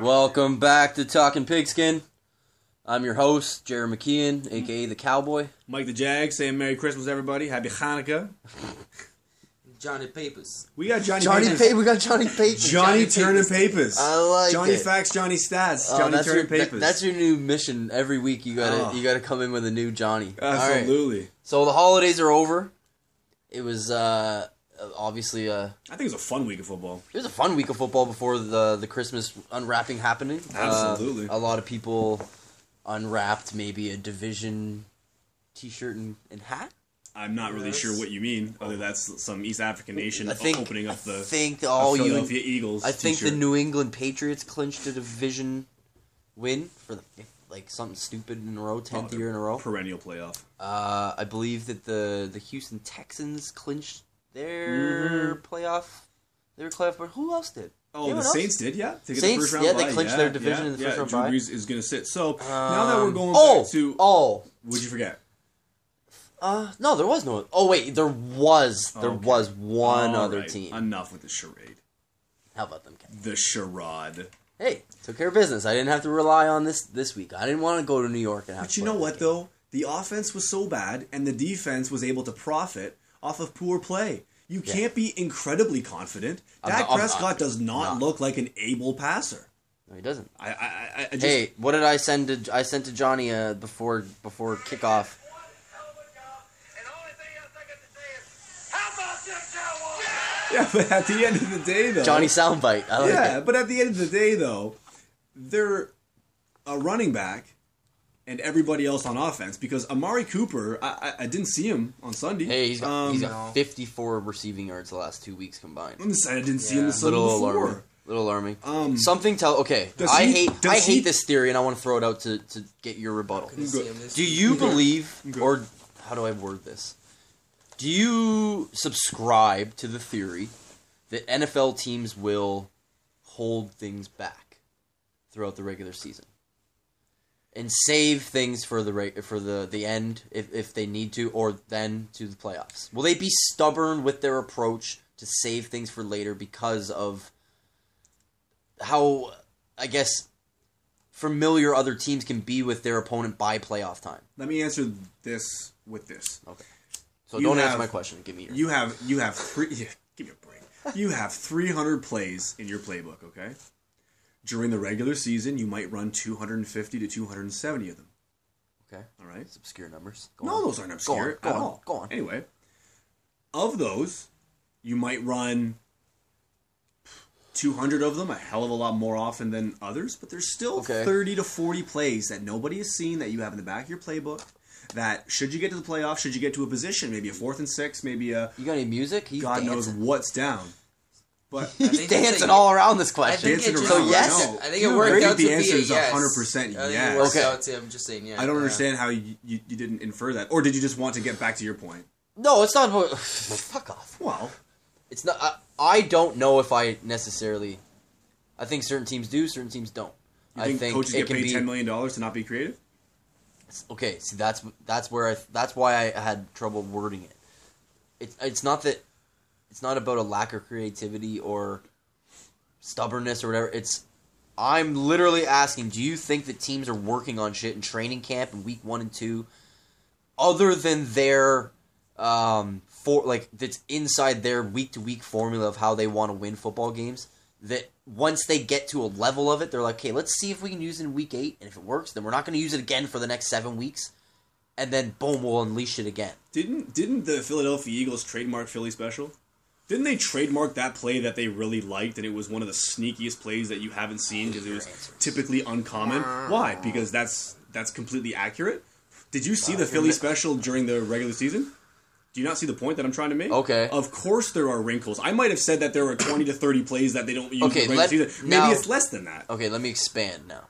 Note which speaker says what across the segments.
Speaker 1: Welcome back to Talking Pigskin. I'm your host, Jerry McKeon, aka the Cowboy.
Speaker 2: Mike the Jag saying Merry Christmas, everybody. Happy Hanukkah.
Speaker 3: Johnny Papers.
Speaker 2: We got Johnny,
Speaker 1: Johnny
Speaker 2: Papers.
Speaker 1: Papers. We got Johnny Papers.
Speaker 2: Johnny, Turner
Speaker 1: Papers.
Speaker 2: Papers.
Speaker 1: I like
Speaker 2: Johnny
Speaker 1: it.
Speaker 2: Facts, Johnny Stats,
Speaker 1: Oh,
Speaker 2: Johnny
Speaker 1: that's
Speaker 2: Turner
Speaker 1: your, that-
Speaker 2: Papers.
Speaker 1: that's your new mission every week. You gotta
Speaker 2: Oh.
Speaker 1: you gotta come in with a new Johnny. All right.
Speaker 2: Absolutely.
Speaker 1: So the holidays are over. It was uh, obviously a
Speaker 2: I think it was a fun week of football.
Speaker 1: it was a fun week of football before the the Christmas unwrapping happening. Uh,
Speaker 2: Absolutely.
Speaker 1: a lot of people unwrapped maybe a division T-shirt and, and hat.
Speaker 2: I'm not really
Speaker 3: Yes.
Speaker 2: sure what you mean, whether that's some East African nation
Speaker 1: I think
Speaker 2: opening up the
Speaker 1: I think all you
Speaker 2: Philadelphia Eagles.
Speaker 1: I think the
Speaker 2: t-shirt.
Speaker 1: New England Patriots clinched a division win for the fifth, like something stupid in a row,
Speaker 2: Oh,
Speaker 1: tenth
Speaker 2: they're
Speaker 1: year in a row.
Speaker 2: perennial playoff.
Speaker 1: Uh, I believe that the the Houston Texans clinched their playoff, their playoff. But who else did?
Speaker 2: Mm-hmm. Oh,
Speaker 1: Anyone
Speaker 2: the
Speaker 1: else?
Speaker 2: Saints did, yeah. To get
Speaker 1: Saints,
Speaker 2: the first round
Speaker 1: yeah, they
Speaker 2: bye,
Speaker 1: clinched
Speaker 2: yeah,
Speaker 1: their division
Speaker 2: yeah,
Speaker 1: in the
Speaker 2: yeah,
Speaker 1: first round
Speaker 2: Drew
Speaker 1: bye.
Speaker 2: Brees is going to sit. So now that we're
Speaker 1: Um,
Speaker 2: going
Speaker 1: oh,
Speaker 2: back to,
Speaker 1: oh,
Speaker 2: what'd you forget?
Speaker 1: uh, no, there was no. Oh wait, there was there
Speaker 2: Okay.
Speaker 1: was one
Speaker 2: All
Speaker 1: other
Speaker 2: right,
Speaker 1: team.
Speaker 2: Enough with the charade.
Speaker 1: How about them? Ken?
Speaker 2: The charade.
Speaker 1: Hey, took care of business. I didn't have to rely on this this week. I didn't want to go to New York and have.
Speaker 2: But
Speaker 1: to
Speaker 2: you
Speaker 1: play
Speaker 2: know
Speaker 1: that
Speaker 2: what
Speaker 1: game.
Speaker 2: though? The offense was so bad and the defense was able to profit off of poor play. You can't be incredibly confident.
Speaker 1: I'm
Speaker 2: Dak
Speaker 1: not- I'm
Speaker 2: Prescott
Speaker 1: not.
Speaker 2: does not
Speaker 1: Not.
Speaker 2: look like an able passer.
Speaker 1: No, he doesn't.
Speaker 2: I I, I, I just
Speaker 1: Hey, what did I send to I sent to Johnny uh, before before kickoff?
Speaker 2: Yeah, but at the end of the day though
Speaker 1: Johnny soundbite. I like
Speaker 2: Yeah,
Speaker 1: it.
Speaker 2: but at the end of the day though, they're a running back and everybody else on offense because Amari Cooper, I, I, I didn't see him on Sunday.
Speaker 1: Hey, he's got,
Speaker 2: Um, Mm,
Speaker 1: he's got 54 receiving yards the last two weeks combined.
Speaker 2: I'm sorry, I didn't see him the
Speaker 3: Yeah.
Speaker 2: Sunday
Speaker 1: Little
Speaker 2: before.
Speaker 1: alarming. Little alarming.
Speaker 2: Um,
Speaker 1: Something tell. Okay,
Speaker 2: does
Speaker 1: I
Speaker 2: he-
Speaker 1: hate
Speaker 2: does
Speaker 1: I
Speaker 2: he-
Speaker 1: hate this theory, and I want to throw it out to to get your rebuttal.
Speaker 3: Couldn't see him this
Speaker 1: Do
Speaker 3: year.
Speaker 1: you believe,
Speaker 2: Good.
Speaker 1: or how do I word this? Do you subscribe to the theory that NFL teams will hold things back throughout the regular season and save things for the re- for the the end if if they need to, or then to the playoffs? Will they be stubborn with their approach to save things for later because of how I guess familiar other teams can be with their opponent by playoff time?
Speaker 2: Let me answer this with this.
Speaker 1: Okay. So
Speaker 2: You
Speaker 1: don't
Speaker 2: have-
Speaker 1: answer my question. Give me your.
Speaker 2: You have you have three. Yeah, give me a break. You have 300 plays in your playbook. Okay. During the regular season, you might run 250 to 270 of them.
Speaker 1: okay.
Speaker 2: All right.
Speaker 1: It's obscure numbers. Go
Speaker 2: No,
Speaker 1: on.
Speaker 2: those aren't obscure
Speaker 1: Go on. Go
Speaker 2: at
Speaker 1: on.
Speaker 2: all.
Speaker 1: Go on.
Speaker 2: Anyway, of those, you might run 200 of them, a hell of a lot more often than others, but there's still
Speaker 1: Okay.
Speaker 2: 30 to 40 plays that nobody has seen that you have in the back of your playbook. That should you get to the playoff, should you get to a position, maybe a fourth and six, maybe a
Speaker 1: You got any music? He's
Speaker 2: God knows
Speaker 1: dancing.
Speaker 2: what's down. But
Speaker 3: I
Speaker 1: He's
Speaker 3: think it's
Speaker 1: dancing
Speaker 3: a-
Speaker 1: all around this
Speaker 3: I
Speaker 1: question.
Speaker 3: think it
Speaker 2: Dancing
Speaker 3: just,
Speaker 1: so
Speaker 2: around,
Speaker 1: yes.
Speaker 2: no.
Speaker 3: I think
Speaker 2: You
Speaker 3: it worked
Speaker 2: agree
Speaker 3: out
Speaker 2: the
Speaker 3: to be
Speaker 2: answer
Speaker 3: a
Speaker 2: is
Speaker 3: yes.
Speaker 2: 100%
Speaker 3: I think
Speaker 2: yes.
Speaker 3: It worked
Speaker 1: Okay.
Speaker 3: out to him just saying yes.
Speaker 2: I don't understand how you, you, you didn't infer that. Or did you just want to get back to your point?
Speaker 1: No, it's not. ho- Fuck off.
Speaker 2: Well,
Speaker 1: It's not. I, I don't know if I necessarily. I think certain teams do. Certain teams don't.
Speaker 2: you
Speaker 1: I
Speaker 2: think,
Speaker 1: think
Speaker 2: coaches
Speaker 1: it
Speaker 2: get
Speaker 1: can
Speaker 2: paid
Speaker 1: be.
Speaker 2: $10 million to not be creative?
Speaker 1: okay see that's that's where I that's why I had trouble wording it. It's it's not that it's not about a lack of creativity or stubbornness or whatever. It's I'm literally asking, do you think that teams are working on shit in training camp in week one and two, other than their um for like that's inside their week to week formula of how they want to win football games? That once they get to a level of it, they're like, okay, let's see if we can use it in week eight, and if it works, then we're not going to use it again for the next seven weeks, and then boom, we'll unleash it again.
Speaker 2: Didn't didn't the Philadelphia Eagles trademark Philly special? Didn't they trademark that play that they really liked and it was one of the sneakiest plays that you haven't seen because it was typically uncommon? Why? Because that's that's completely accurate. Did you see the Philly special during the regular season? Do you not see the point that I'm trying to make?
Speaker 1: Okay.
Speaker 2: Of course there are wrinkles. I might have said that there were 20 to 30 plays that they don't use
Speaker 1: Okay,
Speaker 2: in the regular
Speaker 1: let-
Speaker 2: season. Maybe
Speaker 1: now-
Speaker 2: it's less than that.
Speaker 1: Okay, let me expand now.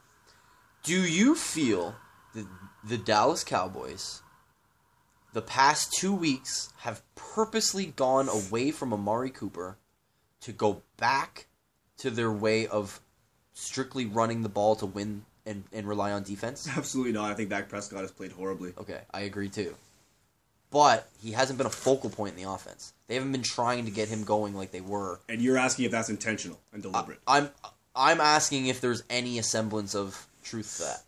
Speaker 1: Do you feel that the Dallas Cowboys the past two weeks have purposely gone away from Amari Cooper to go back to their way of strictly running the ball to win and, and rely on defense?
Speaker 2: Absolutely not. I think Dak Prescott has played horribly.
Speaker 1: Okay, I agree too. But he hasn't been a focal point in the offense. They haven't been trying to get him going like they were
Speaker 2: And you're asking if that's intentional and deliberate.
Speaker 1: I'm I'm asking if there's any semblance of truth to that.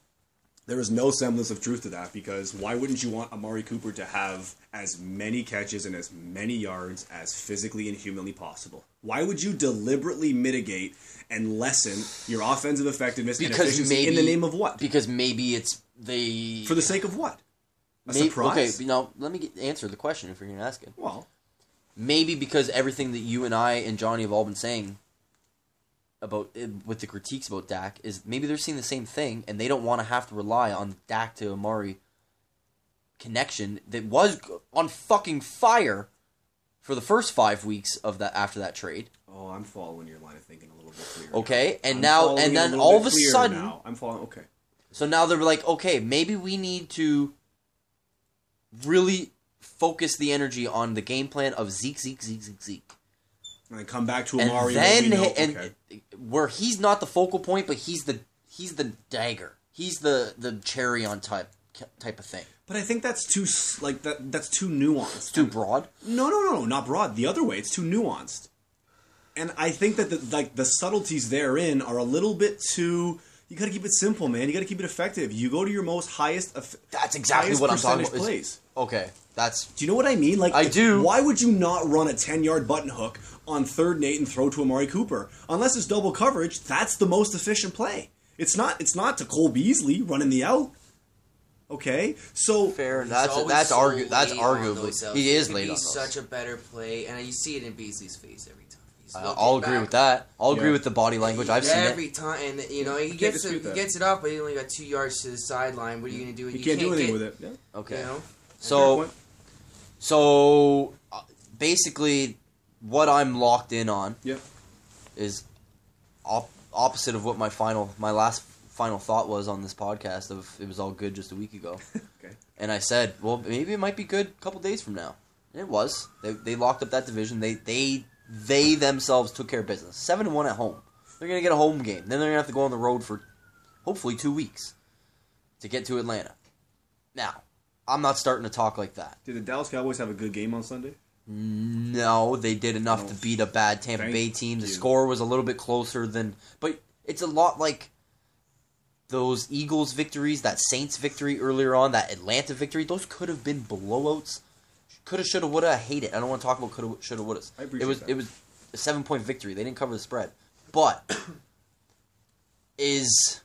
Speaker 2: There is no semblance of truth to that because why wouldn't you want Amari Cooper to have as many catches and as many yards as physically and humanly possible? Why would you deliberately mitigate and lessen your offensive effectiveness and
Speaker 1: Because
Speaker 2: efficiency
Speaker 1: maybe
Speaker 2: in the name of what?
Speaker 1: Because maybe it's the
Speaker 2: For the sake of what? A
Speaker 1: may-
Speaker 2: surprise?
Speaker 1: Okay, now let me get, answer the question if you're gonna ask it.
Speaker 2: Well,
Speaker 1: Maybe because everything that you and I and Johnny have all been saying about eh, with the critiques about Dak is maybe they're seeing the same thing and they don't want to have to rely on Dak to Amari connection that was on fucking fire for the first five weeks of that after that trade.
Speaker 2: oh, I'm following your line of thinking a little bit clearer.
Speaker 1: Okay, and
Speaker 2: I'm
Speaker 1: now
Speaker 2: following it
Speaker 1: and then
Speaker 2: little
Speaker 1: all
Speaker 2: bit
Speaker 1: of a
Speaker 2: clearer
Speaker 1: sudden,
Speaker 2: now. I'm following. Okay,
Speaker 1: so now they're like, okay, maybe we need to really focus the energy on the game plan of Zeke, Zeke, Zeke, Zeke, Zeke,
Speaker 2: and I come back to
Speaker 1: and
Speaker 2: Amari.
Speaker 1: then
Speaker 2: and, we know-
Speaker 1: and
Speaker 2: okay.
Speaker 1: where he's not the focal point, but he's the he's the dagger, he's the the cherry on type type of thing.
Speaker 2: but I think that's too s- like that. That's too nuanced.
Speaker 1: Too broad.
Speaker 2: No, no, no, not broad. The other way, it's too nuanced. And I think that the, like the subtleties therein are a little bit too. You got to keep it simple, man. You got to keep it effective. You go to your most highest. Eff-
Speaker 1: That's exactly
Speaker 2: highest
Speaker 1: what I'm talking
Speaker 2: percentage
Speaker 1: about, is-
Speaker 2: Plays.
Speaker 1: Okay, that's
Speaker 2: Do you know what I mean? Like
Speaker 1: I do.
Speaker 2: Why would you not run a ten yard button hook on third and eight and throw to Amari Cooper unless it's double coverage? That's the most efficient play. It's not. It's not to Cole Beasley running the out. Okay, so
Speaker 1: fair.
Speaker 3: He's
Speaker 1: That's
Speaker 3: always
Speaker 1: that's
Speaker 3: so
Speaker 1: argu- that's
Speaker 3: late on those
Speaker 1: arguably
Speaker 3: outs.
Speaker 1: he
Speaker 3: It
Speaker 1: is
Speaker 3: could
Speaker 1: late
Speaker 3: be
Speaker 1: on those.
Speaker 3: such a better play, and you see it in Beasley's face every time. He's
Speaker 1: I-
Speaker 3: looking
Speaker 1: I'll agree
Speaker 3: back.
Speaker 1: with that. I'll agree
Speaker 2: Yeah.
Speaker 1: with the body language. I've seen it.
Speaker 3: every time, and you know he
Speaker 2: Can't
Speaker 3: gets
Speaker 2: dispute
Speaker 3: it, he
Speaker 2: that.
Speaker 3: gets it up, but he only got two yards to the sideline. What are you gonna do?
Speaker 2: you, can't, do anything
Speaker 3: get-
Speaker 2: with it. Yeah.
Speaker 1: Okay.
Speaker 3: You know,
Speaker 2: Fair
Speaker 1: So
Speaker 2: point.
Speaker 1: so uh, basically, what I'm locked in on
Speaker 2: yeah.
Speaker 1: is op- opposite of what my final my last final thought was on this podcast of it was all good just a week ago,
Speaker 2: Okay.
Speaker 1: and I said, well, maybe it might be good a couple days from now. And it was. They they locked up that division. They they they themselves took care of business. Seven and one at home. They're gonna get a home game. Then they're gonna have to go on the road for hopefully two weeks to get to Atlanta. Now, I'm not starting to talk like that.
Speaker 2: Did the Dallas Cowboys have a good game on Sunday?
Speaker 1: No, they did enough to beat a bad Tampa
Speaker 2: Thank
Speaker 1: Bay team. The
Speaker 2: you.
Speaker 1: score was a little bit closer than, but it's a lot like those Eagles victories, that Saints victory earlier on, that Atlanta victory. Those could have been blowouts. Coulda, shoulda, woulda. I hate it. I don't want to talk about coulda, shoulda, woulda.
Speaker 2: I
Speaker 1: it
Speaker 2: appreciate
Speaker 1: was
Speaker 2: that.
Speaker 1: it was a seven point victory. They didn't cover the spread, but is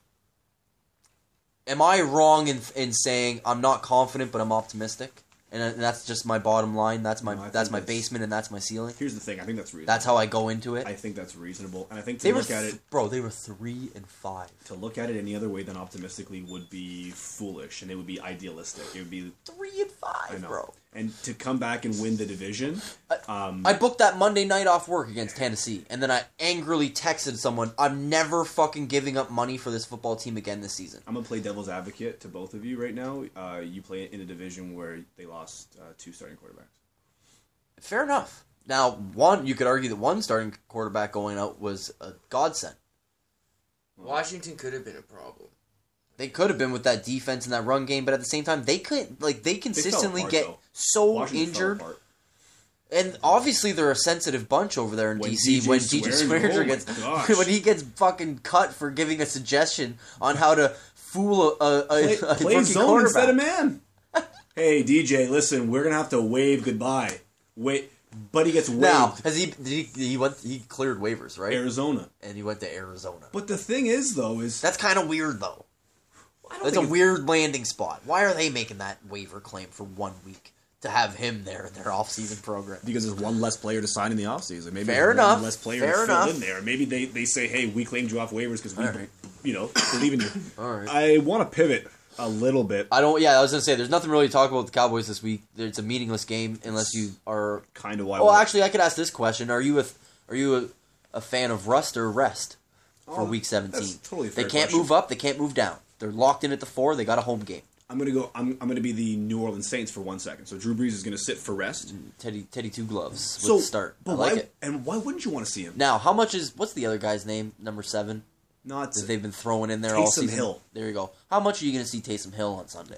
Speaker 1: am I wrong in in saying I'm not confident, but I'm optimistic, and, and that's just my bottom line. That's my
Speaker 2: No, I
Speaker 1: that's
Speaker 2: think
Speaker 1: my
Speaker 2: that's-
Speaker 1: basement, and that's my ceiling.
Speaker 2: Here's the thing. I think that's reasonable.
Speaker 1: That's how I go into it.
Speaker 2: I think that's reasonable, and I think to
Speaker 1: they were
Speaker 2: look at
Speaker 1: th-
Speaker 2: it
Speaker 1: bro. They were three and five.
Speaker 2: to look at it any other way than optimistically would be foolish, and it would be idealistic. It would be
Speaker 1: Three and
Speaker 2: I
Speaker 1: five,
Speaker 2: know.
Speaker 1: bro.
Speaker 2: And to come back and win the division, um,
Speaker 1: I booked that Monday night off work against Tennessee, and then I angrily texted someone, "I'm never fucking giving up money for this football team again this season."
Speaker 2: I'm gonna play devil's advocate to both of you right now. Uh, you play in a division where they lost uh, two starting quarterbacks.
Speaker 1: Fair enough. Now, one you could argue that one starting quarterback going out was a godsend.
Speaker 3: Washington could have been a problem.
Speaker 1: They could have been with that defense and that run game, but at the same time, they couldn't. Like they consistently
Speaker 2: apart,
Speaker 1: get
Speaker 2: though.
Speaker 1: so
Speaker 2: Washington fell
Speaker 1: injured,
Speaker 2: apart.
Speaker 1: and obviously they're a sensitive bunch over there in
Speaker 2: When
Speaker 1: DC.
Speaker 2: DJ
Speaker 1: when DJ
Speaker 2: Swearinger-
Speaker 1: Swearinger
Speaker 2: oh my
Speaker 1: gets
Speaker 2: gosh.
Speaker 1: when he gets fucking cut for giving a suggestion on how to fool a, a, a,
Speaker 2: Play,
Speaker 1: a
Speaker 2: play
Speaker 1: rookie
Speaker 2: zone
Speaker 1: quarterback.
Speaker 2: instead of man. hey DJ, listen, we're gonna have to wave goodbye. Wait, buddy gets waved.
Speaker 1: Now, has he, did he he went he cleared waivers right,
Speaker 2: Arizona.
Speaker 1: and he went to Arizona.
Speaker 2: But the thing is, though, is
Speaker 1: That's kind of weird though.
Speaker 2: I don't
Speaker 1: That's a
Speaker 2: think it's-
Speaker 1: weird landing spot. Why are they making that waiver claim for one week to have him there in their offseason program?
Speaker 2: because there's one less player to sign in the offseason. Maybe
Speaker 1: Fair
Speaker 2: there's
Speaker 1: enough.
Speaker 2: One less player
Speaker 1: Fair
Speaker 2: to
Speaker 1: enough.
Speaker 2: fill in there. Maybe they, they say, hey, we claimed you off waivers because we,
Speaker 1: All right.
Speaker 2: you know, believe in you.
Speaker 1: All right.
Speaker 2: I want to pivot a little bit,
Speaker 1: I don't. Yeah, I was gonna say there's nothing really to talk about with the Cowboys this week. It's a meaningless game unless you are.
Speaker 2: kind of why.
Speaker 1: Well,
Speaker 2: we're-
Speaker 1: actually, I could ask this question: Are you a are you a, a fan of rust or rest for
Speaker 2: Oh,
Speaker 1: Week 17?
Speaker 2: that's totally a
Speaker 1: they
Speaker 2: fair
Speaker 1: can't
Speaker 2: question.
Speaker 1: move up. They can't move down. They're locked in at the four. They got a home game.
Speaker 2: I'm gonna go. I'm, I'm gonna be the New Orleans Saints for one second. So Drew Brees is gonna sit for rest.
Speaker 1: Teddy Teddy two gloves with
Speaker 2: So
Speaker 1: the Mm, start.
Speaker 2: But
Speaker 1: I like
Speaker 2: why,
Speaker 1: it.
Speaker 2: And why wouldn't you want to see him?
Speaker 1: Now, how much is what's the other guy's name? Number seven
Speaker 2: Not
Speaker 1: that they've been throwing in there all
Speaker 2: Taysom
Speaker 1: season.
Speaker 2: Hill.
Speaker 1: There you go. How much are you gonna see Taysom Hill on Sunday?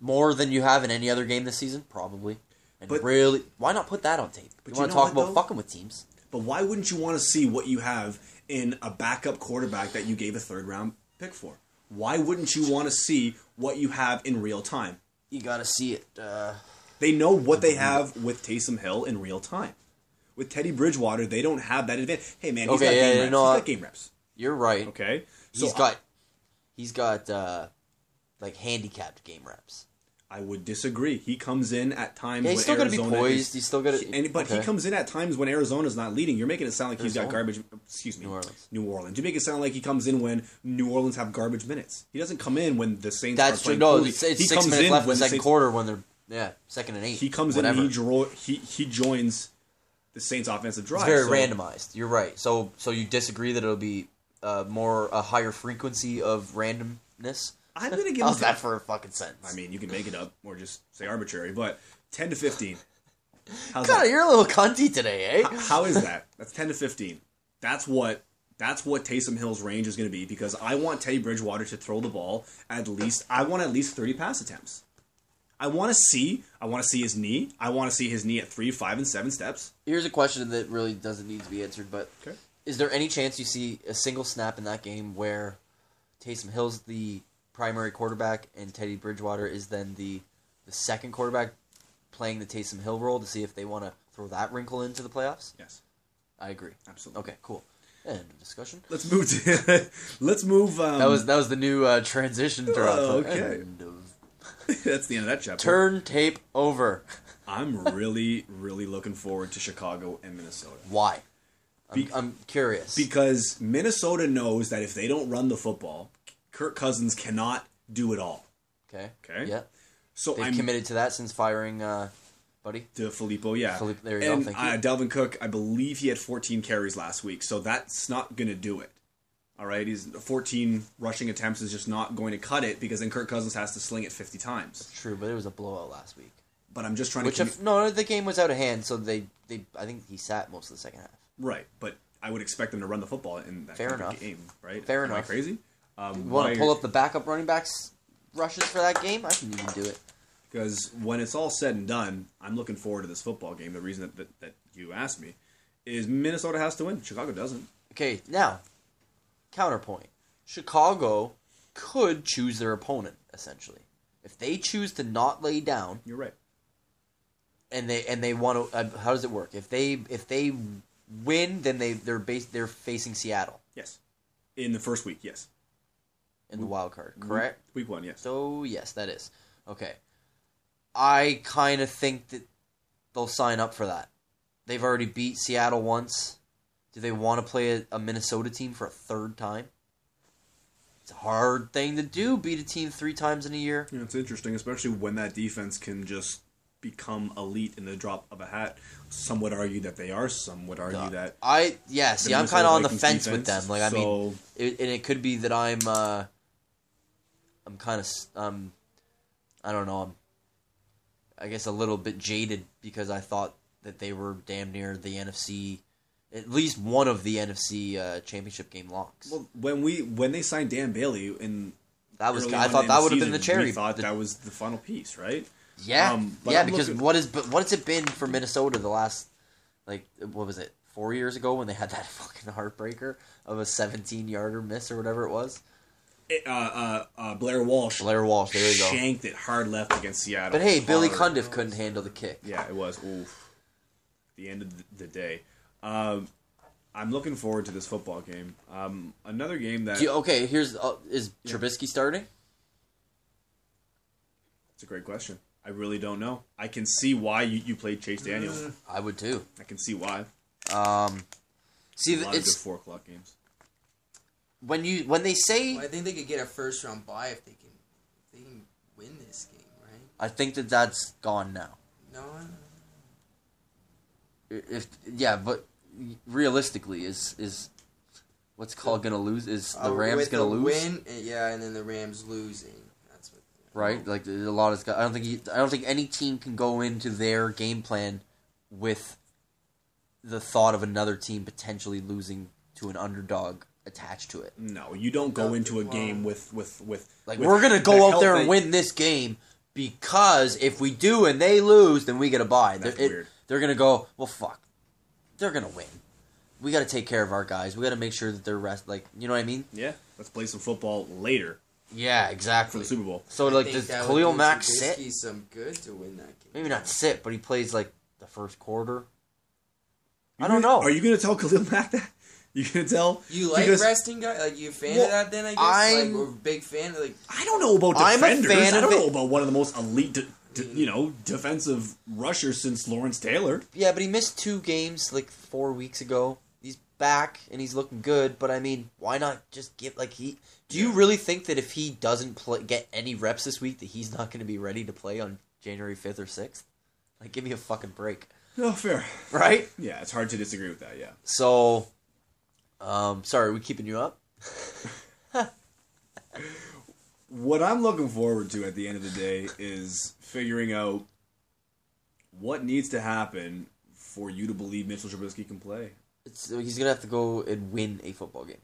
Speaker 1: More than you have in any other game this season, probably. And
Speaker 2: But-
Speaker 1: really, why not put that on tape? You
Speaker 2: you
Speaker 1: want
Speaker 2: know
Speaker 1: to talk
Speaker 2: what,
Speaker 1: about
Speaker 2: though?
Speaker 1: fucking with teams?
Speaker 2: But why wouldn't you want to see what you have in a backup quarterback that you gave a third round pick for? Why wouldn't you want to see what you have in real time?
Speaker 1: You got to see it. Uh,
Speaker 2: They know what they have with Taysom Hill in real time. With Teddy Bridgewater, they don't have that advantage. Hey man, he's
Speaker 1: Okay,
Speaker 2: got
Speaker 1: yeah,
Speaker 2: game
Speaker 1: yeah,
Speaker 2: reps.
Speaker 1: no,
Speaker 2: he's
Speaker 1: I-
Speaker 2: got game reps.
Speaker 1: you're right.
Speaker 2: Okay,
Speaker 1: He's
Speaker 2: I-
Speaker 1: got he's got uh, like handicapped game reps.
Speaker 2: I would disagree. He comes in at times.
Speaker 1: Yeah, he's
Speaker 2: when
Speaker 1: still got to be
Speaker 2: Arizona
Speaker 1: poised.
Speaker 2: is-
Speaker 1: he's still got to.
Speaker 2: and but he comes in at times when Arizona's not leading. You're making it sound like he's got
Speaker 1: Arizona?
Speaker 2: garbage. Excuse me,
Speaker 1: New Orleans.
Speaker 2: New Orleans. You make it sound like he comes in when New Orleans have garbage minutes. He doesn't come in when the Saints.
Speaker 1: That's
Speaker 2: are
Speaker 1: true.
Speaker 2: playing
Speaker 1: No,
Speaker 2: poorly.
Speaker 1: it's, it's
Speaker 2: he
Speaker 1: six
Speaker 2: comes
Speaker 1: minutes
Speaker 2: in
Speaker 1: left in
Speaker 2: when
Speaker 1: the second
Speaker 2: Saints-
Speaker 1: quarter when they're yeah second and eight.
Speaker 2: He comes
Speaker 1: whatever.
Speaker 2: in. And he, draw, he he joins the Saints' offensive drive.
Speaker 1: It's very
Speaker 2: so-
Speaker 1: randomized. You're right. So so you disagree that it'll be uh, more a higher frequency of randomness.
Speaker 2: I'm gonna give him
Speaker 1: How's that for a fucking sentence?
Speaker 2: I mean, you can make it up or just say arbitrary, but ten to fifteen. How's
Speaker 1: God,
Speaker 2: that?
Speaker 1: you're a little cunty today, eh?
Speaker 2: How is that? That's ten to fifteen. That's what that's what Taysom Hill's range is going to be because I want Teddy Bridgewater to throw the ball at least. I want at least thirty pass attempts. I want to see. I want to see his knee. I want to see his knee at three, five, and seven steps.
Speaker 1: Here's a question that really doesn't need to be answered, but
Speaker 2: Okay.
Speaker 1: is there any chance you see a single snap in that game where Taysom Hill's the primary quarterback and Teddy Bridgewater is then the the second quarterback playing the Taysom Hill role to see if they want to throw that wrinkle into the playoffs?
Speaker 2: Yes,
Speaker 1: I agree.
Speaker 2: absolutely.
Speaker 1: Okay, cool. End of discussion.
Speaker 2: Let's move to. let's move. Um,
Speaker 1: That was that was the new uh, transition throughout.
Speaker 2: Oh,
Speaker 1: the-
Speaker 2: okay.
Speaker 1: End of-
Speaker 2: that's the end of that chapter.
Speaker 1: Turn tape over.
Speaker 2: I'm really, really looking forward to Chicago and Minnesota.
Speaker 1: Why? I'm,
Speaker 2: Be-
Speaker 1: I'm curious.
Speaker 2: because Minnesota knows that if they don't run the football, Kirk Cousins cannot do it all.
Speaker 1: okay.
Speaker 2: Okay.
Speaker 1: Yeah.
Speaker 2: So
Speaker 1: They've
Speaker 2: I'm
Speaker 1: committed to that since firing uh, Buddy.
Speaker 2: to Filippo, yeah.
Speaker 1: Filippo, there you go,
Speaker 2: and
Speaker 1: thank
Speaker 2: uh,
Speaker 1: you.
Speaker 2: Dalvin Cook, I believe he had 14 carries last week, so that's not going to do it. All right, he's 14 rushing attempts is just not going to cut it because then Kirk Cousins has to sling it 50 times.
Speaker 1: True, but it was a blowout last week.
Speaker 2: But I'm just trying
Speaker 1: Which
Speaker 2: to commu-
Speaker 1: if, no, the game was out of hand, so they they I think he sat most of the second half.
Speaker 2: right, but I would expect them to run the football in that
Speaker 1: Fair
Speaker 2: kind of
Speaker 1: enough.
Speaker 2: game, right?
Speaker 1: Fair
Speaker 2: Am
Speaker 1: enough.
Speaker 2: I crazy? Um,
Speaker 1: You want
Speaker 2: why-
Speaker 1: to pull up the backup running backs rushes for that game? I can even do it.
Speaker 2: Because when it's all said and done, I'm looking forward to this football game. The reason that, that, that you asked me is Minnesota has to win. Chicago doesn't.
Speaker 1: Okay, now counterpoint: Chicago could choose their opponent essentially. If they choose to not lay down
Speaker 2: You're right.
Speaker 1: and they and they want to, uh, how does it work? If they if they win, then they they're base, they're facing Seattle
Speaker 2: Yes. In the first week, yes.
Speaker 1: in the wild card, correct?
Speaker 2: Week one, yes.
Speaker 1: So yes, that is okay. I kind of think that they'll sign up for that. They've already beat Seattle once. Do they want to play a, a Minnesota team for a third time? It's a hard thing to do. Beat a team three times in a year.
Speaker 2: Yeah, it's interesting, especially when that defense can just become elite in the drop of a hat. Some would argue that they are. Some would argue that.
Speaker 1: I yeah. See, I'm
Speaker 2: Minnesota
Speaker 1: kind of on the
Speaker 2: Vikings
Speaker 1: fence with
Speaker 2: defense,
Speaker 1: them. Like I mean,
Speaker 2: so-
Speaker 1: it, and it could be that I'm uh, I'm kind of um, I don't know. I'm I guess a little bit jaded because I thought that they were damn near the NFC, at least one of the NFC uh, championship game locks.
Speaker 2: Well, when we when they signed Dan Bailey in
Speaker 1: that was
Speaker 2: early
Speaker 1: I
Speaker 2: on
Speaker 1: thought
Speaker 2: in
Speaker 1: that would have been
Speaker 2: season,
Speaker 1: the cherry.
Speaker 2: We thought
Speaker 1: the-
Speaker 2: that was the final piece, right?
Speaker 1: yeah,
Speaker 2: um, but
Speaker 1: yeah.
Speaker 2: I'm
Speaker 1: because
Speaker 2: looking-
Speaker 1: what is but what has it been for Minnesota the last like what was it four years ago when they had that fucking heartbreaker of a 17 yarder miss or whatever it was.
Speaker 2: It- uh, uh, uh, Blair Walsh
Speaker 1: Blair Walsh. There you go.
Speaker 2: shanked it hard left against Seattle.
Speaker 1: But hey, Billy
Speaker 2: Hard.
Speaker 1: Cundiff couldn't handle the kick.
Speaker 2: Yeah, it was. Oof. The end of th- the day. Um, I'm looking forward to this football game. Um, another game that
Speaker 1: Do you- okay, here's uh, is Trubisky starting?
Speaker 2: it's a great question. I really don't know. I can see why you, you played Chase Daniels.
Speaker 1: I would too.
Speaker 2: I can see why.
Speaker 1: Um, see,
Speaker 2: A lot of good
Speaker 1: it's
Speaker 2: four o'clock games.
Speaker 1: when you when they say
Speaker 3: Well, I think they could get a first round bye if they can. If they can win this game, right?
Speaker 1: I think that that's gone now.
Speaker 3: No. I don't know.
Speaker 1: If yeah, but realistically, is is what's it called gonna lose? Is the
Speaker 3: Uh,
Speaker 1: Rams
Speaker 3: with
Speaker 1: gonna
Speaker 3: the
Speaker 1: lose?
Speaker 3: Win, uh, yeah, and then the Rams losing. That's what.
Speaker 1: Right? Like a lot of I don't think you, I don't think any team can go into their game plan with the thought of another team potentially losing to an underdog attached to it.
Speaker 2: No, you don't go
Speaker 3: No,
Speaker 2: into a
Speaker 3: well-
Speaker 2: game with with with
Speaker 1: Like
Speaker 2: with
Speaker 1: we're gonna
Speaker 2: the
Speaker 1: go out
Speaker 2: help
Speaker 1: there
Speaker 2: that-
Speaker 1: and win this game because if we do and they lose, then we get a bye.
Speaker 2: That's
Speaker 1: they're, it-
Speaker 2: weird.
Speaker 1: they're gonna go. Well, fuck. They're gonna win. we got to take care of our guys. We got to make sure that they're rest. Like you know what I mean?
Speaker 2: Yeah, let's play some football later
Speaker 1: Yeah,
Speaker 2: for
Speaker 1: exactly.
Speaker 2: the Super Bowl.
Speaker 1: So
Speaker 3: I
Speaker 1: like,
Speaker 3: think
Speaker 1: does
Speaker 3: that would
Speaker 1: Khalil
Speaker 3: do
Speaker 1: Mack
Speaker 3: Trubisky
Speaker 1: sit?
Speaker 3: some good to win that game.
Speaker 1: Maybe not sit, but he plays like the first quarter. I
Speaker 2: You
Speaker 1: don't
Speaker 2: gonna-
Speaker 1: know.
Speaker 2: Are you going to tell Khalil Mack that? You going to tell?
Speaker 3: You like
Speaker 2: because
Speaker 3: resting guy? Like you a fan
Speaker 2: Well,
Speaker 3: of that? Then I guess
Speaker 1: I'm-
Speaker 3: like we're a big fan. Of, like
Speaker 2: I don't know about
Speaker 1: I'm a
Speaker 2: defenders.
Speaker 1: fan
Speaker 2: I
Speaker 1: of
Speaker 2: don't
Speaker 1: it.
Speaker 2: know about one of the most elite, de- de- you know, defensive rushers since Lawrence Taylor.
Speaker 1: Yeah, but he missed two games like four weeks ago. He's back and he's looking good. But I mean, why not just give like he? Do you really think that if he doesn't play, get any reps this week, that he's not going to be ready to play on January fifth or sixth? Like, give me a fucking break,
Speaker 2: Oh, fair.
Speaker 1: right?
Speaker 2: Yeah, it's hard to disagree with that. Yeah.
Speaker 1: So, um, sorry, are we keeping you up?
Speaker 2: What I'm looking forward to at the end of the day is figuring out what needs to happen for you to believe Mitchell Trubisky can play
Speaker 1: It's, he's gonna have to go and win a football game.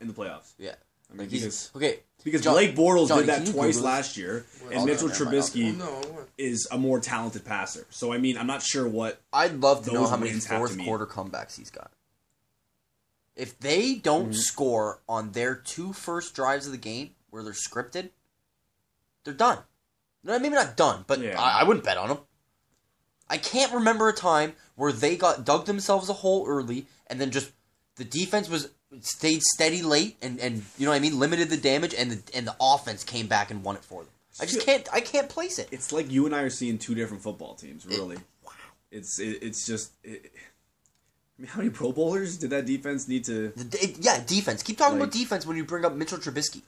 Speaker 2: in the playoffs.
Speaker 1: Yeah,
Speaker 2: I mean,
Speaker 1: like he's
Speaker 2: because-
Speaker 1: okay.
Speaker 2: Because
Speaker 1: John-
Speaker 2: Blake Bortles
Speaker 1: Johnny,
Speaker 2: did
Speaker 1: can
Speaker 2: that
Speaker 1: you Google
Speaker 2: twice
Speaker 1: this?
Speaker 2: last year, and
Speaker 1: I'll
Speaker 2: Mitchell
Speaker 1: do it. Never mind, I'll do
Speaker 2: Trubisky
Speaker 3: well, oh, no,
Speaker 2: is a more talented passer. So I mean, I'm not sure what
Speaker 1: I'd love to know
Speaker 2: Those
Speaker 1: how many
Speaker 2: wins have to
Speaker 1: fourth
Speaker 2: mean.
Speaker 1: quarter comebacks he's got. If they don't
Speaker 2: Mm-hmm.
Speaker 1: score on their two first drives of the game where they're scripted, they're done. No, maybe not done, but
Speaker 2: Yeah.
Speaker 1: I, I wouldn't bet on them. I can't remember a time where they got dug themselves a hole early and then just the defense was stayed steady late and, and you know what I mean limited the damage and the and the offense came back and won it for them. I just can't I can't place it.
Speaker 2: it's like you and I are seeing two different football teams. Really, it's it, it's just. It, I mean, how many Pro Bowlers did that defense need to?
Speaker 1: The d- yeah, defense. Keep talking about
Speaker 2: Like-
Speaker 1: defense when you bring up Mitchell Trubisky.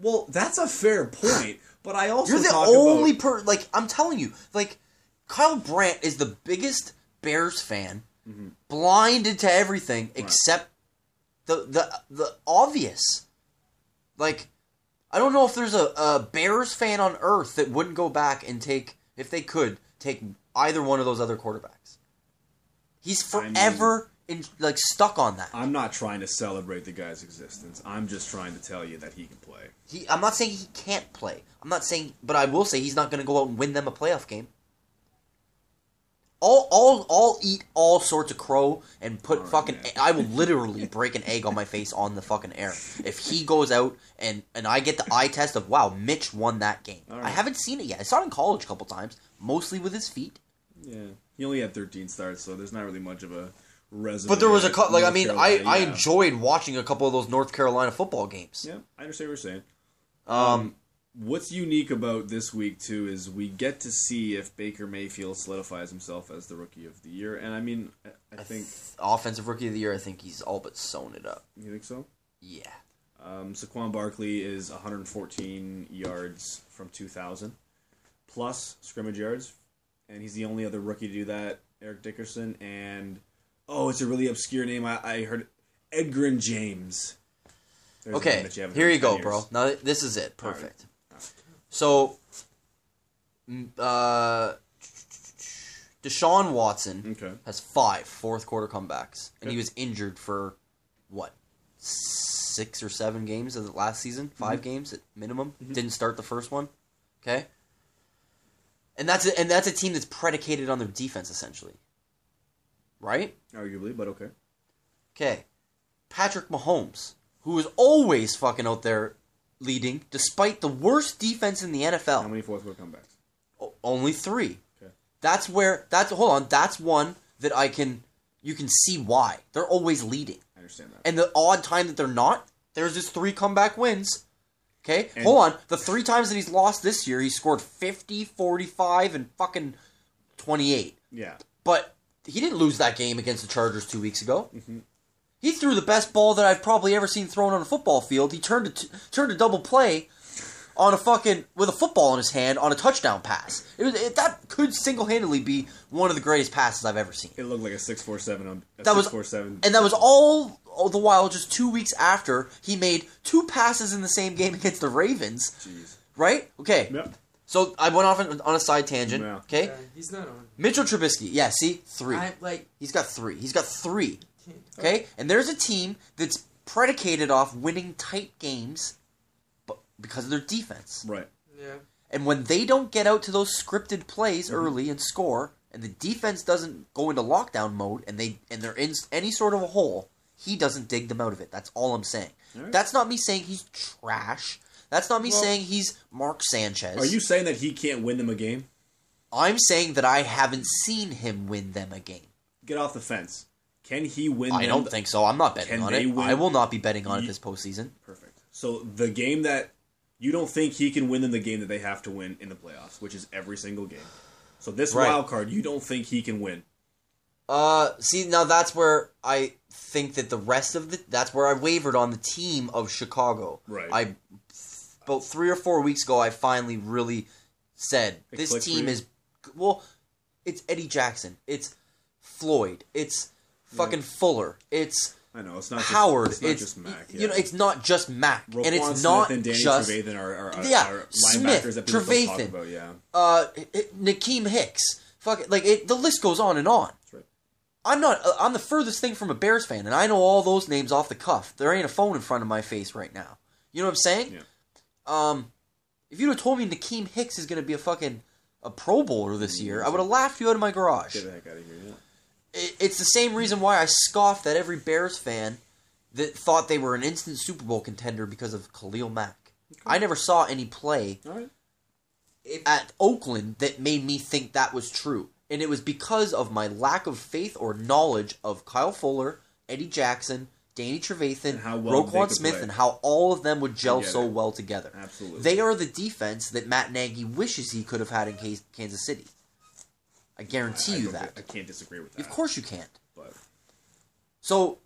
Speaker 2: Well, that's a fair point, but I also
Speaker 1: You're the
Speaker 2: talk
Speaker 1: only
Speaker 2: about,
Speaker 1: per like I'm telling you, like Kyle Brandt is the biggest Bears fan,
Speaker 2: Mm-hmm.
Speaker 1: blinded to everything except the the the obvious. Like I don't know if there's a, a Bears fan on earth that wouldn't go back and take if they could take either one of those other quarterbacks. He's
Speaker 2: I mean-
Speaker 1: forever in like stuck on that.
Speaker 2: I'm not trying to celebrate the guy's existence. I'm just trying to tell you that he can play.
Speaker 1: He, I'm not saying he can't play. I'm not saying, but I will say he's not going to go out and win them a playoff game. I'll, I'll, I'll eat all sorts of crow and put
Speaker 2: All right,
Speaker 1: fucking.
Speaker 2: man.
Speaker 1: I will literally break an egg on my face on the fucking air if he goes out and and I get the eye test of wow, Mitch won that game.
Speaker 2: All right.
Speaker 1: I haven't seen it yet. I saw it in college a couple times, mostly with his feet.
Speaker 2: Yeah, he only had 13 starts, so there's not really much of a resume.
Speaker 1: But there was a
Speaker 2: at
Speaker 1: couple. Like I
Speaker 2: North
Speaker 1: mean,
Speaker 2: Carolina,
Speaker 1: I I
Speaker 2: yeah.
Speaker 1: enjoyed watching a couple of those North Carolina football games.
Speaker 2: Yeah, I understand what you're saying.
Speaker 1: Um,
Speaker 2: What's unique about this week too is we get to see if Baker Mayfield solidifies himself as the rookie of the year, and I mean, I- I think
Speaker 1: offensive rookie of the year. I think he's all but sewn it up.
Speaker 2: you think so.
Speaker 1: Yeah.
Speaker 2: Um, Saquon Barkley is 114 yards from 2,000 plus scrimmage yards, and he's the only other rookie to do that. Eric Dickerson and oh, it's a really obscure name. I, I heard Edgar and James. There's a name
Speaker 1: Okay,
Speaker 2: that haven't
Speaker 1: here
Speaker 2: heard
Speaker 1: you
Speaker 2: in
Speaker 1: go,
Speaker 2: 10
Speaker 1: bro.
Speaker 2: years.
Speaker 1: Now th- this is it.
Speaker 2: All right.
Speaker 1: Perfect. So, mm, uh, Deshaun Watson
Speaker 2: Okay.
Speaker 1: has five fourth quarter comebacks, and he was injured for what six or seven games of the last season, 5
Speaker 2: Mm-hmm.
Speaker 1: games at minimum. Didn't start the first one. Okay, and that's a, and that's a team that's predicated on their defense essentially, right?
Speaker 2: Arguably, but okay.
Speaker 1: Okay. Patrick Mahomes, who is always fucking out there leading, despite the worst defense in the
Speaker 2: How
Speaker 1: NFL.
Speaker 2: many fourth quarter comebacks?
Speaker 1: O- only three.
Speaker 2: Okay.
Speaker 1: That's where that's hold on, that's one that I can you can see why. They're always leading.
Speaker 2: I understand that.
Speaker 1: And the odd time that they're not, there's just three comeback wins. Okay?
Speaker 2: And-
Speaker 1: Hold on. The three times that he's lost this year, he scored 50, 45, and fucking 28.
Speaker 2: yeah.
Speaker 1: But he didn't lose that game against the Chargers two weeks ago.
Speaker 2: Mm-hmm.
Speaker 1: He threw the best ball that I've probably ever seen thrown on a football field. He turned a t- turned a double play on a fucking with a football in his hand on a touchdown pass. It was it, that could single handedly be one of the greatest passes I've ever seen.
Speaker 2: It looked like a six four seven on a
Speaker 1: That was
Speaker 2: six four seven.
Speaker 1: and that was all, all the while just two weeks after he made two passes in the same game against the Ravens.
Speaker 2: Jeez.
Speaker 1: Right? Okay.
Speaker 2: Yep.
Speaker 1: So I went off on, on a side tangent.
Speaker 2: Yeah.
Speaker 1: Okay.
Speaker 3: yeah, he's not on.
Speaker 1: Mitchell Trubisky. Yeah. See three.
Speaker 3: I like.
Speaker 1: He's got three. He's got three. Okay, and there's a team that's predicated off winning tight games, but because of their defense.
Speaker 2: Right.
Speaker 3: Yeah.
Speaker 2: Mm-hmm.
Speaker 1: And when they don't get out to those scripted plays early and score, and the defense doesn't go into lockdown mode, and they and they're in any sort of a hole, he doesn't dig them out of it. That's all I'm saying.
Speaker 2: All right.
Speaker 1: That's not me saying he's trash. That's not me
Speaker 2: Well-
Speaker 1: saying he's Mark Sanchez.
Speaker 2: Are you saying that he can't win them a game?
Speaker 1: I'm saying that I haven't seen him win them a game.
Speaker 2: Get off the fence. Can he win?
Speaker 1: I
Speaker 2: them
Speaker 1: don't
Speaker 2: the-
Speaker 1: think so. I'm not betting
Speaker 2: Can
Speaker 1: on
Speaker 2: they
Speaker 1: it.
Speaker 2: win?
Speaker 1: I will not be betting on it
Speaker 2: Ye-
Speaker 1: this postseason.
Speaker 2: Perfect. So the game that you don't think he can win them the game that they have to win in the playoffs, which is every single game. So this
Speaker 1: Right.
Speaker 2: wild card, you don't think he can win.
Speaker 1: Uh, see, now that's where I think that the rest of the that's where I wavered on the team of Chicago.
Speaker 2: Right.
Speaker 1: I about three or four weeks ago, I finally really said
Speaker 2: It
Speaker 1: this
Speaker 2: clicked for
Speaker 1: team
Speaker 2: you?
Speaker 1: is well. It's Eddie Jackson. It's Floyd. It's fucking Fuller. It's
Speaker 2: I know it's not just,
Speaker 1: Howard.
Speaker 2: It's
Speaker 1: It's,
Speaker 2: not just Mac.
Speaker 1: you know, it's not just Mac, and it's not
Speaker 2: and Danny
Speaker 1: just
Speaker 2: Trevathan are, are, are,
Speaker 1: Yeah,
Speaker 2: are
Speaker 1: Smith,
Speaker 2: linebackers that people don't talk
Speaker 1: Trevathan.
Speaker 2: about. Yeah,
Speaker 1: uh, Nakeem Hicks. Fuck it, like it, the list goes on and on.
Speaker 2: that's right.
Speaker 1: I'm not. uh, I'm the furthest thing from a Bears fan, and I know all those names off the cuff. There ain't a phone in front of my face right now. You know what I'm saying?
Speaker 2: Yeah.
Speaker 1: Um, if you'd have told me Nakeem Hicks is going to be a fucking a Pro Bowler this
Speaker 2: Mm,
Speaker 1: year, I would have laughed you out of my garage.
Speaker 2: Get the heck out of here. Yeah.
Speaker 1: It- It's the same reason why I scoffed at every Bears fan that thought they were an instant Super Bowl contender because of Khalil Mack. I never saw any play
Speaker 2: All right.
Speaker 3: If
Speaker 1: at Oakland that made me think that was true. And it was because of my lack of faith or knowledge of Kyle Fuller, Eddie Jackson, Danny Trevathan,
Speaker 2: And how well they
Speaker 1: Roquan
Speaker 2: could
Speaker 1: Smith,
Speaker 2: play.
Speaker 1: and how all of them would gel
Speaker 2: get
Speaker 1: so
Speaker 2: it.
Speaker 1: well together.
Speaker 2: Absolutely.
Speaker 1: They are the defense that Matt Nagy wishes he could have had in Cas- Kansas City. I guarantee
Speaker 2: I
Speaker 1: you
Speaker 2: don't
Speaker 1: that.
Speaker 2: thi- I can't disagree with that.
Speaker 1: Of course you can't.
Speaker 2: but
Speaker 1: So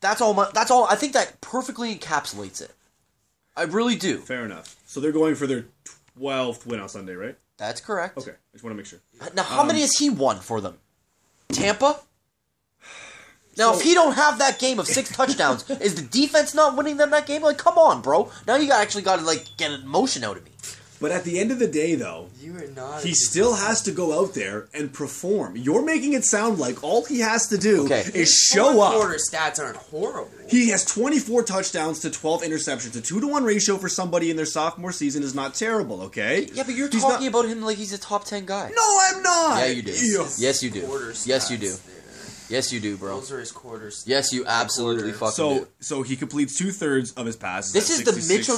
Speaker 1: that's all my that's all I think that perfectly encapsulates it. I really do.
Speaker 2: fair enough. So they're going for their twelfth win on Sunday, right?
Speaker 1: That's correct.
Speaker 2: Okay, Um, I just want to make sure.
Speaker 1: Now, how many has he won for them? Tampa. Now, if
Speaker 2: So-
Speaker 1: he don't have that game of six touchdowns, is the defense not winning them that game? Like, come on, bro. Now you got actually got to like get an emotion out of me.
Speaker 2: But at the end of the day, though,
Speaker 3: you are not,
Speaker 2: He still has to go out there and perform. You're making it sound like all he has to do
Speaker 1: Okay.
Speaker 2: is
Speaker 3: His
Speaker 2: show
Speaker 3: fourth
Speaker 2: up.
Speaker 3: Quarter stats aren't horrible.
Speaker 2: He has 24 touchdowns to 12 interceptions. A 2 to 1 ratio for somebody in their sophomore season is not terrible, okay?
Speaker 1: Yeah, but you're
Speaker 2: He's
Speaker 1: talking
Speaker 2: not-
Speaker 1: about him like he's a top ten guy.
Speaker 2: No, I'm not.
Speaker 1: Yeah, you do.
Speaker 2: Yeah.
Speaker 1: Yes, you do.
Speaker 3: Quarter
Speaker 1: Yes, you
Speaker 3: stats
Speaker 1: do.
Speaker 3: there.
Speaker 1: Yes, you do, bro.
Speaker 3: Those are his quarters.
Speaker 1: Yes, you absolutely fucking do.
Speaker 2: So, so he completes two thirds of his passes.
Speaker 1: This
Speaker 2: at
Speaker 1: is the
Speaker 2: 66.
Speaker 1: Mitchell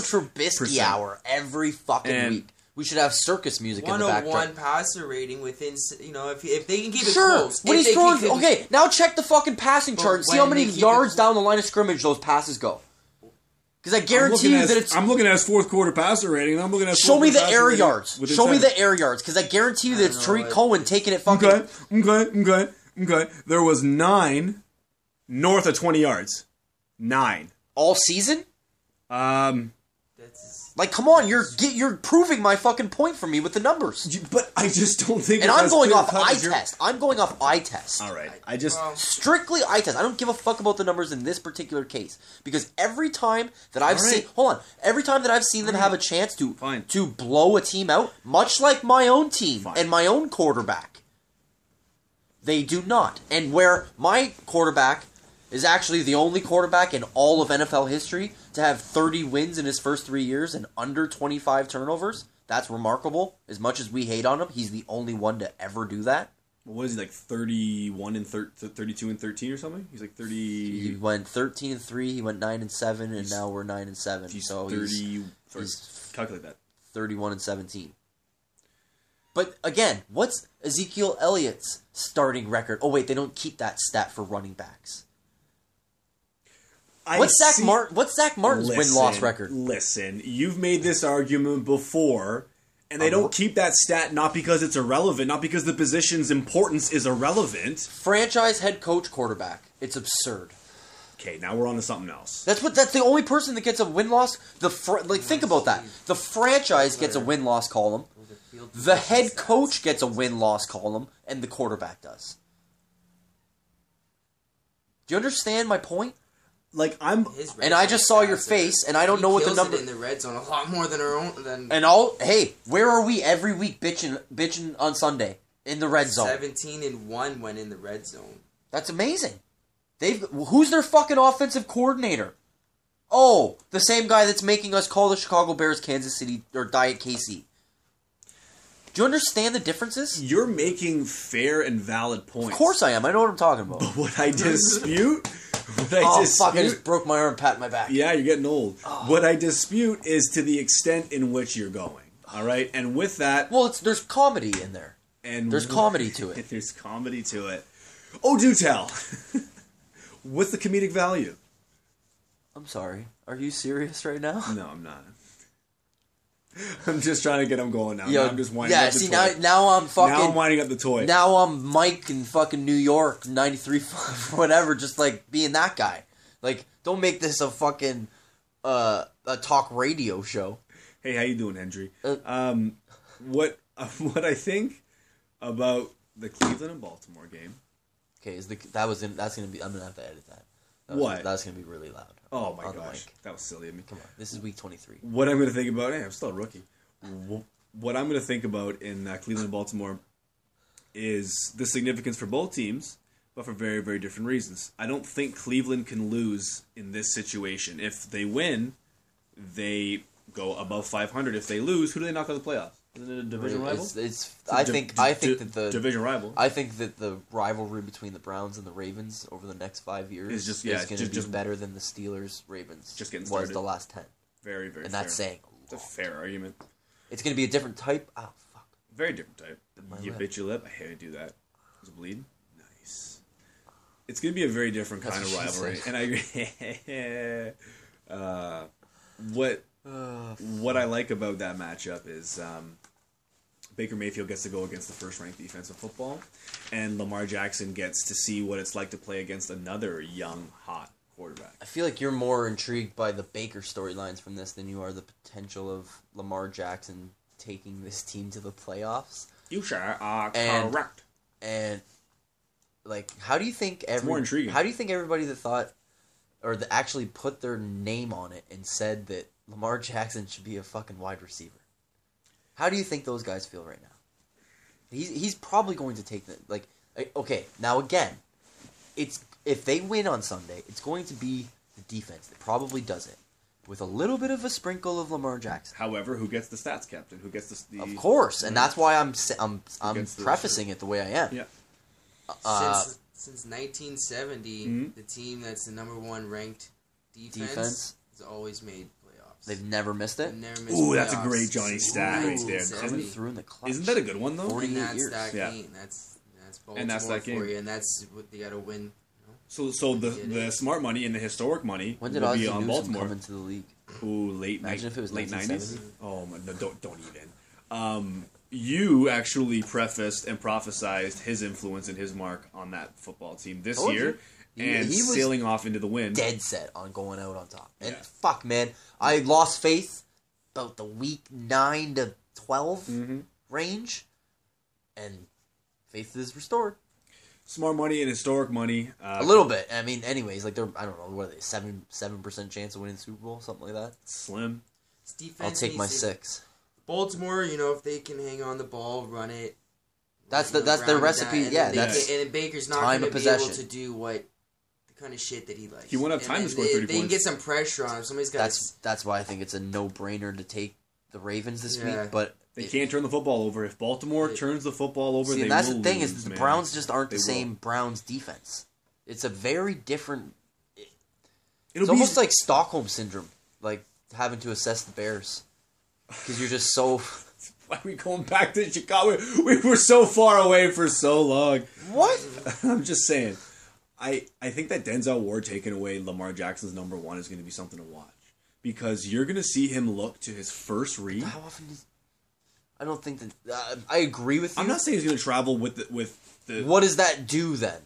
Speaker 1: Trubisky hour every fucking
Speaker 2: And- oh
Speaker 1: week. We should have circus music in the background.
Speaker 3: 101 passer rating within, s- you know, if if they can keep it
Speaker 1: Sure.
Speaker 3: close.
Speaker 1: When
Speaker 3: if
Speaker 1: he's
Speaker 3: they
Speaker 1: throwing,
Speaker 3: keep it-
Speaker 1: okay, now check the fucking passing
Speaker 3: But
Speaker 1: chart and see how
Speaker 3: when
Speaker 1: many
Speaker 3: they keep it
Speaker 1: yards
Speaker 3: close-
Speaker 1: down the line of scrimmage those passes go. Because I
Speaker 2: I'm
Speaker 1: guarantee
Speaker 2: looking,
Speaker 1: you
Speaker 2: at
Speaker 1: that
Speaker 2: his,
Speaker 1: it's.
Speaker 2: I'm looking at his fourth quarter passer rating, and I'm looking at his
Speaker 1: show
Speaker 2: fourth
Speaker 1: me the
Speaker 2: quarter
Speaker 1: air
Speaker 2: passer rating
Speaker 1: yards.
Speaker 2: within
Speaker 1: Show me
Speaker 2: seven.
Speaker 1: the air yards. Because I guarantee you that it's
Speaker 3: don't know,
Speaker 1: Tariq
Speaker 3: I-
Speaker 1: Cohen taking it fucking.
Speaker 2: Okay, okay, okay, okay. There was nine north of 20 yards. Nine.
Speaker 1: All season?
Speaker 2: Um,
Speaker 3: That's,
Speaker 1: Like, come on, you're get, you're proving my fucking point for me with the numbers.
Speaker 2: you- but I just don't think.
Speaker 1: And
Speaker 2: it's
Speaker 1: I'm
Speaker 2: as
Speaker 1: going
Speaker 2: clear
Speaker 1: off
Speaker 2: cut
Speaker 1: eye
Speaker 2: as you're-
Speaker 1: test. I'm going off eye test.
Speaker 2: All right, I just
Speaker 3: well,
Speaker 1: strictly eye test. I don't give a fuck about the numbers in this particular case because every time that I've
Speaker 2: All
Speaker 1: seen,
Speaker 2: right.
Speaker 1: hold on, every time that I've seen them have a chance to
Speaker 2: Fine.
Speaker 1: to blow a team out, much like my own team
Speaker 2: Fine.
Speaker 1: and my own quarterback, they do not. And where my quarterback is actually the only quarterback in all of NFL history to have 30 wins in his first three years and under 25 turnovers. That's remarkable. As much as we hate on him, he's the only one to ever do that.
Speaker 2: what is he like thirty-one and thir- th- thirty-two and thirteen or something? He's like
Speaker 1: He
Speaker 2: thirty.
Speaker 1: went 13 and 3, he went 9 and 7, and now we're 9 and 7.
Speaker 2: He's
Speaker 1: so he's
Speaker 2: thirty. or
Speaker 1: he's-
Speaker 2: calculate that.
Speaker 1: 31 and 17. But again, what's Ezekiel Elliott's starting record? Oh, wait, they don't keep that stat for running backs.
Speaker 2: I
Speaker 1: What's Zach,
Speaker 2: see-
Speaker 1: Mar- what's Zach Martin's win
Speaker 2: Listen,
Speaker 1: loss record?
Speaker 2: Listen, you've made this argument before, and they
Speaker 1: I'm
Speaker 2: don't
Speaker 1: not-
Speaker 2: keep that stat not because it's irrelevant, not because the position's importance is irrelevant.
Speaker 1: Franchise head coach quarterback. It's absurd.
Speaker 2: Okay, now we're on to something else.
Speaker 1: That's what. That's the only person that gets a win loss. The fr- like, think about that. The franchise gets a win loss column.
Speaker 3: the, field
Speaker 1: The
Speaker 3: position
Speaker 1: head
Speaker 3: stats.
Speaker 1: coach gets a win loss column, and the quarterback does. Do you understand my point?
Speaker 2: Like I'm,
Speaker 3: His red
Speaker 1: And I
Speaker 3: zone
Speaker 1: just saw your
Speaker 3: stats are-
Speaker 1: face, and I don't
Speaker 3: he
Speaker 1: know what the
Speaker 3: kills it
Speaker 1: number.
Speaker 3: in the red zone a lot more than our own than
Speaker 1: and I'll hey, where are we every week bitching bitching on Sunday in the red zone?
Speaker 3: 17 and 1 went in the red zone.
Speaker 1: That's amazing. They've who's their fucking offensive coordinator? Oh, the same guy that's making us call the Chicago Bears Kansas City or Diet KC. Do you understand the differences?
Speaker 2: You're making fair and valid points.
Speaker 1: Of course I am. I know what I'm talking about.
Speaker 2: What I dispute. What I
Speaker 1: oh
Speaker 2: dispute.
Speaker 1: fuck! I just Oh. broke my arm, pat my back.
Speaker 2: Yeah, you're getting old. What I dispute is to the extent in which you're going. All right, and with that,
Speaker 1: Well, it's there's comedy in there.
Speaker 2: and
Speaker 1: There's comedy to
Speaker 2: And
Speaker 1: it.
Speaker 2: there's comedy to it. Oh, do tell. What's the comedic value?
Speaker 1: I'm sorry. Are you serious right now?
Speaker 2: No, I'm not. I'm just trying to get him going now.
Speaker 1: Yo,
Speaker 2: Now I'm just winding
Speaker 1: yeah.
Speaker 2: up the
Speaker 1: see
Speaker 2: toy.
Speaker 1: now, now I'm fucking.
Speaker 2: now I'm winding up the toy.
Speaker 1: now I'm Mike in fucking New York, 93, whatever, just like being that guy. Like, don't make this a fucking uh, a talk radio show.
Speaker 2: hey, how you doing, Hendry?
Speaker 1: Uh,
Speaker 2: um, what what I think about the Cleveland and Baltimore game?
Speaker 1: Okay, is the that was in, that's gonna be I'm gonna have to edit that. that was,
Speaker 2: What?
Speaker 1: That's gonna be really loud.
Speaker 2: Oh my
Speaker 1: On the
Speaker 2: gosh,
Speaker 1: mic.
Speaker 2: that was silly of me.
Speaker 1: Come on, this is week 23.
Speaker 2: What I'm going to think about? Hey, I'm still a rookie. Wh- What I'm going to think about in uh, Cleveland and Baltimore is the significance for both teams, but for very very different reasons. I don't think Cleveland can lose in this situation. If they win, they go above 500. If they lose, who do they knock out of the playoffs? Is it a division rival?
Speaker 1: It's, it's I
Speaker 2: Div-
Speaker 1: think I think
Speaker 2: di-
Speaker 1: that the
Speaker 2: division rival.
Speaker 1: I think that the rivalry between the Browns and the Ravens over the next five years
Speaker 2: Is just- yeah,
Speaker 1: going to
Speaker 2: ju-
Speaker 1: be
Speaker 2: just-
Speaker 1: better than the Steelers Ravens
Speaker 2: Just getting
Speaker 1: was
Speaker 2: started.
Speaker 1: the last ten,
Speaker 2: Very, very.
Speaker 1: and
Speaker 2: fair.
Speaker 1: that's saying
Speaker 2: It's a fair argument.
Speaker 1: it's going to be a different type. Oh fuck!
Speaker 2: Very different type.
Speaker 1: my
Speaker 2: you
Speaker 1: lip.
Speaker 2: bit your lip. I hate to do that. Does it bleed? Nice. It's gonna be a very different
Speaker 1: That's
Speaker 2: kind of
Speaker 1: what she
Speaker 2: rivalry,
Speaker 1: said.
Speaker 2: and I agree. uh, what what I like about that matchup is um, Baker Mayfield gets to go against the first ranked defense in football, and Lamar Jackson gets to see what it's like to play against another young hot quarterback.
Speaker 1: I feel like you're more intrigued by the Baker storylines from this than you are the potential of Lamar Jackson taking this team to the playoffs.
Speaker 2: You sure are
Speaker 1: And-
Speaker 2: correct.
Speaker 1: and like how do you think every
Speaker 2: more intriguing.
Speaker 1: how do you think everybody that thought or that actually put their name on it and said that Lamar Jackson should be a fucking wide receiver? How do you think those guys feel right now? He's he's probably going to take the like I- okay, now again, it's if they win on Sunday, it's going to be the defense that probably does it with a little bit of a sprinkle of Lamar Jackson.
Speaker 2: However, who gets the stats captain? Who gets the, the
Speaker 1: Of course, and that's why I'm s- I'm I'm
Speaker 2: Against the-
Speaker 1: prefacing it the way I am.
Speaker 2: Yeah.
Speaker 1: Uh, hmm?
Speaker 3: since since 1970,
Speaker 2: Mhm.
Speaker 3: the team that's the number one ranked defense,
Speaker 1: Defense.
Speaker 3: has always made playoffs.
Speaker 1: They've never missed it.
Speaker 3: They've never missed
Speaker 2: Ooh, that's a
Speaker 3: playoffs
Speaker 2: great Johnny
Speaker 3: since
Speaker 2: stat right there.
Speaker 3: 1970.
Speaker 2: Isn't-
Speaker 1: Coming through in the clutch.
Speaker 2: Isn't that a good one though?
Speaker 1: 40
Speaker 3: And that's
Speaker 1: years.
Speaker 3: that
Speaker 2: Yeah.
Speaker 3: game. That's that's Baltimore
Speaker 2: And that's that game.
Speaker 3: for you, and that's what they got to win.
Speaker 2: So, so the
Speaker 3: Yeah, it
Speaker 2: the
Speaker 3: is.
Speaker 2: smart money and the historic money
Speaker 1: When did
Speaker 2: will
Speaker 1: Ozzie
Speaker 2: be on
Speaker 1: Newsome come
Speaker 2: Baltimore. Hmm.
Speaker 1: into the league?
Speaker 2: Ooh, late
Speaker 1: Imagine
Speaker 2: night,
Speaker 1: if it was
Speaker 2: late
Speaker 1: 1970.
Speaker 2: nineties. Oh my, no, don't don't even. Um, you actually prefaced and prophesized his influence and his mark on that football team this
Speaker 1: Told
Speaker 2: year,
Speaker 1: you. He-
Speaker 2: and
Speaker 1: he was
Speaker 2: sailing off into the wind.
Speaker 1: Dead set on going out on top. And
Speaker 2: Yeah.
Speaker 1: fuck, man, I lost faith about the week nine to 12
Speaker 2: Mm-hmm.
Speaker 1: range, and faith is restored
Speaker 2: Smart money and historic money. Uh,
Speaker 1: a little bit. I mean, anyways, like they're I don't know what are they seven seven percent chance of winning the Super Bowl, something like that.
Speaker 2: slim.
Speaker 3: It's defense
Speaker 1: I'll take my
Speaker 3: needs to-
Speaker 1: six.
Speaker 3: Baltimore, you know, if they can hang on the ball, run it.
Speaker 1: That's the
Speaker 3: you know,
Speaker 1: that's their
Speaker 3: ground and
Speaker 1: recipe.
Speaker 3: down, and
Speaker 1: Yeah,
Speaker 3: then
Speaker 2: they
Speaker 1: that's
Speaker 3: get- and then Baker's not
Speaker 1: time
Speaker 3: going to
Speaker 1: of
Speaker 3: be able
Speaker 1: possession.
Speaker 3: to do what the kind of shit that he likes.
Speaker 2: He won't have
Speaker 3: And
Speaker 2: time to
Speaker 3: then
Speaker 2: score
Speaker 3: they-
Speaker 2: 30
Speaker 3: They can
Speaker 2: points.
Speaker 3: get some pressure on him. Somebody's got.
Speaker 1: that's that's why I think it's a no brainer to take the Ravens this
Speaker 3: Yeah.
Speaker 1: week. But
Speaker 2: They
Speaker 1: it-
Speaker 2: can't turn the football over. If Baltimore
Speaker 3: It-
Speaker 2: turns the football over,
Speaker 1: See,
Speaker 2: they
Speaker 1: and that's
Speaker 2: will
Speaker 1: the thing
Speaker 2: lose,
Speaker 1: is the
Speaker 2: man.
Speaker 1: Browns just aren't the
Speaker 2: They will.
Speaker 1: same Browns defense. It's a very different.
Speaker 2: It'll
Speaker 1: It's
Speaker 2: be
Speaker 1: almost like Stockholm syndrome, like having to assess the Bears because you're just so.
Speaker 2: Why are we going back to Chicago? We were so far away for so long.
Speaker 1: what?
Speaker 2: I'm just saying. I I think that Denzel Ward taking away Lamar Jackson's number one is going to be something to watch because you're going to see him look to his first read.
Speaker 1: How often? Does, I don't think that. Uh, I agree with you.
Speaker 2: I'm not saying he's going to travel with the, with the.
Speaker 1: what does that do then?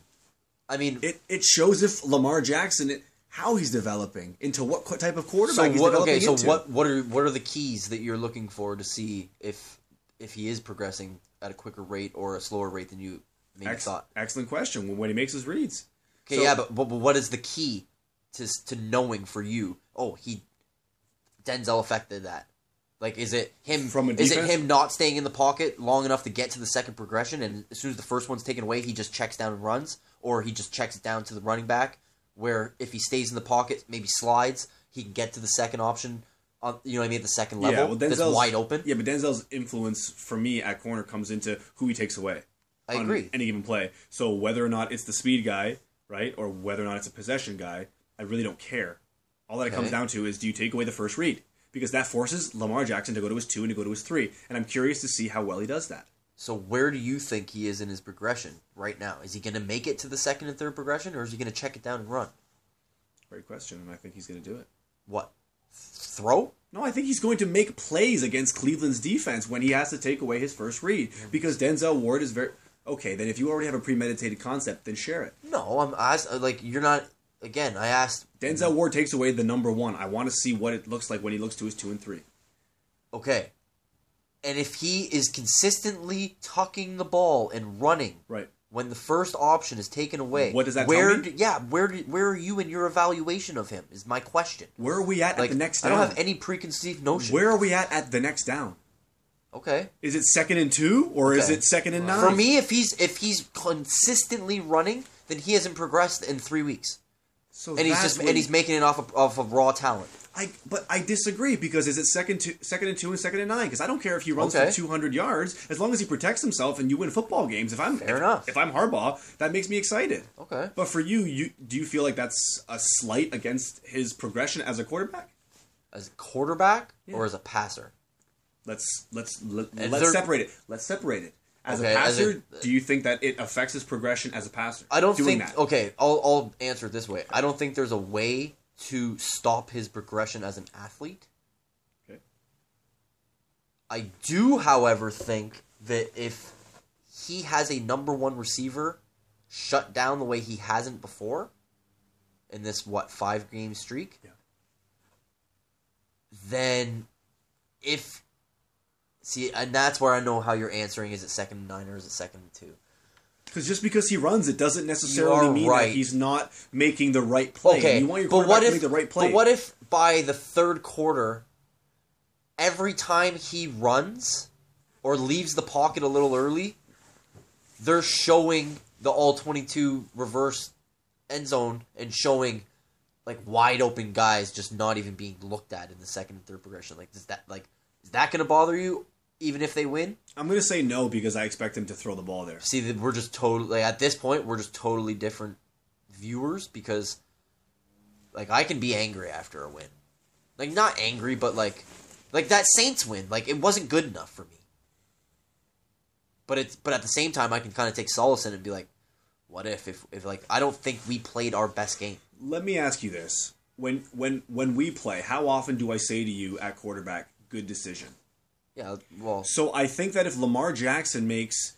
Speaker 1: I mean,
Speaker 2: It it shows if Lamar Jackson how he's developing into what qu- type of quarterback
Speaker 1: so
Speaker 2: he's
Speaker 1: what?
Speaker 2: developing
Speaker 1: Okay, so
Speaker 2: into.
Speaker 1: what? What are what are the keys that you're looking for to see if if he is progressing at a quicker rate or a slower rate than you maybe
Speaker 2: Ex-
Speaker 1: thought?
Speaker 2: excellent question. When, when he makes his reads,
Speaker 1: Okay,
Speaker 2: So-
Speaker 1: yeah, but, but but what is the key to s- to knowing for you? Oh, he Denzel affected that. Like, is it him?
Speaker 2: From a
Speaker 1: is it
Speaker 2: defense?
Speaker 1: him not staying in the pocket long enough to get to the second progression, and as soon as the first one's taken away, he just checks down and runs, or he just checks it down to the running back, where if he stays in the pocket, maybe slides, he can get to the second option on, you know what I mean, at the second level
Speaker 2: Yeah, well,
Speaker 1: that's
Speaker 2: Denzel's
Speaker 1: wide open.
Speaker 2: Yeah, but Denzel's influence for me at corner comes into who he takes away.
Speaker 1: I
Speaker 2: on
Speaker 1: agree.
Speaker 2: Any given play. So whether or not it's the speed guy, right, or whether or not it's a possession guy, I really don't care. All that it comes
Speaker 1: Okay.
Speaker 2: down to is do you take away the first read? Because that forces Lamar Jackson to go to his two and to go to his three. And I'm curious to see how well he does that.
Speaker 1: So where do you think he is in his progression right now? Is he going to make it to the second and third progression, or is he going to check it down and run?
Speaker 2: Great question, and I think he's going to do it.
Speaker 1: What throw?
Speaker 2: No, I think he's going to make plays against Cleveland's defense when he has to take away his first read because Denzel Ward is very okay. Then if you already have a premeditated concept, then share it.
Speaker 1: No, I'm I asked uh, like you're not. Again, I asked.
Speaker 2: Denzel Ward takes away the number one. I want to see what it looks like when he looks to his two and three.
Speaker 1: Okay, and if he is consistently tucking the ball and running,
Speaker 2: Right.
Speaker 1: when the first option is taken away,
Speaker 2: What does that
Speaker 1: where?
Speaker 2: tell me?
Speaker 1: do- yeah, where? Do, where are you in your evaluation of him? Is my question.
Speaker 2: Where are we at
Speaker 1: Like
Speaker 2: at the next
Speaker 1: I
Speaker 2: down?
Speaker 1: don't have any preconceived notion.
Speaker 2: Where are we at at the next down?
Speaker 1: Okay.
Speaker 2: Is it second and two or is
Speaker 1: Okay.
Speaker 2: it second and nine?
Speaker 1: For me, if he's if he's consistently running, then he hasn't progressed in three weeks,
Speaker 2: so
Speaker 1: and he's
Speaker 2: that's
Speaker 1: just
Speaker 2: where
Speaker 1: and he's making it off of, off of raw talent.
Speaker 2: I but I disagree because is it second two, second and two and second and nine? Because I don't care if he runs
Speaker 1: Okay.
Speaker 2: for two hundred yards as long as he protects himself and you win football games. If I'm
Speaker 1: Fair
Speaker 2: if,
Speaker 1: enough.
Speaker 2: if I'm Harbaugh, that makes me excited.
Speaker 1: Okay.
Speaker 2: But for you, you do you feel like that's a slight against his progression as a quarterback?
Speaker 1: As a quarterback or as a passer?
Speaker 2: Let's let's let,
Speaker 1: And
Speaker 2: let's
Speaker 1: they're-
Speaker 2: separate it. Let's separate it. As
Speaker 1: Okay,
Speaker 2: a
Speaker 1: as a-
Speaker 2: passer, do you think that it affects his progression as a passer?
Speaker 1: I don't
Speaker 2: Doing
Speaker 1: think. oh.
Speaker 2: that.
Speaker 1: Okay, I'll I'll answer it this way. I don't think there's a way to stop his progression as an athlete.
Speaker 2: Okay.
Speaker 1: I do, however, think that if he has a number one receiver shut down the way he hasn't before in this what five game streak,
Speaker 2: Yeah.
Speaker 1: then if see, and that's where I know how you're answering: is it second and nine or is it second and two?
Speaker 2: Because just because he runs, it doesn't necessarily
Speaker 1: are
Speaker 2: mean
Speaker 1: right.
Speaker 2: that he's not making the right play.
Speaker 1: Okay,
Speaker 2: you want your
Speaker 1: but
Speaker 2: quarterback
Speaker 1: what
Speaker 2: to
Speaker 1: if
Speaker 2: make the right play.
Speaker 1: but what if by the third quarter, every time he runs or leaves the pocket a little early, they're showing the all twenty-two reverse end zone and showing like wide open guys just not even being looked at in the second and third progression. Like does that like is that going to bother you? Even if they win,
Speaker 2: I'm going to say no because I expect him to throw the ball there.
Speaker 1: see that we're just totally at this point we're just totally different viewers because like I can be angry after a win. Like not angry but like like that Saints win, like it wasn't good enough for me. But it's but at the same time I can kind of take solace in it and be like what if if if like I don't think we played our best game.
Speaker 2: Let me ask you this: when when when we play, how often do I say to you at quarterback, "Good decision"?
Speaker 1: Yeah, well,
Speaker 2: So I think that if Lamar Jackson makes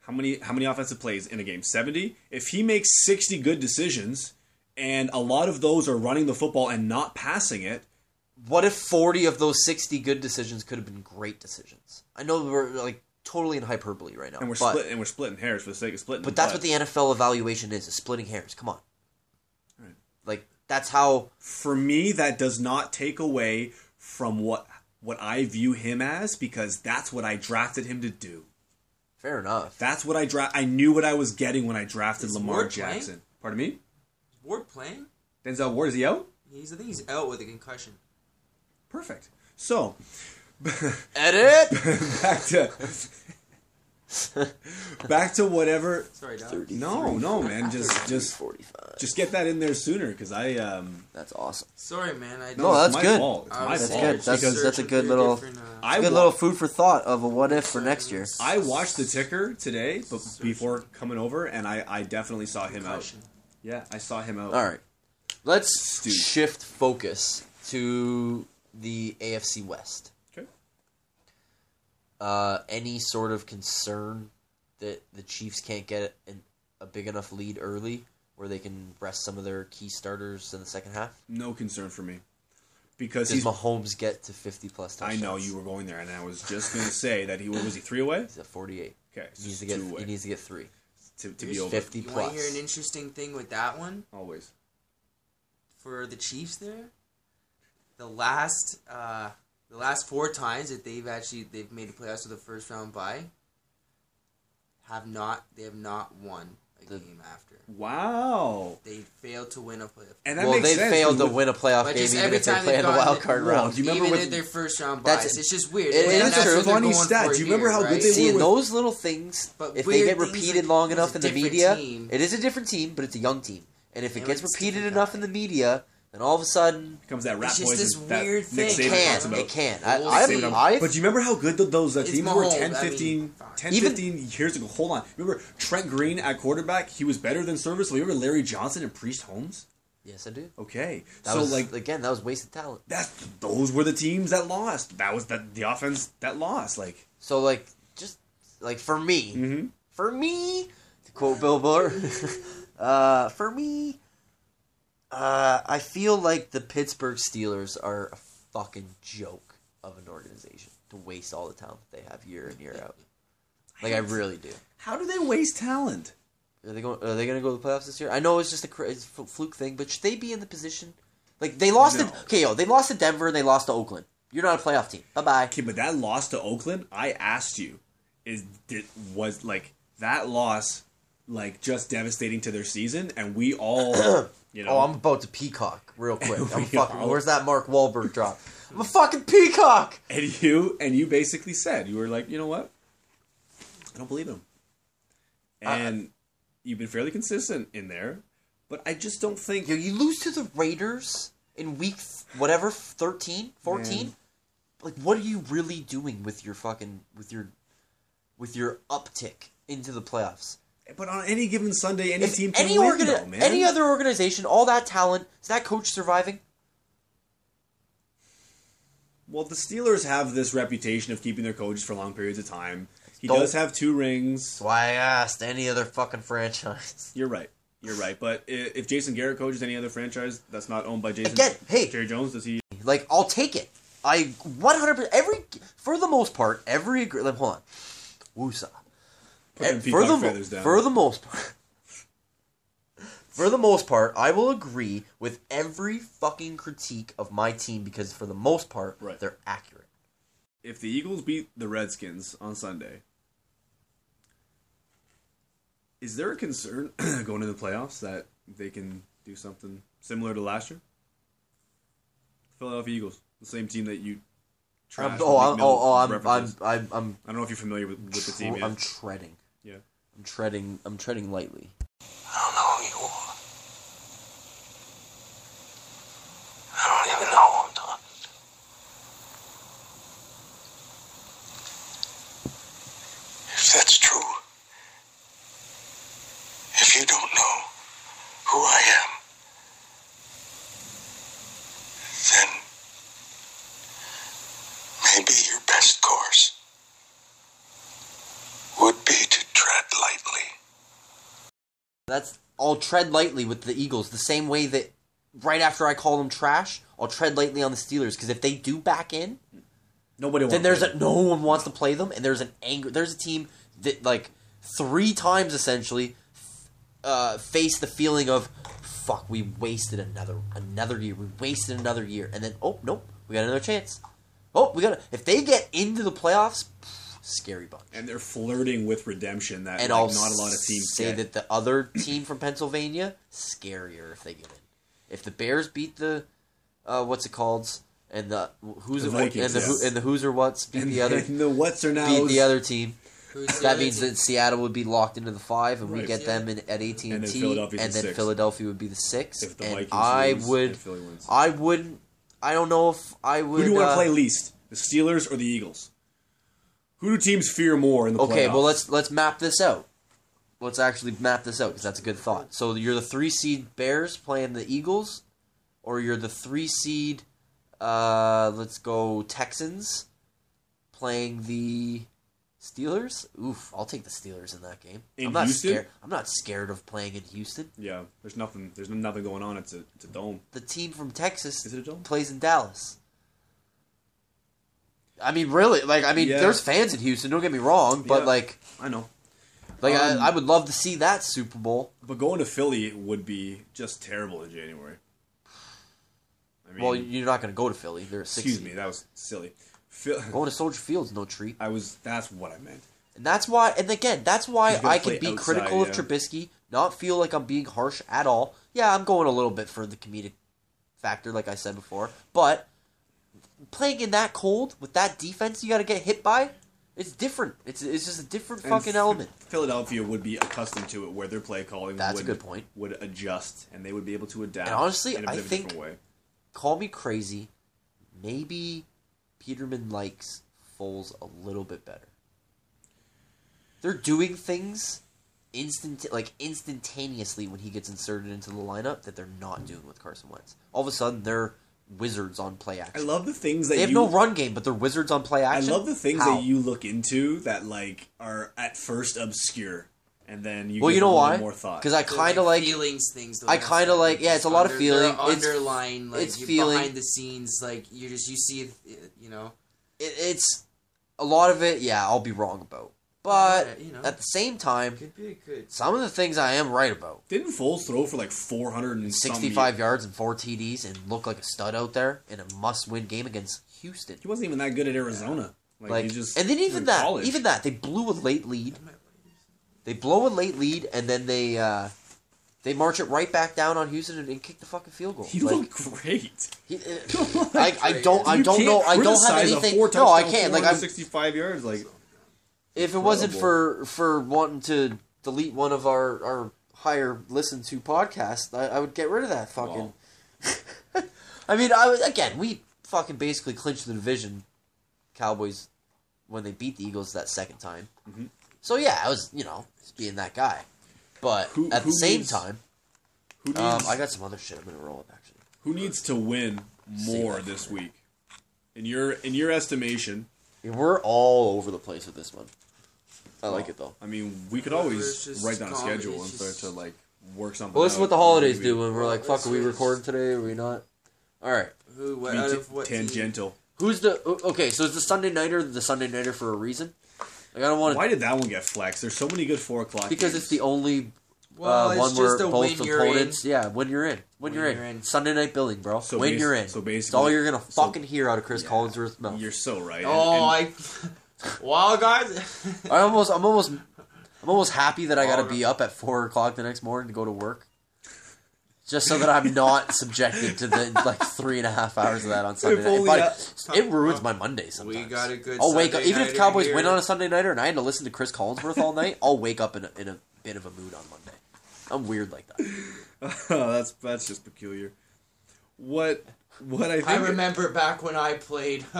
Speaker 2: how many how many offensive plays in a game? 70. If he makes 60 good decisions and a lot of those are running the football and not passing it,
Speaker 1: what if 40 of those 60 good decisions could have been great decisions? I know we're like totally in hyperbole right now.
Speaker 2: and we're
Speaker 1: but,
Speaker 2: split and we're splitting hairs for the sake of splitting.
Speaker 1: But that's what the NFL evaluation is: is splitting hairs. Come on,
Speaker 2: Right.
Speaker 1: like that's how.
Speaker 2: for me that does not take away from what what I view him as because that's what I drafted him to do.
Speaker 1: Fair enough.
Speaker 2: That's what I draft. I knew what I was getting when I drafted
Speaker 3: Is
Speaker 2: Lamar
Speaker 3: Ward playing?
Speaker 2: Jackson. Pardon me,
Speaker 3: Ward playing?
Speaker 2: Denzel Ward is he out?
Speaker 3: He's I think he's out with a concussion.
Speaker 2: Perfect. So
Speaker 1: Edit.
Speaker 2: back to back to whatever.
Speaker 3: Sorry, dog.
Speaker 2: No, no, man. Just just
Speaker 1: forty-five.
Speaker 2: just get that in there sooner because I um.
Speaker 1: That's awesome.
Speaker 3: Sorry, man.
Speaker 1: No,
Speaker 3: I
Speaker 2: it's
Speaker 1: Oh, that's
Speaker 2: my
Speaker 1: good.
Speaker 2: Fault. It's
Speaker 3: I
Speaker 2: my
Speaker 3: was
Speaker 1: That's
Speaker 2: fault.
Speaker 1: good. That's-
Speaker 2: because
Speaker 1: that's a
Speaker 3: searching
Speaker 1: good
Speaker 3: for
Speaker 1: little-
Speaker 3: different, uh,
Speaker 2: I
Speaker 1: Good
Speaker 2: wa-
Speaker 1: little food for thought of a what if for next year.
Speaker 2: I watched the ticker today, but before coming over, and I, I definitely saw him out.
Speaker 3: concussion.
Speaker 2: Yeah, I saw him out.
Speaker 1: All right, let's
Speaker 2: Dude.
Speaker 1: shift focus to the AFC West.
Speaker 2: Okay.
Speaker 1: Uh, any sort of concern that the Chiefs can't get an, a big enough lead early, where they can rest some of their key starters in the second half?
Speaker 2: No concern for me because
Speaker 1: Does
Speaker 2: he's.
Speaker 1: Mahomes get to fifty plus
Speaker 2: I
Speaker 1: touchdowns?
Speaker 2: know you were going there, and I was just gonna say that he what was he three away.
Speaker 1: He's at forty-eight.
Speaker 2: Okay,
Speaker 1: He needs to
Speaker 2: so
Speaker 1: get.
Speaker 2: two away
Speaker 1: He needs to get three.
Speaker 2: to, to be over.
Speaker 1: Fifty
Speaker 3: You
Speaker 1: plus.
Speaker 3: want to hear an interesting thing with that one
Speaker 2: Always.
Speaker 3: for the Chiefs? There, the last uh, the last four times that they've actually they've made the playoffs with a first round bye have not they have not won a
Speaker 1: The-
Speaker 3: game after.
Speaker 2: Wow.
Speaker 3: They failed to win a playoff.
Speaker 2: And that
Speaker 1: Well,
Speaker 2: makes
Speaker 1: they
Speaker 2: sense,
Speaker 1: failed to
Speaker 2: 'cause with-
Speaker 1: win a playoff
Speaker 3: But
Speaker 1: game
Speaker 3: just
Speaker 1: even
Speaker 3: every
Speaker 1: if they
Speaker 3: time
Speaker 1: play
Speaker 3: they've
Speaker 1: in the
Speaker 3: gotten
Speaker 1: wild
Speaker 3: it-
Speaker 1: card
Speaker 2: Well,
Speaker 1: round.
Speaker 2: do you remember
Speaker 3: Even
Speaker 2: with-
Speaker 3: in their first round
Speaker 1: That's-
Speaker 3: bias, it's just weird.
Speaker 1: it-
Speaker 3: And
Speaker 1: that's a
Speaker 3: what they're
Speaker 2: funny
Speaker 3: going
Speaker 2: stat.
Speaker 3: for
Speaker 2: Do you remember how good they
Speaker 1: See,
Speaker 2: were
Speaker 1: and
Speaker 2: with-
Speaker 1: those little things,
Speaker 3: But
Speaker 1: if they
Speaker 3: weird
Speaker 1: get
Speaker 3: things
Speaker 1: repeated
Speaker 3: like-
Speaker 1: long
Speaker 3: it's
Speaker 1: enough
Speaker 3: a
Speaker 1: in the
Speaker 3: different
Speaker 1: media,
Speaker 3: team.
Speaker 1: it is a different team, but it's a young team. And if it
Speaker 3: And
Speaker 1: gets
Speaker 3: it's
Speaker 1: repeated
Speaker 3: different
Speaker 1: enough
Speaker 3: guy.
Speaker 1: in the media, then all of a sudden,
Speaker 2: comes that rat
Speaker 3: It's just
Speaker 2: poison
Speaker 3: this
Speaker 2: that
Speaker 3: weird
Speaker 2: Nick
Speaker 3: thing.
Speaker 1: it
Speaker 2: Saban
Speaker 1: can.
Speaker 2: talks about.
Speaker 1: It can. I,
Speaker 3: We'll
Speaker 1: I,
Speaker 3: see.
Speaker 1: I,
Speaker 2: But you remember how good th- those uh,
Speaker 3: It's
Speaker 2: teams were
Speaker 3: Mahomes,
Speaker 2: 10,
Speaker 3: I mean,
Speaker 2: 15,
Speaker 3: fuck.
Speaker 2: 10,
Speaker 1: Even-
Speaker 2: 15 years ago? Hold on. Remember Trent Green at quarterback? He was better than Service. Remember Larry Johnson and Priest Holmes?
Speaker 1: yes, I do.
Speaker 2: Okay.
Speaker 1: That
Speaker 2: so,
Speaker 1: was
Speaker 2: like,
Speaker 1: like again, that was wasted talent.
Speaker 2: that's, those were the teams that lost. That was the, the offense that lost. Like,
Speaker 1: So like, just like for me,
Speaker 2: Mhm.
Speaker 1: for me, to quote Bill Burr, uh, for me, uh, I feel like the Pittsburgh Steelers are a fucking joke of an organization to waste all the talent that they have year in year out. Like I really do.
Speaker 2: how do they waste talent?
Speaker 1: Are they going? Are they going to go to the playoffs this year? I know it's just a cra- it's a fluke thing, but should they be in the position? Like they lost
Speaker 2: No.
Speaker 1: to okay, yo, they lost to Denver and they lost to Oakland. You're not a playoff team. Bye bye.
Speaker 2: Okay, but that loss to Oakland, I asked you, is did, was like that loss like just devastating to their season? And we all, you know,
Speaker 1: Oh, I'm about to peacock real quick. I'm
Speaker 2: We are.
Speaker 1: fucking. Where's that Mark Wahlberg drop? I'm a fucking peacock.
Speaker 2: and you and you basically said you were like, you know what, I don't believe him, and you've been fairly consistent in there, but I just don't think
Speaker 1: Yo, you lose to the Raiders in week f- whatever 13, 14?
Speaker 2: Man.
Speaker 1: Like, what are you really doing with your fucking with your with your uptick into the playoffs?
Speaker 2: But on any given Sunday, any
Speaker 1: If
Speaker 2: team can
Speaker 1: any
Speaker 2: win,
Speaker 1: organi-
Speaker 2: though, man.
Speaker 1: any other organization, all that talent, is that coach surviving?
Speaker 2: Well, the Steelers have this reputation of keeping their coaches for long periods of time. He
Speaker 1: Don't-
Speaker 2: does have two rings.
Speaker 1: That's why I asked any other fucking franchise.
Speaker 2: You're right. You're right. But i- if Jason Garrett coaches any other franchise that's not owned by Jason,
Speaker 1: Again, hey.
Speaker 2: Jerry Jones, does he?
Speaker 1: Like, I'll take it. I 100% every for the most part every agree- like, hold on, Woosa.
Speaker 2: Put them
Speaker 1: And
Speaker 2: peacock
Speaker 1: for, the, mo-
Speaker 2: feathers down.
Speaker 1: for the most part, for the most part, I will agree with every fucking critique of my team because for the most part,
Speaker 2: Right.
Speaker 1: they're accurate.
Speaker 2: if the Eagles beat the Redskins on Sunday, is there a concern going into the playoffs that they can do something similar to last year? Philadelphia Eagles, the same team that you.
Speaker 1: I'm,
Speaker 2: trashed
Speaker 1: oh,
Speaker 2: with
Speaker 1: I'm,
Speaker 2: Meek Mill's
Speaker 1: oh, oh, I'm, I'm,
Speaker 2: references.
Speaker 1: I'm, I'm,
Speaker 2: I don't know if you're familiar with, with the team
Speaker 1: tre-
Speaker 2: yet.
Speaker 1: I'm treading.
Speaker 2: yeah.
Speaker 1: I'm treading. I'm treading lightly.
Speaker 4: I don't know who you are. I don't even know who I'm talking to. If that's true, if you don't know who I am, then maybe your best course would be to tread lightly.
Speaker 1: That's. I'll tread lightly with the Eagles the same way that right after I call them trash, I'll tread lightly on the Steelers because if they do back in,
Speaker 2: Nobody.
Speaker 1: then there's a no one wants to play them, and there's an anger. There's a team that like three times essentially uh, faced the feeling of fuck, we wasted another another year, we wasted another year, and then oh nope, we got another chance. Oh, we got to if they get into the playoffs, pff, scary bunch.
Speaker 2: and they're flirting with redemption that
Speaker 1: And
Speaker 2: like,
Speaker 1: I'll
Speaker 2: not a lot of teams
Speaker 1: say
Speaker 2: get.
Speaker 1: that the other team from Pennsylvania scarier if they get in. If the Bears beat the uh, what's it called and the who's
Speaker 2: The
Speaker 1: it, what-
Speaker 2: Vikings,
Speaker 1: and the who
Speaker 2: yes.
Speaker 1: and the who's or what's beat
Speaker 2: and
Speaker 1: the other
Speaker 2: and the what's are now
Speaker 1: beat the other team.
Speaker 3: Who's the
Speaker 1: That
Speaker 3: other
Speaker 1: means
Speaker 3: team?
Speaker 1: that Seattle would be locked into the five, and we
Speaker 2: Right.
Speaker 1: get them in at AT
Speaker 2: And
Speaker 1: and
Speaker 2: then
Speaker 1: T,
Speaker 2: Philadelphia's
Speaker 1: and
Speaker 2: the
Speaker 1: then
Speaker 2: sixth.
Speaker 1: Philadelphia would be the sixth.
Speaker 2: If the
Speaker 1: and
Speaker 2: Vikings
Speaker 1: I
Speaker 2: lose
Speaker 1: would,
Speaker 2: and Philly wins.
Speaker 1: I wouldn't. I don't know if I would.
Speaker 2: Who do you want
Speaker 1: uh,
Speaker 2: to play least? The Steelers or the Eagles? Who do teams fear more in the
Speaker 1: Okay,
Speaker 2: playoffs?
Speaker 1: well let's let's map this out. Let's actually map this out because that's a good thought. So you're the three seed Bears playing the Eagles, or you're the three seed. Uh, let's go Texans playing the Steelers. Oof, I'll take the Steelers in that game.
Speaker 2: In
Speaker 1: I'm not
Speaker 2: Houston?
Speaker 1: scared. I'm not scared of playing in Houston.
Speaker 2: Yeah, there's nothing. There's nothing going on. It's a, it's a dome.
Speaker 1: The team from Texas
Speaker 2: Is it a dome?
Speaker 1: plays in Dallas. I mean, really? Like, I mean,
Speaker 2: Yeah.
Speaker 1: there's fans in Houston. Don't get me wrong, but
Speaker 2: Yeah.
Speaker 1: like,
Speaker 2: I know.
Speaker 1: Like
Speaker 2: Um,
Speaker 1: I, I would love to see that Super Bowl.
Speaker 2: But going to Philly would be just terrible in January. I mean,
Speaker 1: Well, you're not going to go to Philly. They're a six
Speaker 2: excuse
Speaker 1: seed.
Speaker 2: me, that was silly. Phil-
Speaker 1: Going to Soldier Field's no treat,
Speaker 2: I was. That's what I meant.
Speaker 1: and that's why. And again, that's why
Speaker 2: He's gonna
Speaker 1: I can
Speaker 2: play
Speaker 1: be
Speaker 2: outside,
Speaker 1: critical
Speaker 2: yeah.
Speaker 1: of Trubisky not feel like I'm being harsh at all. Yeah, I'm going a little bit for the comedic factor, like I said before, but playing in that cold with that defense you got to get hit by, it's different. It's it's just a different
Speaker 2: And
Speaker 1: fucking
Speaker 2: Ph-
Speaker 1: element.
Speaker 2: Philadelphia would be accustomed to it, where their play calling
Speaker 1: That's a
Speaker 2: would,
Speaker 1: good point.
Speaker 2: would adjust, and they would be able to adapt.
Speaker 1: And honestly,
Speaker 2: in a
Speaker 1: I
Speaker 2: bit of a
Speaker 1: think-
Speaker 2: different way.
Speaker 1: Call me crazy, maybe Peterman likes Foles a little bit better. They're doing things instant like instantaneously when he gets inserted into the lineup that they're not doing with Carson Wentz. All of a sudden, they're wizards on play
Speaker 2: I
Speaker 1: action.
Speaker 2: love the things that
Speaker 1: they have
Speaker 2: you.
Speaker 1: no run game, but they're wizards on play
Speaker 2: I
Speaker 1: action.
Speaker 2: love the things
Speaker 1: How?
Speaker 2: that you look into that like are at first obscure, and then you.
Speaker 1: Well,
Speaker 2: give
Speaker 1: you know
Speaker 2: them a little
Speaker 1: why?
Speaker 2: More thought.
Speaker 1: Because I
Speaker 3: They're,
Speaker 1: kind of like
Speaker 3: feelings things.
Speaker 1: I kinda like- yeah, it's a lot of feeling. It's-
Speaker 3: underlying, like
Speaker 1: it's
Speaker 3: you
Speaker 1: feeling.
Speaker 3: behind the scenes, like you just you see, it, you know.
Speaker 1: it, it's a lot of it. Yeah, I'll be wrong about, but
Speaker 3: Yeah, you know.
Speaker 1: at the same time,
Speaker 3: Could be a good.
Speaker 1: some of the things I am right about.
Speaker 2: Didn't Foles throw for like four hundred and some
Speaker 1: 65 yards and four TDs and look like a stud out there in a must-win game against Houston.
Speaker 2: He wasn't even that good at Arizona. Like,
Speaker 1: Like,
Speaker 2: he just
Speaker 1: and then
Speaker 2: he was
Speaker 1: even
Speaker 2: in
Speaker 1: that,
Speaker 2: college.
Speaker 1: even that, they blew a late lead. They blow a late lead and then they uh, they march it right back down on Houston and, and kick the fucking field goal.
Speaker 2: he
Speaker 1: Like,
Speaker 2: looked great.
Speaker 1: he- uh, I, I don't, I
Speaker 2: You
Speaker 1: don't
Speaker 2: can't
Speaker 1: know, I don't have
Speaker 2: criticize a
Speaker 1: anything.
Speaker 2: Four
Speaker 1: No, I
Speaker 2: touchdown,
Speaker 1: can't. Like I'm,
Speaker 2: 465 yards. Like
Speaker 1: if it wasn't for
Speaker 2: Incredible.
Speaker 1: for wanting to delete one of our our higher listened to podcasts, I, I would get rid of that fucking. I mean, I was again. We fucking basically clinched the division, Cowboys, when they beat the Eagles that second time.
Speaker 2: Mm-hmm.
Speaker 1: So yeah, I was you know just being that guy, but
Speaker 2: Who-
Speaker 1: at the
Speaker 2: who
Speaker 1: same
Speaker 2: needs-
Speaker 1: time,
Speaker 2: who needs,
Speaker 1: um, I got some other shit I'm gonna roll up actually.
Speaker 2: who needs to win more
Speaker 1: that.
Speaker 2: this week? In your in your estimation,
Speaker 1: Yeah, We're all over the place with this one. I like it though.
Speaker 2: I mean, we could
Speaker 3: it's
Speaker 2: always
Speaker 3: just
Speaker 2: write down a
Speaker 3: comedy,
Speaker 2: schedule and
Speaker 3: it's
Speaker 2: start
Speaker 3: just-
Speaker 2: to like work something.
Speaker 1: Well, this is
Speaker 2: out.
Speaker 1: what the holidays
Speaker 2: Maybe
Speaker 1: do when we're like, "Fuck, are we recording today? Are we not?" All right.
Speaker 3: Who? What?
Speaker 2: be
Speaker 3: Out
Speaker 2: t-
Speaker 3: of what? team?
Speaker 2: tangential.
Speaker 1: Who's the o- okay? So is the Sunday nighter the Sunday nighter for a reason? Like I don't want
Speaker 2: Why
Speaker 1: to
Speaker 2: did that one get flexed? There's so many good four o'clock.
Speaker 1: because
Speaker 2: games.
Speaker 1: it's the only
Speaker 3: Well,
Speaker 1: uh,
Speaker 3: it's
Speaker 1: one
Speaker 3: just
Speaker 1: where
Speaker 3: a
Speaker 1: both
Speaker 3: win you're in.
Speaker 1: opponents. Yeah, when you're in, when, you're, in. Sunday night billing, bro.
Speaker 2: So
Speaker 1: when
Speaker 2: basi-
Speaker 1: you're in,
Speaker 2: so
Speaker 1: it's
Speaker 2: basically-
Speaker 1: all you're gonna
Speaker 2: so-
Speaker 1: fucking hear out of Chris
Speaker 2: Yeah.
Speaker 1: Collinsworth's mouth.
Speaker 2: You're so right.
Speaker 3: Oh,
Speaker 2: and,
Speaker 3: I. Wow, guys.
Speaker 1: I almost, I'm almost, I'm almost happy that I got to
Speaker 3: All
Speaker 1: be up at four o'clock the next morning to go to work, just so that I'm not subjected to the like three and a half hours of that on Sunday night.
Speaker 2: only
Speaker 1: But
Speaker 2: that-
Speaker 1: it ruins my Monday sometimes.
Speaker 3: got a good
Speaker 1: I'll wake up
Speaker 3: Sunday
Speaker 1: even if the
Speaker 3: nighter
Speaker 1: Cowboys
Speaker 3: here.
Speaker 1: win on a Sunday nighter and I had to listen to Chris Collinsworth all night. I'll wake up in a, in a bit of a mood on Monday. I'm weird like that.
Speaker 2: that's that's just peculiar. What what I think
Speaker 3: I remember back when I played.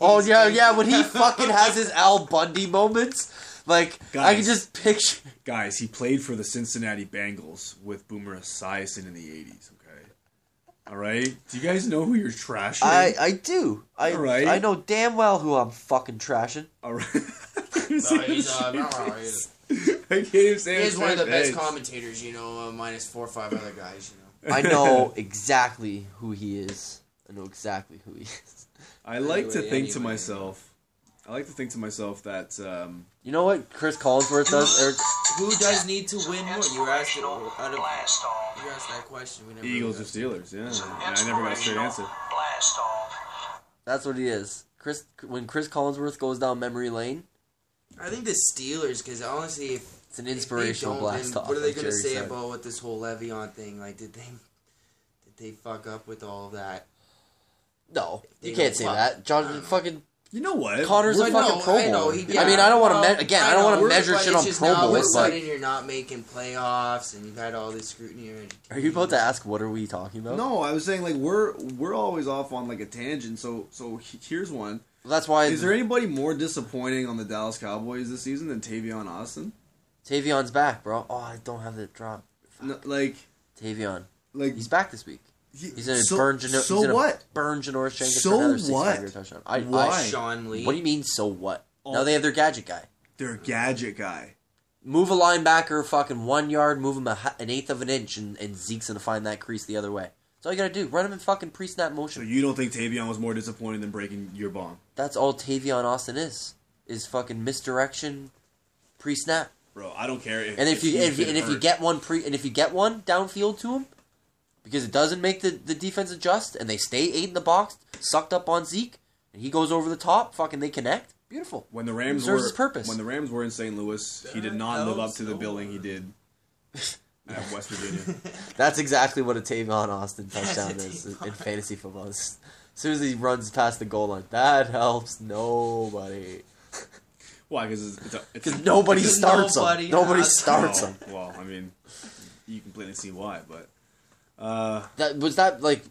Speaker 1: Oh yeah, yeah. When he fucking has his Al Bundy moments, like I can
Speaker 2: Guys.
Speaker 1: just picture.
Speaker 2: Guys, he played for the Cincinnati Bengals with Boomer Esiason in the 80s, okay? All right? Do you guys know who you're trashing?
Speaker 1: I I do. I
Speaker 2: All right.
Speaker 1: I know damn well who I'm fucking trashing.
Speaker 2: All right.
Speaker 3: No, he's, uh, he's-
Speaker 2: I can't even say
Speaker 3: he
Speaker 2: it
Speaker 3: is one of the
Speaker 2: straight.
Speaker 3: best
Speaker 2: Hey,
Speaker 3: commentators, you know, uh, minus four or five other guys, you know.
Speaker 1: I know exactly who he is. I know exactly who he is.
Speaker 2: I like to
Speaker 3: Anyway,
Speaker 2: think to
Speaker 3: anyway.
Speaker 2: myself, I like to think to myself that, um,
Speaker 1: You know what Chris Collinsworth does? Eric?
Speaker 3: Who does need to win more? You asked it out
Speaker 4: Inspirational
Speaker 3: of
Speaker 4: blast off.
Speaker 3: you asked that question. We never
Speaker 2: Eagles or
Speaker 3: really
Speaker 2: Steelers, yeah. And I never got a straight
Speaker 4: Inspirational
Speaker 2: answer.
Speaker 4: Blast off.
Speaker 1: That's what he is. Chris, when Chris Collinsworth goes down memory lane,
Speaker 3: got- I think the Steelers, because honestly, if
Speaker 1: it's an
Speaker 3: if they
Speaker 1: inspirational
Speaker 3: don't,
Speaker 1: blast
Speaker 3: then
Speaker 1: off.
Speaker 3: What are they
Speaker 1: like
Speaker 3: going to
Speaker 1: Jerry
Speaker 3: say
Speaker 1: said.
Speaker 3: about what this whole Le'Veon thing? Like, did they did they fuck up with all that?
Speaker 1: No, you
Speaker 3: They
Speaker 1: can't
Speaker 3: don't
Speaker 1: say
Speaker 3: fuck.
Speaker 1: that. John, fucking
Speaker 2: You know what?
Speaker 1: Connor's
Speaker 3: Well,
Speaker 1: a
Speaker 3: no,
Speaker 1: fucking Pro
Speaker 3: I know,
Speaker 1: Bowler. I,
Speaker 3: he- yeah.
Speaker 1: mean, I don't want to.
Speaker 3: Well,
Speaker 1: Me- again, I, don't
Speaker 3: know,
Speaker 1: want to
Speaker 3: we're-
Speaker 1: measure
Speaker 3: but
Speaker 1: shit
Speaker 3: it's
Speaker 1: on
Speaker 3: just
Speaker 1: Pro
Speaker 3: now all of a
Speaker 1: Bowls. Like,
Speaker 3: sudden you're not making playoffs, and you've had all this scrutiny. and-
Speaker 1: are you about to ask what are we talking about?
Speaker 2: No, I was saying like we're we're always off on like a tangent. So so he- here's one.
Speaker 1: That's why
Speaker 2: Is there anybody more disappointing on the Dallas Cowboys this season than Tavion Austin?
Speaker 1: Tavion's back, bro. Oh, I don't have the drop.
Speaker 2: No, like
Speaker 1: Tavion,
Speaker 2: like
Speaker 1: he's back this week.
Speaker 2: he-
Speaker 1: He's in a
Speaker 2: so,
Speaker 1: burn. Geno-
Speaker 2: so
Speaker 1: he's in a
Speaker 2: what?
Speaker 1: Burn Janoris Jenkins
Speaker 2: So
Speaker 1: for another 65
Speaker 2: what?
Speaker 1: yard touchdown. I,
Speaker 2: Why?
Speaker 1: I
Speaker 3: Sean Lee.
Speaker 1: What do you mean? So what?
Speaker 2: Oh.
Speaker 1: Now they have their gadget guy.
Speaker 2: They're a gadget guy.
Speaker 1: Move a linebacker fucking one yard, move him a, ha- an eighth of an inch, and, and Zeke's gonna find that crease the other way. That's all you gotta do. Run him in fucking pre snap
Speaker 2: So
Speaker 1: motion.
Speaker 2: you don't think Tavion was more disappointing than breaking your bomb,
Speaker 1: That's all Tavion Austin is. Is fucking misdirection, pre snap.
Speaker 2: bro? I don't care. If,
Speaker 1: And if you
Speaker 2: he's
Speaker 1: if, you-
Speaker 2: been
Speaker 1: and if you
Speaker 2: hurt.
Speaker 1: get one pre and if you get one downfield to him, because it doesn't make the, the defense adjust and they stay eight in the box, sucked up on Zeke, and he goes over the top, fucking they connect. Beautiful.
Speaker 2: when the Rams
Speaker 1: serves
Speaker 2: were
Speaker 1: his purpose.
Speaker 2: when the Rams were in St. Louis, he did
Speaker 3: That
Speaker 2: not live up
Speaker 3: helps
Speaker 2: to the
Speaker 3: no
Speaker 2: billing he
Speaker 3: one.
Speaker 2: did. at West Virginia.
Speaker 1: That's exactly what a Tavon Austin touchdown
Speaker 3: That's a
Speaker 1: is
Speaker 3: Tavon.
Speaker 1: in fantasy football. As soon as he runs past the goal line, that helps nobody.
Speaker 2: Why? Because it's, it's, a- it's
Speaker 1: Because nobody
Speaker 3: Because
Speaker 1: starts
Speaker 3: nobody
Speaker 1: him. Nobody
Speaker 3: has-
Speaker 1: starts
Speaker 2: Oh,
Speaker 1: him.
Speaker 2: Well, I mean, you can plainly see why, but uh,
Speaker 1: That was that like.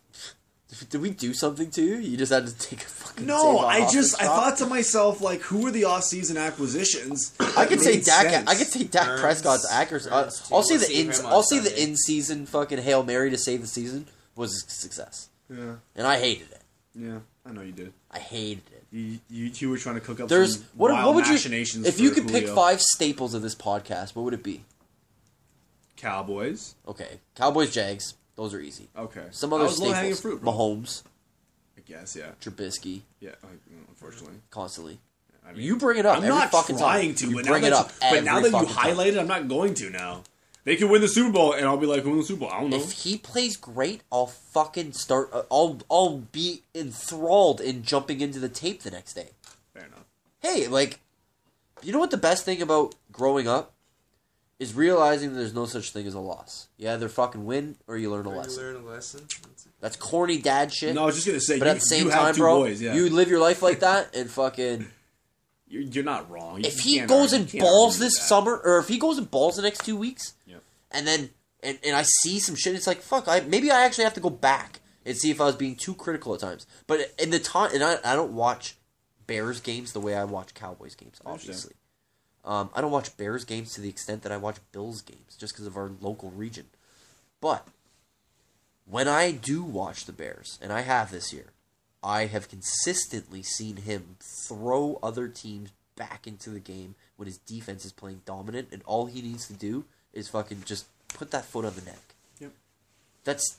Speaker 1: Did we do something to you? You just had to take a fucking.
Speaker 2: no,
Speaker 1: Tavon
Speaker 2: I
Speaker 1: Austin
Speaker 2: just I
Speaker 1: shot?
Speaker 2: thought to myself like, who are the off-season acquisitions?
Speaker 1: I
Speaker 2: that
Speaker 1: could say
Speaker 2: made
Speaker 1: Dak.
Speaker 2: sense?
Speaker 1: I could say Dak
Speaker 3: Burns-
Speaker 1: Prescott's accuracy. I'll-
Speaker 3: Burns too.
Speaker 1: I'll say
Speaker 3: We'll
Speaker 1: the
Speaker 3: see
Speaker 1: in.
Speaker 3: him on
Speaker 1: I'll say the
Speaker 3: Sunday.
Speaker 1: in season fucking hail mary to save the season was a success,
Speaker 2: Yeah,
Speaker 1: and I hated it.
Speaker 2: yeah, I know you did.
Speaker 1: I hated it.
Speaker 2: You you, you were trying to cook up.
Speaker 1: There's
Speaker 2: some
Speaker 1: what?
Speaker 2: wild
Speaker 1: What would you?
Speaker 2: machinations
Speaker 1: If you
Speaker 2: for
Speaker 1: could pick
Speaker 2: Julio.
Speaker 1: five staples of this podcast, what would it be?
Speaker 2: Cowboys.
Speaker 1: Okay, Cowboys, Jags. Those are easy.
Speaker 2: Okay,
Speaker 1: Some
Speaker 2: I
Speaker 1: other
Speaker 2: was low-hanging
Speaker 1: staples:
Speaker 2: fruit. bro.
Speaker 1: Mahomes,
Speaker 2: I guess yeah,
Speaker 1: Trubisky,
Speaker 2: yeah. like, mm, Unfortunately,
Speaker 1: constantly.
Speaker 2: I mean,
Speaker 1: You bring it up.
Speaker 2: I'm
Speaker 1: every
Speaker 2: not
Speaker 1: fucking
Speaker 2: trying
Speaker 1: time.
Speaker 2: to,
Speaker 1: You
Speaker 2: but
Speaker 1: bring
Speaker 2: now
Speaker 1: it
Speaker 2: that,
Speaker 1: up.
Speaker 2: but now
Speaker 1: every
Speaker 2: that you
Speaker 1: fucking time.
Speaker 2: highlight it, I'm not going to now. They could win the Super Bowl, and I'll be like, who won the Super Bowl? I don't know.
Speaker 1: If he plays great, I'll fucking start. uh, I'll I'll be enthralled in jumping into the tape the next day.
Speaker 2: Fair enough.
Speaker 1: Hey, like, you know what the best thing about growing up is realizing that there's no such thing as a loss. You either fucking win or you learn a
Speaker 3: You
Speaker 1: lesson.
Speaker 3: learn a lesson.
Speaker 1: That's corny dad shit.
Speaker 2: No, I was just gonna say,
Speaker 1: but
Speaker 2: you,
Speaker 1: at the same
Speaker 2: you
Speaker 1: time,
Speaker 2: have two
Speaker 1: bro,
Speaker 2: boys, yeah.
Speaker 1: you live your life like that and fucking.
Speaker 2: You're, you're not wrong. You
Speaker 1: if he
Speaker 2: can't
Speaker 1: goes
Speaker 2: argue-
Speaker 1: and
Speaker 2: you can't argue
Speaker 1: balls
Speaker 2: with
Speaker 1: this
Speaker 2: that.
Speaker 1: summer, or if he goes and balls the next two weeks,
Speaker 2: Yep.
Speaker 1: and then and, and I see some shit, it's like fuck. I maybe I actually have to go back and see if I was being too critical at times. But in the time, and I, I don't watch Bears games the way I watch Cowboys games.
Speaker 2: understand.
Speaker 1: Obviously, um, I don't watch Bears games to the extent that I watch Bills games, just because of our local region. But when I do watch the Bears, and I have this year, I have consistently seen him throw other teams back into the game when his defense is playing dominant, and all he needs to do is fucking just put that foot on the neck.
Speaker 2: Yep.
Speaker 1: That's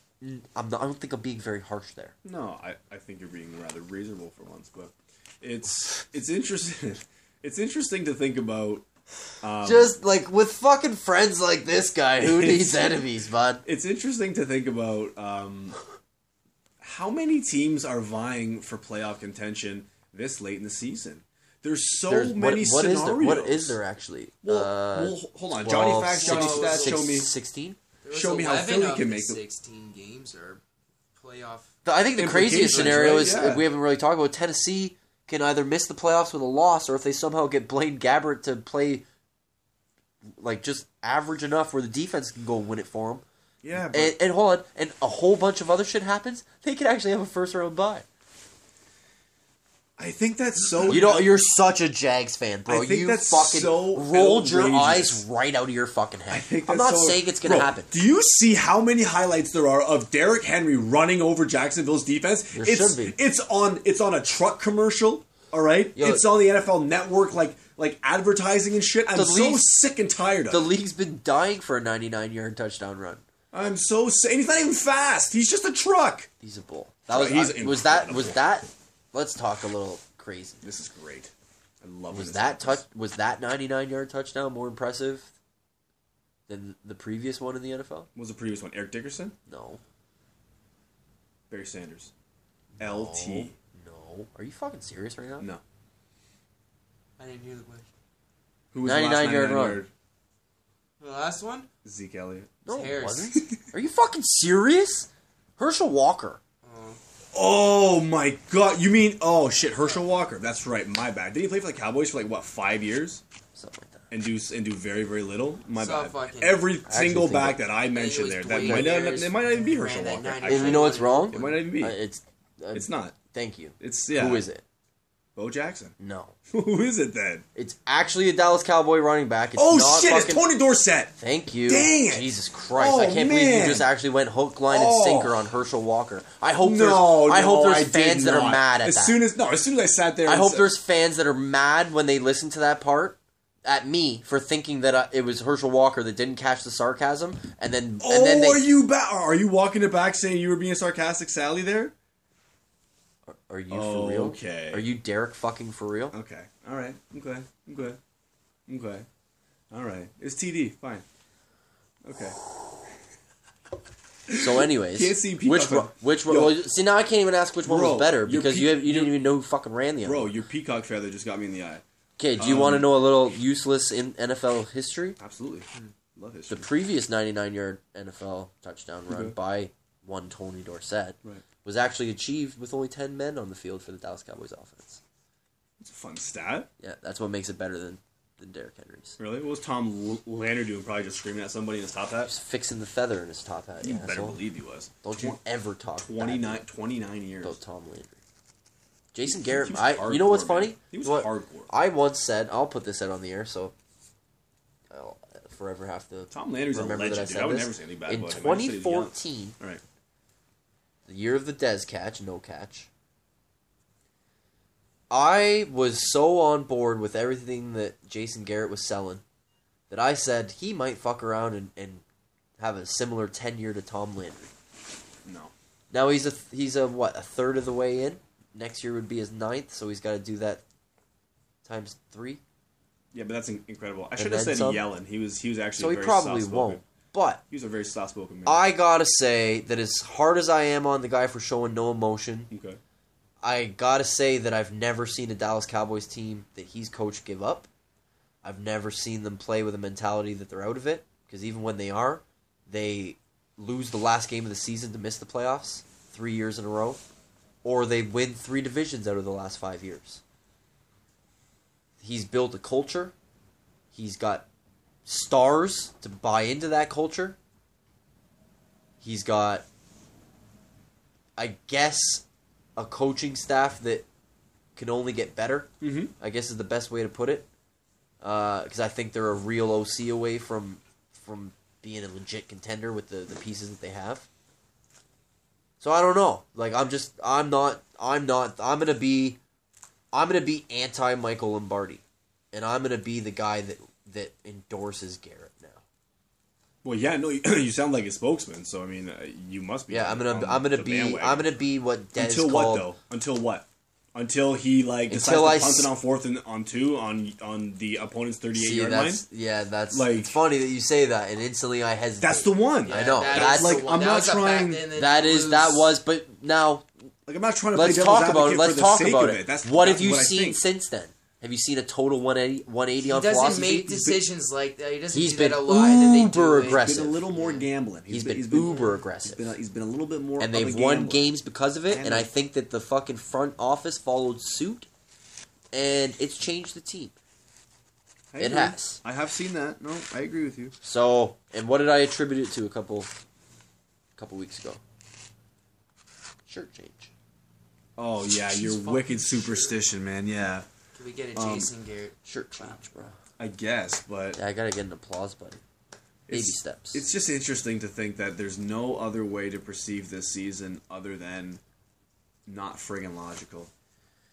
Speaker 1: I'm not, I don't think I'm being very harsh there.
Speaker 2: No, I, I think you're being rather reasonable for once, but it's it's interesting. It's interesting to think about.
Speaker 1: just like with fucking friends like this guy, who needs
Speaker 2: It's-
Speaker 1: enemies, bud?
Speaker 2: It's interesting to think about um, how many teams are vying for playoff contention this late in the season. There's so
Speaker 1: There's-
Speaker 2: many
Speaker 1: what, what is
Speaker 2: scenarios.
Speaker 1: there? What is there actually?
Speaker 2: Well,
Speaker 1: Uh,
Speaker 2: well, hold on. Johnny
Speaker 1: 12,
Speaker 2: Facts, Johnny
Speaker 1: six-
Speaker 2: Stats,
Speaker 1: six-
Speaker 2: show me.
Speaker 1: 16?
Speaker 3: There was
Speaker 2: Show me how
Speaker 3: 11
Speaker 2: Philly
Speaker 3: of
Speaker 2: can
Speaker 3: the
Speaker 2: make the-
Speaker 3: sixteen games or playoff.
Speaker 1: The- I think the
Speaker 2: Implications,
Speaker 1: craziest scenario
Speaker 2: right?
Speaker 1: is
Speaker 2: Yeah.
Speaker 1: we haven't really talked about Tennessee can either miss the playoffs with a loss, or if they somehow get Blaine Gabbert to play like just average enough where the defense can go win it for them.
Speaker 2: Yeah, but
Speaker 1: And, and hold on, and a whole bunch of other shit happens. They could actually have a first round bye.
Speaker 2: I think that's so.
Speaker 1: You know, you're such a Jags fan, bro.
Speaker 2: I think
Speaker 1: you
Speaker 2: that's
Speaker 1: fucking
Speaker 2: so
Speaker 1: rolled your
Speaker 2: outrageous.
Speaker 1: eyes right out of your fucking head.
Speaker 2: I think
Speaker 1: I'm
Speaker 2: that's
Speaker 1: not
Speaker 2: so-
Speaker 1: saying it's gonna
Speaker 2: Bro,
Speaker 1: happen.
Speaker 2: Do you see how many highlights there are of Derrick Henry running over Jacksonville's defense?
Speaker 1: There
Speaker 2: it's
Speaker 1: should be.
Speaker 2: it's on it's on a truck commercial. All right,
Speaker 1: Yo,
Speaker 2: it's on the NFL Network, like like advertising and shit. I'm
Speaker 1: The
Speaker 2: so
Speaker 1: league-
Speaker 2: sick and tired of.
Speaker 1: The
Speaker 2: it.
Speaker 1: league's been dying for a 99 yard touchdown run.
Speaker 2: I'm so sick. And he's not even fast. He's just a truck.
Speaker 1: He's a bull. That was
Speaker 2: He's
Speaker 1: I- was that was
Speaker 2: incredible.
Speaker 1: that. Let's talk a little crazy.
Speaker 2: This is great. I love when
Speaker 1: Was
Speaker 2: this
Speaker 1: that touch?
Speaker 2: happens.
Speaker 1: Was that 99 yard touchdown more impressive than the previous one in the NFL?
Speaker 2: What was the previous one? Eric Dickerson,
Speaker 1: No.
Speaker 2: Barry Sanders, LT.
Speaker 1: No. Are you fucking serious right now?
Speaker 2: No,
Speaker 3: I didn't hear the question.
Speaker 2: who was the last
Speaker 1: 99 yard
Speaker 2: 99
Speaker 1: run.
Speaker 3: The last one.
Speaker 2: Zeke Elliott.
Speaker 1: No,
Speaker 3: It's
Speaker 1: it
Speaker 3: Harris.
Speaker 1: wasn't. Are you fucking serious? Herschel Walker.
Speaker 2: Oh my god! You mean oh shit, Herschel Walker? That's right. My bad. Did he play for the Cowboys for like what five years
Speaker 1: Something like that.
Speaker 2: and do and do very very little? My
Speaker 3: So
Speaker 2: bad.
Speaker 3: fucking-
Speaker 2: Every single
Speaker 1: think
Speaker 2: back
Speaker 1: it-
Speaker 2: that I mentioned
Speaker 3: was
Speaker 2: there, that
Speaker 3: Dwayne
Speaker 2: might not,
Speaker 3: Harris
Speaker 2: it might not even be Herschel
Speaker 3: ran that
Speaker 2: Walker.
Speaker 3: 99
Speaker 2: actually.
Speaker 1: And you know what's wrong?
Speaker 2: It might not even be.
Speaker 1: Uh, it's uh,
Speaker 2: It's not.
Speaker 1: Thank you.
Speaker 2: It's yeah.
Speaker 1: Who is it?
Speaker 2: Bo Jackson.
Speaker 1: No.
Speaker 2: Who is it then?
Speaker 1: It's actually a Dallas Cowboy running back. It's
Speaker 2: Oh
Speaker 1: not
Speaker 2: shit! It's
Speaker 1: fucking-
Speaker 2: Tony Dorsett.
Speaker 1: Thank you.
Speaker 2: Dang it.
Speaker 1: Jesus Christ!
Speaker 2: Oh,
Speaker 1: I can't believe
Speaker 2: man.
Speaker 1: you just actually went hook, line, and
Speaker 2: Oh.
Speaker 1: sinker on Herschel Walker. I hope there's
Speaker 2: No,
Speaker 1: I hope
Speaker 2: no,
Speaker 1: there's
Speaker 2: did
Speaker 1: fans that are
Speaker 2: not.
Speaker 1: mad at
Speaker 2: as
Speaker 1: that.
Speaker 2: soon as no, as soon as I sat there,
Speaker 1: I
Speaker 2: and
Speaker 1: hope
Speaker 2: said-
Speaker 1: there's fans that are mad when they listen to that part at me for thinking that I, it was Herschel Walker that didn't catch the sarcasm, and then
Speaker 2: Oh,
Speaker 1: and then they,
Speaker 2: are you back? Are you walking it back saying you were being sarcastic, Sally? There.
Speaker 1: Are you
Speaker 2: Oh,
Speaker 1: for real?
Speaker 2: okay.
Speaker 1: Are you Derek fucking for real?
Speaker 2: Okay. All right. I'm glad. I'm glad. I'm glad. All right. It's TD. Fine. Okay.
Speaker 1: So, anyways,
Speaker 2: Can't see people.
Speaker 1: which one- which one?
Speaker 2: Yo.
Speaker 1: well, see now I can't even ask which one
Speaker 2: Bro,
Speaker 1: was better
Speaker 2: your
Speaker 1: because
Speaker 2: pe-
Speaker 1: you have, you didn't
Speaker 2: your-
Speaker 1: even know who fucking ran the other.
Speaker 2: Bro, um,
Speaker 1: one.
Speaker 2: your peacock feather just got me in the eye.
Speaker 1: Okay, do you want to know a little useless in NFL history?
Speaker 2: Absolutely. Love
Speaker 1: the
Speaker 2: history.
Speaker 1: previous 99 yard NFL touchdown run by one Tony Dorsett
Speaker 2: Mm-hmm. Right.
Speaker 1: was actually achieved with only 10 men on the field for the Dallas Cowboys offense.
Speaker 2: It's a fun stat.
Speaker 1: Yeah, that's what makes it better than, than Derrick Henry's.
Speaker 2: Really? What was Tom L- Lannard doing? Probably just screaming at somebody in his top hat?
Speaker 1: Just fixing the feather in his top hat.
Speaker 2: You
Speaker 1: You
Speaker 2: better believe he was.
Speaker 1: Don't you ever talk badly
Speaker 2: 29, 29
Speaker 1: about
Speaker 2: years.
Speaker 1: Tom Landry. Jason
Speaker 2: He
Speaker 1: Garrett,
Speaker 2: was
Speaker 1: I, you know what's
Speaker 2: hardcore,
Speaker 1: funny?
Speaker 2: man. He was
Speaker 1: You know what?
Speaker 2: hardcore.
Speaker 1: I once said, I'll put this out on the air, so I'll forever have to
Speaker 2: Tom Landry's a
Speaker 1: remember
Speaker 2: legend,
Speaker 1: that I
Speaker 2: dude.
Speaker 1: said
Speaker 2: I would
Speaker 1: this.
Speaker 2: never say anything bad
Speaker 1: In
Speaker 2: about him. I just said he was young.
Speaker 1: 2014,
Speaker 2: All right.
Speaker 1: the year of the Des catch, no catch. I was so on board with everything that Jason Garrett was selling that I said he might fuck around and, and have a similar tenure to Tom Landry.
Speaker 2: No.
Speaker 1: Now he's a th- he's a what a third of the way in. Next year would be his ninth, so he's got to do that times three.
Speaker 2: Yeah, but that's in- incredible. I should have
Speaker 1: then
Speaker 2: said
Speaker 1: some.
Speaker 2: Yellen. He was he was actually
Speaker 1: So he
Speaker 2: very
Speaker 1: probably
Speaker 2: soft-spoken.
Speaker 1: won't. But
Speaker 2: He was a very soft spoken man.
Speaker 1: I gotta say that as hard as I am on the guy for showing no emotion,
Speaker 2: okay.
Speaker 1: I gotta say that I've never seen a Dallas Cowboys team that he's coached give up. I've never seen them play with a mentality that they're out of it because even when they are, they lose the last game of the season to miss the playoffs three years in a row, or they win three divisions out of the last five years. He's built a culture. He's got stars to buy into that culture. He's got, I guess, a coaching staff that can only get better.
Speaker 2: Mhm.
Speaker 1: I guess is the best way to put it. Because I think they're a real OC away from from being a legit contender with the, the pieces that they have. So I don't know. Like I'm just I'm not I'm not I'm gonna be I'm gonna be anti Michael Lombardi, and I'm gonna be the guy that that endorses Garrett now.
Speaker 2: Well, yeah, no, you, you sound like a spokesman, so I mean, uh, you must be.
Speaker 1: Yeah, I'm gonna
Speaker 2: on
Speaker 1: I'm gonna
Speaker 2: the
Speaker 1: be
Speaker 2: bandwagon.
Speaker 1: I'm gonna be what Des
Speaker 2: until
Speaker 1: called.
Speaker 2: what though? Until what? Until he like decides
Speaker 1: Until
Speaker 2: to
Speaker 1: I
Speaker 2: punt
Speaker 1: s-
Speaker 2: it on fourth and on two on on the opponent's thirty-eight
Speaker 1: See,
Speaker 2: yard line.
Speaker 1: that's yeah, that's
Speaker 2: Like-
Speaker 1: it's funny that you say that, and instantly I hesitate.
Speaker 2: That's the one.
Speaker 1: I know.
Speaker 3: That
Speaker 1: That's-
Speaker 3: is
Speaker 1: Like,
Speaker 3: the one.
Speaker 2: I'm
Speaker 3: That
Speaker 2: not
Speaker 3: was a fact,
Speaker 2: trying-
Speaker 3: and then
Speaker 1: That
Speaker 3: you
Speaker 1: is that
Speaker 3: lose.
Speaker 1: was, but now
Speaker 2: Like I'm not trying to
Speaker 1: let's
Speaker 2: play devil's
Speaker 1: talk about it.
Speaker 2: advocate
Speaker 1: Let's
Speaker 2: for the
Speaker 1: talk
Speaker 2: sake
Speaker 1: about
Speaker 2: of
Speaker 1: it.
Speaker 2: That's
Speaker 1: what
Speaker 2: that's
Speaker 1: have you
Speaker 2: what I
Speaker 1: seen
Speaker 2: think.
Speaker 1: since then? Have you seen a total 180, 180
Speaker 3: He
Speaker 1: on
Speaker 3: doesn't
Speaker 1: philosophy?
Speaker 3: make decisions like that. He doesn't
Speaker 1: He's
Speaker 3: do that
Speaker 1: been
Speaker 3: a lot. and then they do
Speaker 1: uber
Speaker 3: it.
Speaker 1: aggressive.
Speaker 2: Been a little more gambling.
Speaker 1: He's been uber aggressive.
Speaker 2: He's been, a, he's been a little bit more.
Speaker 1: and
Speaker 2: of a
Speaker 1: they've won
Speaker 2: gambler.
Speaker 1: games because of it. And,
Speaker 2: And
Speaker 1: I
Speaker 2: they-
Speaker 1: think that the fucking front office followed suit, and it's changed the team.
Speaker 2: I
Speaker 1: It
Speaker 2: agree.
Speaker 1: has.
Speaker 2: I have seen that. No, I agree with you.
Speaker 1: So, and what did I attribute it to a couple, couple weeks ago? Shirt change.
Speaker 2: Oh yeah,
Speaker 3: She's
Speaker 2: you're
Speaker 3: fucking
Speaker 2: wicked superstition, man. Yeah,
Speaker 3: Can we get a
Speaker 2: Um,
Speaker 3: Jason Garrett?
Speaker 1: Shirt change, bro.
Speaker 2: I guess, but
Speaker 1: Yeah, I gotta get an applause button. Baby
Speaker 2: It's-
Speaker 1: steps.
Speaker 2: It's just interesting to think that there's no other way to perceive this season other than not friggin' logical.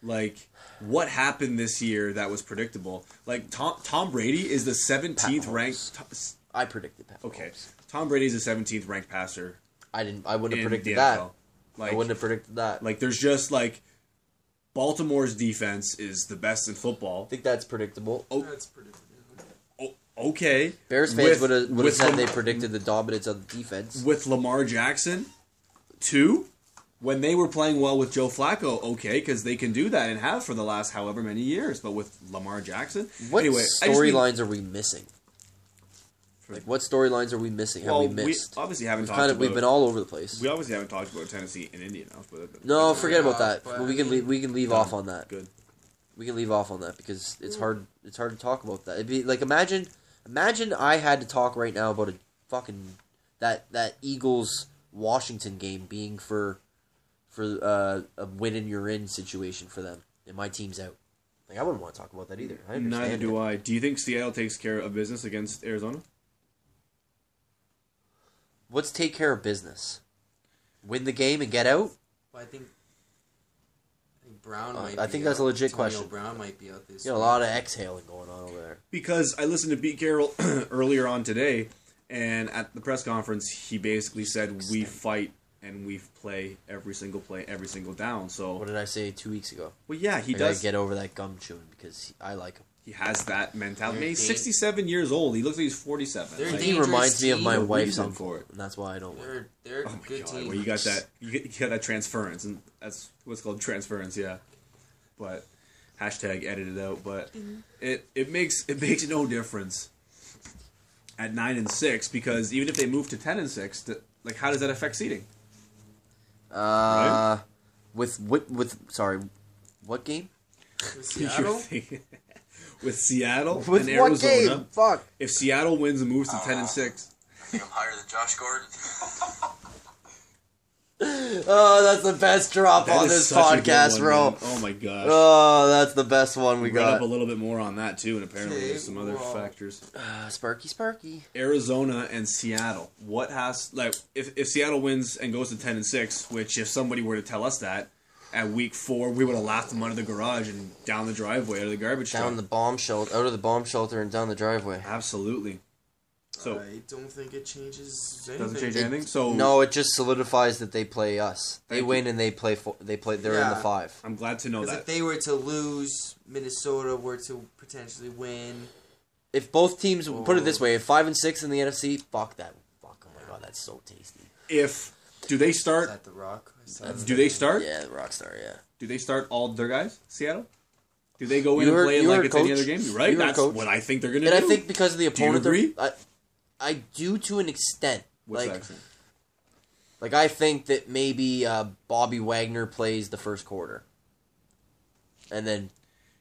Speaker 2: Like, what happened this year that was predictable? Like, Tom, Tom Brady is the 17th
Speaker 1: Pat Mahomes.
Speaker 2: ranked. t- s-
Speaker 1: I predicted that.
Speaker 2: Okay. Tom Brady is the 17th ranked passer.
Speaker 1: I didn't. I wouldn't
Speaker 2: in
Speaker 1: have
Speaker 2: the
Speaker 1: predicted that.
Speaker 2: NFL. Like,
Speaker 1: I wouldn't have predicted that.
Speaker 2: like, there's just like. Baltimore's defense is the best in football.
Speaker 1: I think that's predictable.
Speaker 3: That's pretty good.
Speaker 2: O- okay.
Speaker 1: Bears fans
Speaker 2: With-
Speaker 1: would have would have
Speaker 2: with
Speaker 1: said
Speaker 2: Lam-
Speaker 1: they predicted the dominance of the defense.
Speaker 2: with Lamar Jackson, two, when they were playing well with Joe Flacco, okay, because they can do that and have for the last however many years. But with Lamar Jackson,
Speaker 1: What
Speaker 2: anyway, I just mean-
Speaker 1: storylines are we missing? Like what storylines are we missing?
Speaker 2: well,
Speaker 1: Have we missed?
Speaker 2: obviously haven't
Speaker 1: We've
Speaker 2: talked
Speaker 1: kind of
Speaker 2: about.
Speaker 1: we've been all over the place.
Speaker 2: we obviously haven't talked about Tennessee and India enough. But
Speaker 1: no,
Speaker 2: that's
Speaker 1: forget
Speaker 3: Yeah,
Speaker 1: about that.
Speaker 3: but
Speaker 1: Well, we
Speaker 3: I
Speaker 1: can
Speaker 3: mean-
Speaker 1: leave, we can leave off on that.
Speaker 2: Good. Hmm.
Speaker 1: We can leave off on that because it's hard it's hard to talk about that. It'd be like imagine imagine I had to talk right now about a fucking that that Eagles Washington game being for for uh, a win and you're in situation for them and my team's out. Like I wouldn't want to talk about that either. I understand
Speaker 2: Neither
Speaker 1: it.
Speaker 2: do I. Do you think Seattle takes care of business against Arizona?
Speaker 1: What's take care of business? Win the game and get out?
Speaker 3: But I think, I think Brown
Speaker 1: Uh,
Speaker 3: might.
Speaker 1: I
Speaker 3: be
Speaker 1: think that's
Speaker 3: out.
Speaker 1: a legit
Speaker 3: Antonio
Speaker 1: question.
Speaker 3: Brown might be out this.
Speaker 1: You know, a
Speaker 3: week.
Speaker 1: lot of exhaling going on over there.
Speaker 2: because I listened to Pete Carroll earlier on today, and at the press conference, he basically said we fight and we play every single play, every single down.
Speaker 1: What
Speaker 2: So,
Speaker 1: did I say two weeks ago?
Speaker 2: well, yeah, he
Speaker 1: I gotta
Speaker 2: does.
Speaker 1: get over that gum chewing because he- I like him.
Speaker 2: He has that mentality. I mean, he's
Speaker 3: They're dan-
Speaker 2: sixty-seven years old. He looks like he's forty-seven.
Speaker 3: They're
Speaker 2: Like,
Speaker 1: He reminds me of my
Speaker 3: team.
Speaker 1: wife's
Speaker 2: Reason
Speaker 1: uncle,
Speaker 2: for it.
Speaker 1: and that's why I don't. like him.
Speaker 3: They're they're
Speaker 2: oh
Speaker 3: a
Speaker 2: my
Speaker 3: good
Speaker 2: God,
Speaker 3: team.
Speaker 2: well, you got that. You got, you got that transference, and that's what's called transference. Yeah, but hashtag edited out. But it it makes it makes no difference. at nine and six because even if they move to ten and six, th- like how does that affect seeding?
Speaker 1: Uh, with what? With sorry, what game?
Speaker 3: With
Speaker 2: You're
Speaker 3: Seattle?
Speaker 2: thinking- with Seattle
Speaker 1: With
Speaker 2: and
Speaker 1: what
Speaker 2: Arizona,
Speaker 1: game? Ah. Fuck.
Speaker 2: if Seattle wins and moves to ten and six,
Speaker 4: I think I'm higher than Josh Gordon.
Speaker 1: Oh, that's the best drop
Speaker 2: that
Speaker 1: on
Speaker 2: is
Speaker 1: this
Speaker 2: such a good
Speaker 1: podcast,
Speaker 2: one,
Speaker 1: bro.
Speaker 2: man. Oh my gosh.
Speaker 1: Oh, that's the best one we
Speaker 2: we read up
Speaker 1: got.
Speaker 2: a little bit more on that too, and apparently
Speaker 3: Okay,
Speaker 2: there's some other
Speaker 3: well.
Speaker 2: factors.
Speaker 1: Uh, Sparky, Sparky.
Speaker 2: Arizona and Seattle. What has like if, if Seattle wins and goes to ten and six, which if somebody were to tell us that at week four, we would have laughed them out of the garage and down the driveway out of the garbage
Speaker 1: Down
Speaker 2: truck.
Speaker 1: the bomb shelter, out of the bomb shelter, and down the driveway.
Speaker 2: Absolutely. So
Speaker 3: I don't think it changes anything.
Speaker 2: doesn't change anything. So
Speaker 1: No, it just solidifies that they play us. They
Speaker 2: Oh. Thank
Speaker 1: win and they play. Fo- they play. They're in the
Speaker 3: Yeah.
Speaker 1: five.
Speaker 2: I'm glad to know
Speaker 3: Because
Speaker 2: that.
Speaker 3: if they were to lose, Minnesota were to potentially win.
Speaker 1: If both teams put it this way, if five and six in the NFC, fuck that. Fuck. Oh my god, that's so tasty.
Speaker 2: if do they
Speaker 3: Is
Speaker 2: start?
Speaker 3: that the Rock? Is that-
Speaker 2: Do they start?
Speaker 1: Yeah, Rockstar. Yeah.
Speaker 2: Do they start all their guys? Seattle? Do they go
Speaker 1: You
Speaker 2: in and
Speaker 1: were-
Speaker 2: play it
Speaker 1: you
Speaker 2: like
Speaker 1: were a
Speaker 2: it's any
Speaker 1: coach.
Speaker 2: other game? You're right.
Speaker 1: You were a
Speaker 2: That's
Speaker 1: coach.
Speaker 2: what I think they're going to
Speaker 1: And
Speaker 2: do.
Speaker 1: I think because of the
Speaker 2: you
Speaker 1: opponent, they're-
Speaker 2: agree?
Speaker 1: I, I do to an extent.
Speaker 2: What's
Speaker 1: like,
Speaker 2: that?
Speaker 1: like I think that maybe uh, Bobby Wagner plays the first quarter, and then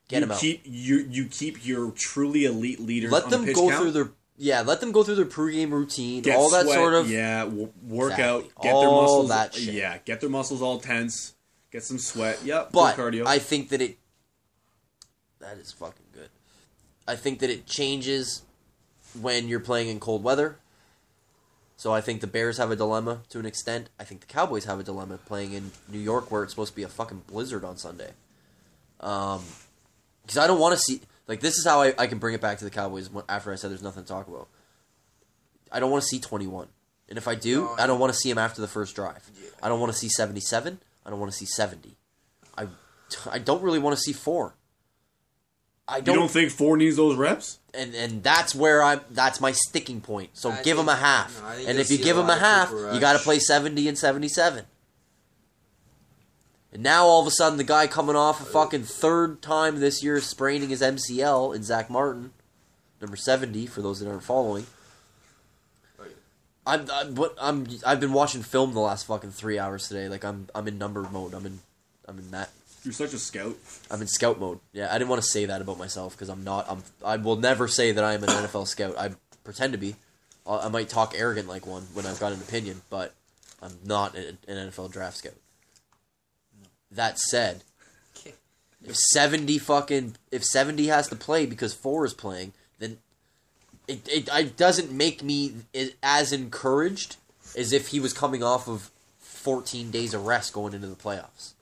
Speaker 1: get
Speaker 2: you
Speaker 1: him out.
Speaker 2: keep you you keep your truly elite leaders.
Speaker 1: let
Speaker 2: on
Speaker 1: them
Speaker 2: the pitch
Speaker 1: go
Speaker 2: count.
Speaker 1: through their yeah, let them go through their pregame routine,
Speaker 2: Get
Speaker 1: all that
Speaker 2: sweat,
Speaker 1: sort of
Speaker 2: yeah w- workout.
Speaker 1: Exactly.
Speaker 2: Get their
Speaker 1: All
Speaker 2: muscles
Speaker 1: that shit.
Speaker 2: yeah, get their muscles all tense. Get some sweat. Yep,
Speaker 1: But
Speaker 2: good cardio.
Speaker 1: I think that it that is fucking good. I think that it changes when you're playing in cold weather. So I think the Bears have a dilemma to an extent. I think the Cowboys have a dilemma playing in New York where it's supposed to be a fucking blizzard on Sunday. Um, because I don't want to see like this is how I, I can bring it back to the Cowboys mo- after I said there's nothing to talk about. I don't want to see 21, and if I do,
Speaker 3: No,
Speaker 1: I don't want to see him after the first drive. I don't want to see 77. I don't want to see 70. I I don't really want to see four. I
Speaker 2: you don't think four needs those reps?
Speaker 1: and and that's where I'm. That's my sticking point. So
Speaker 3: I
Speaker 1: give him a
Speaker 3: think-
Speaker 1: half,
Speaker 3: no, I think
Speaker 1: and
Speaker 3: you'll
Speaker 1: if you
Speaker 3: see a
Speaker 1: give him
Speaker 3: lot
Speaker 1: a
Speaker 3: of
Speaker 1: half,
Speaker 3: Cooper
Speaker 1: you got to
Speaker 3: Rush.
Speaker 1: play seventy and seventy-seven. And now all of a sudden, the guy coming off a fucking third time this year spraining his MCL in Zach Martin, number seventy for those that aren't following. I'm, I'm what I'm I've been watching film the last fucking three hours today. Like I'm I'm in number mode. I'm in I'm in that
Speaker 2: You're such a scout.
Speaker 1: I'm in scout mode. Yeah, I didn't want to say that about myself because I'm not. I'm. I will never say that I am an NFL scout. I pretend to be. I I might talk arrogant like one when I've got an opinion, but I'm not an an NFL draft scout. That said, if seventy fucking if seventy has to play because four is playing, then it it, it doesn't make me i- as encouraged as if he was coming off of fourteen days of rest going into the playoffs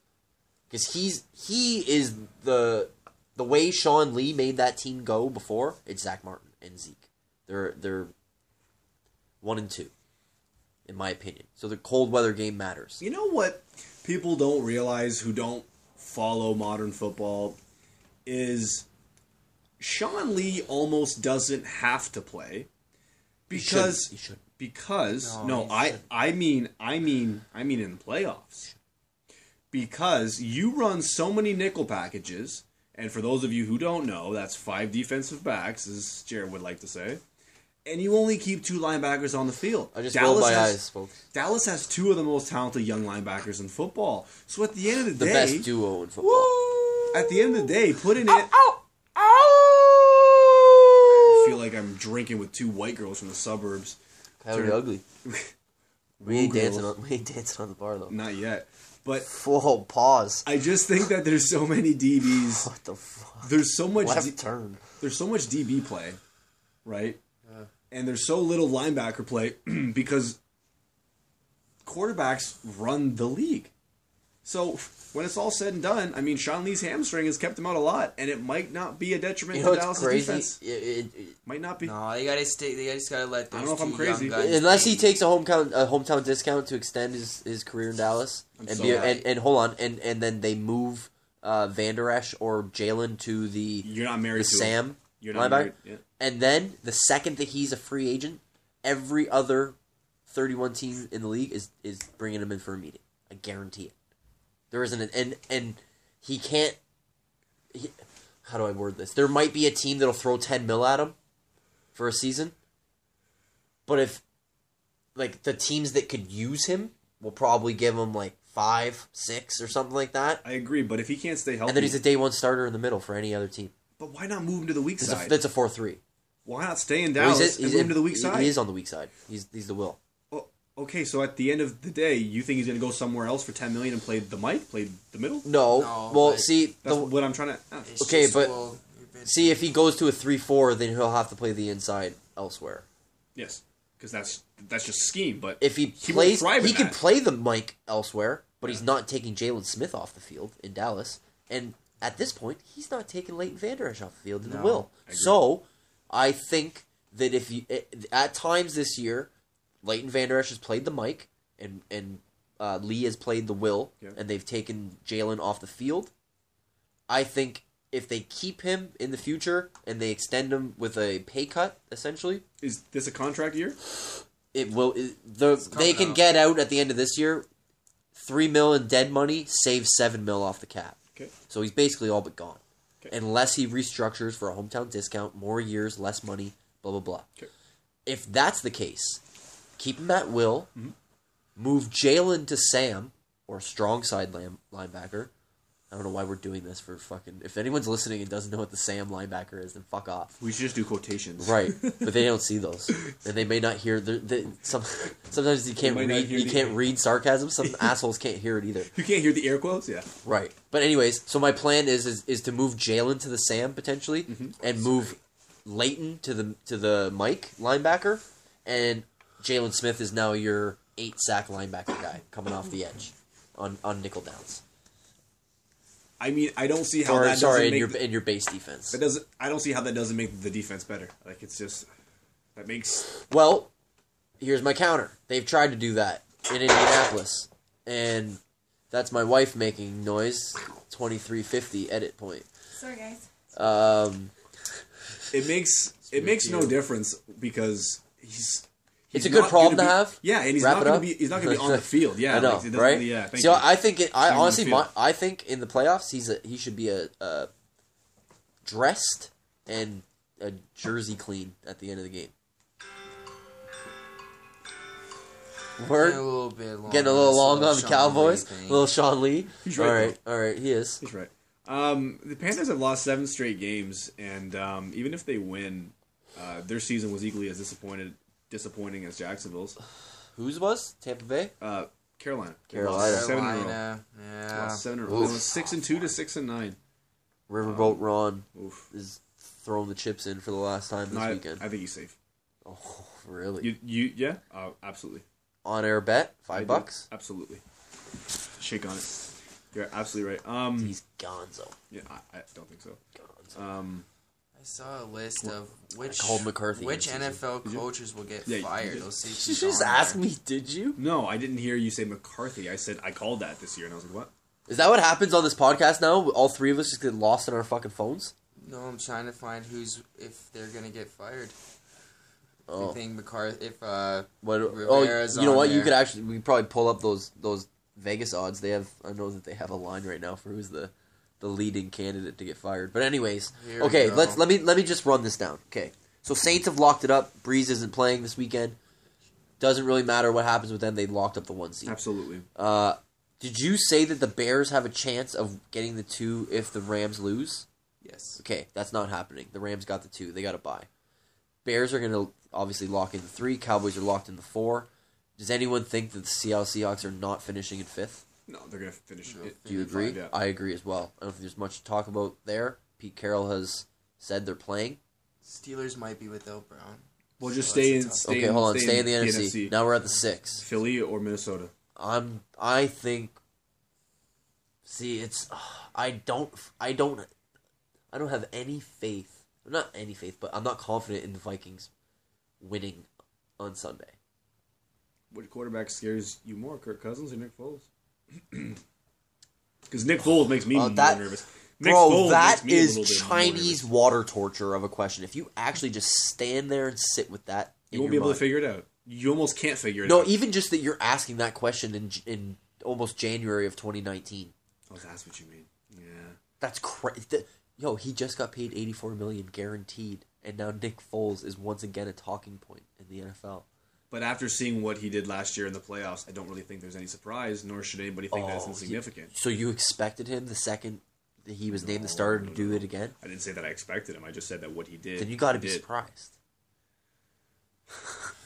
Speaker 1: because he's he is the the way Sean Lee made that team go before. It's Zach Martin and Zeke. They're they're one and two, in my opinion. So the cold weather game matters.
Speaker 2: You know what people don't realize who don't follow modern football is Sean Lee almost doesn't have to play
Speaker 1: shouldn't.
Speaker 2: because
Speaker 1: He shouldn't.
Speaker 2: because
Speaker 3: No,
Speaker 2: no,
Speaker 3: he
Speaker 2: I
Speaker 3: shouldn't.
Speaker 2: I mean I mean I mean in the playoffs because you run so many nickel packages and for those of you who don't know that's five defensive backs as Jared would like to say and you only keep two linebackers on the field.
Speaker 1: I just rolled my
Speaker 2: has,
Speaker 1: eyes, folks.
Speaker 2: Dallas has two of the most talented young linebackers in football. So at the end of the,
Speaker 1: The
Speaker 2: day,
Speaker 1: best duo in football.
Speaker 2: at the end of the day, put in it. I feel like I'm drinking with two white girls from the suburbs.
Speaker 1: Coyote
Speaker 2: Turn-
Speaker 1: ugly. We ain't
Speaker 2: Woo girls.
Speaker 1: dancing. On, we ain't dancing on the bar though.
Speaker 2: Not yet, but
Speaker 1: Full pause.
Speaker 2: I just think that there's so many DBs.
Speaker 1: What the fuck?
Speaker 2: There's so much.
Speaker 1: Left
Speaker 2: D-
Speaker 1: turn.
Speaker 2: there's so much DB play, right? And there's so little linebacker play because quarterbacks run the league. So when it's all said and done, I mean, Sean Lee's hamstring has kept him out a lot, and it might not be a detriment
Speaker 1: You know
Speaker 2: to
Speaker 1: what's
Speaker 2: Dallas'
Speaker 1: crazy?
Speaker 2: defense.
Speaker 1: It- it- it-
Speaker 2: Might not be.
Speaker 3: No, they gotta stay. They just gotta let those
Speaker 2: don't know if I'm
Speaker 3: two
Speaker 2: crazy.
Speaker 3: young guys.
Speaker 1: Unless he
Speaker 3: play.
Speaker 1: takes a hometown a hometown discount to extend his, his career in Dallas and
Speaker 2: so
Speaker 1: be
Speaker 2: happy.
Speaker 1: and, and hold on and, and then they move uh, Van Der Esch or Jalen to the
Speaker 2: You're not married
Speaker 1: the
Speaker 2: to him.
Speaker 1: Sam
Speaker 2: You're
Speaker 1: linebacker,
Speaker 2: not married. Yeah.
Speaker 1: and then the second that he's a free agent, every other thirty one team in the league is is bringing him in for a meeting. I guarantee it. There isn't an and and he can't. He, how do I word this? There might be a team that'll throw ten mil at him for a season, But if like the teams that could use him will probably give him like five, six, or something like that,
Speaker 2: I agree, but if he can't stay healthy,
Speaker 1: and then he's a day one starter in the middle for any other team.
Speaker 2: but why not move him to the weak
Speaker 1: That's a,
Speaker 2: side?
Speaker 1: that's a four three.
Speaker 2: why not stay in Dallas and move him to the weak side?
Speaker 1: He is on the weak side. He's he's the will.
Speaker 2: Oh, okay, so at the end of the day, you think he's going to go somewhere else for ten million and play the mic, play the middle?
Speaker 1: No,
Speaker 3: No,
Speaker 1: well,
Speaker 3: but-
Speaker 1: see,
Speaker 2: That's
Speaker 1: the,
Speaker 2: what I'm trying to. ah.
Speaker 3: It's
Speaker 1: Okay,
Speaker 3: just,
Speaker 1: but-
Speaker 3: well, you've been-
Speaker 1: see if he goes to a three four, then he'll have to play the inside elsewhere.
Speaker 2: Yes, because that's that's just scheme. But
Speaker 1: If he
Speaker 2: He will
Speaker 1: plays,
Speaker 2: thrive in
Speaker 1: he can
Speaker 2: that.
Speaker 1: play the mic elsewhere, but he's not taking Jalen Smith off the field in Dallas. And at this point, he's not taking Leighton Vander Esch off the field in the
Speaker 3: No,
Speaker 1: will.
Speaker 2: I agree.
Speaker 1: so I think that if you at times this year, Leighton Vander Esch has played the mic and and uh, Lee has played the will,
Speaker 2: Yeah.
Speaker 1: and they've taken Jalen off the field. I think if they keep him in the future and they extend him with a pay cut, essentially,
Speaker 2: is this a contract year?
Speaker 1: it will it, the, they
Speaker 3: coming
Speaker 1: can
Speaker 3: out.
Speaker 1: get out at the end of this year three mil in dead money save seven mil off the cap
Speaker 2: Okay.
Speaker 1: so he's basically all but gone
Speaker 2: Okay.
Speaker 1: unless he restructures for a hometown discount more years less money blah blah blah
Speaker 2: Okay.
Speaker 1: if that's the case keep him at will move jalen to sam or strong side lam- linebacker I don't know why we're doing this for fucking. If anyone's listening and doesn't know what the Sam linebacker is, then fuck off.
Speaker 2: We should just do quotations.
Speaker 1: Right, but they don't see those, and they may not hear. They, they, some sometimes you can't
Speaker 2: might not
Speaker 1: read.
Speaker 2: hear
Speaker 1: You
Speaker 2: the-
Speaker 1: can't read sarcasm. Some assholes can't hear it either.
Speaker 2: You can't hear the air quotes. Yeah.
Speaker 1: Right, but anyways, so my plan is is, is to move Jalen to the Sam potentially,
Speaker 2: Mm-hmm.
Speaker 1: and move Leighton to the to the Mike linebacker, and Jalen Smith is now your eight sack linebacker guy coming off the edge on on nickel downs.
Speaker 2: I mean, I don't see how
Speaker 1: Or
Speaker 2: that
Speaker 1: sorry,
Speaker 2: doesn't
Speaker 1: in
Speaker 2: make
Speaker 1: your
Speaker 2: the,
Speaker 1: in your base defense.
Speaker 2: that doesn't. I don't see how that doesn't make the defense better. Like it's just that makes
Speaker 1: Well, here's my counter. They've tried to do that in Indianapolis, and that's my wife making noise. Twenty three fifty edit point.
Speaker 5: Sorry, guys.
Speaker 1: Um,
Speaker 2: it makes it makes no diffence because he's. he's
Speaker 1: It's a good
Speaker 2: not
Speaker 1: problem
Speaker 2: gonna
Speaker 1: to
Speaker 2: be-
Speaker 1: have.
Speaker 2: Yeah, and he's
Speaker 1: Wrap
Speaker 2: not
Speaker 1: it
Speaker 2: going
Speaker 1: up.
Speaker 2: to be he's not going to be on the field. Yeah,
Speaker 1: I know,
Speaker 2: like, it doesn't
Speaker 1: right?
Speaker 2: really- yeah, thank
Speaker 1: so
Speaker 2: you.
Speaker 1: I think it. I
Speaker 2: Not on the
Speaker 1: honestly, my,
Speaker 2: field.
Speaker 1: I think in the playoffs, he's a he should be a, a dressed and a jersey clean at the end of the game.
Speaker 3: Getting
Speaker 1: Word.
Speaker 3: a little bit long.
Speaker 1: Getting a little
Speaker 3: This
Speaker 1: long on the
Speaker 3: Sean
Speaker 1: Cowboys.
Speaker 3: Lee thing.
Speaker 1: Little Sean Lee.
Speaker 2: He's
Speaker 1: all
Speaker 2: right,
Speaker 1: right, all right, he is.
Speaker 2: He's right. Um, the Panthers have lost seven straight games, and um, even if they win, uh, their season was equally as disappointed, disappointing as Jacksonville's.
Speaker 1: Whose was Tampa Bay?
Speaker 2: Uh, Carolina, They
Speaker 1: Carolina.
Speaker 2: lost seven in a row.
Speaker 3: Carolina,
Speaker 2: Lost
Speaker 3: Yeah.
Speaker 2: Seven in a row. They went six and two to six and nine.
Speaker 1: Riverboat
Speaker 2: Um,
Speaker 1: Ron
Speaker 2: Oof.
Speaker 1: is throwing the chips in for the last time this
Speaker 2: No, I,
Speaker 1: weekend.
Speaker 2: I think he's safe.
Speaker 1: oh, really?
Speaker 2: You, you, yeah, uh, absolutely.
Speaker 1: On air bet,
Speaker 2: I
Speaker 1: five
Speaker 2: do.
Speaker 1: bucks.
Speaker 2: absolutely. Shake on it. You're absolutely right. Um,
Speaker 1: He's Gonzo.
Speaker 2: yeah, I, I don't think so.
Speaker 1: Gonzo.
Speaker 2: Um,
Speaker 3: I saw a list of which
Speaker 1: called McCarthy
Speaker 3: which
Speaker 1: this
Speaker 3: NFL
Speaker 2: you?
Speaker 3: coaches will get
Speaker 2: Yeah, you
Speaker 3: fired.
Speaker 2: did.
Speaker 3: Those six
Speaker 1: She
Speaker 3: is
Speaker 1: just
Speaker 3: on
Speaker 1: asked
Speaker 3: there.
Speaker 1: me, "Did you?"
Speaker 2: no, I didn't hear you say McCarthy. I said I called that this year, and I was like, what?
Speaker 1: Is that what happens on this podcast now? All three of us just get lost in our fucking phones.
Speaker 3: No, I'm trying to find who's if they're gonna get fired.
Speaker 1: Oh,
Speaker 3: I think McCarthy. If uh,
Speaker 1: what? Oh,
Speaker 3: Rivera's
Speaker 1: you know
Speaker 3: on
Speaker 1: what? You
Speaker 3: there.
Speaker 1: could actually we could probably pull up those those Vegas odds. They have. I know that they have a line right now for who's the the leading candidate to get fired. But anyways,
Speaker 3: Here we
Speaker 1: okay,
Speaker 3: go.
Speaker 1: let's let me let me just run this down. Okay, so Saints have locked it up. Breeze isn't playing this weekend. Doesn't really matter what happens with them. They locked up the one seed.
Speaker 2: Absolutely.
Speaker 1: Uh, did you say that the Bears have a chance of getting the two if the Rams lose?
Speaker 3: yes,
Speaker 1: Okay, that's not happening. The Rams got the two. They got to buy. Bears are going to obviously lock in the three. Cowboys are locked in the four. Does anyone think that the Seattle Seahawks are not finishing in fifth?
Speaker 2: No, they're gonna finish it.
Speaker 1: Do you agree?
Speaker 2: Five, yeah.
Speaker 1: I agree as well. I don't think there's much to talk about there. Pete Carroll has said they're playing.
Speaker 3: Steelers might be without Brown.
Speaker 2: Well, just
Speaker 3: So
Speaker 2: stay
Speaker 3: that's
Speaker 2: in.
Speaker 3: a
Speaker 2: Stay
Speaker 1: okay,
Speaker 2: in,
Speaker 1: hold on.
Speaker 2: Stay,
Speaker 1: Stay in the NFC. Now we're at the six.
Speaker 2: Philly or Minnesota.
Speaker 1: I'm. I think. See, it's. I don't. I don't. I don't have any faith. Not any faith, but I'm not confident in the Vikings winning on Sunday.
Speaker 2: Which quarterback scares you more, Kirk Cousins or Nick Foles? Because Nick Foles makes me
Speaker 1: Uh,
Speaker 2: more
Speaker 1: that-
Speaker 2: nervous. Nick
Speaker 1: Bro,
Speaker 2: Foles
Speaker 1: that
Speaker 2: makes me a
Speaker 1: is
Speaker 2: little bit more
Speaker 1: Chinese
Speaker 2: nervous.
Speaker 1: water torture of a question. If you actually just stand there and sit with that, in
Speaker 2: You won't be
Speaker 1: your
Speaker 2: able
Speaker 1: mind.
Speaker 2: to figure it out. You almost can't figure it
Speaker 1: No, e-
Speaker 2: out.
Speaker 1: even just that you're asking that question in in almost January of 2019.
Speaker 2: oh, that's what you mean. Yeah.
Speaker 1: That's crazy. Yo, he just got paid 84 million guaranteed, and now Nick Foles is once again a talking point in the NFL.
Speaker 2: But after seeing what he did last year in the playoffs, I don't really think there's any surprise, nor should anybody think that's
Speaker 1: Oh,
Speaker 2: insignificant.
Speaker 1: So you expected him the second that he was named the starter to do it again?
Speaker 2: I didn't say that I expected him. I just said that what he did.
Speaker 1: Then you got to
Speaker 2: he
Speaker 1: be
Speaker 2: did.
Speaker 1: surprised.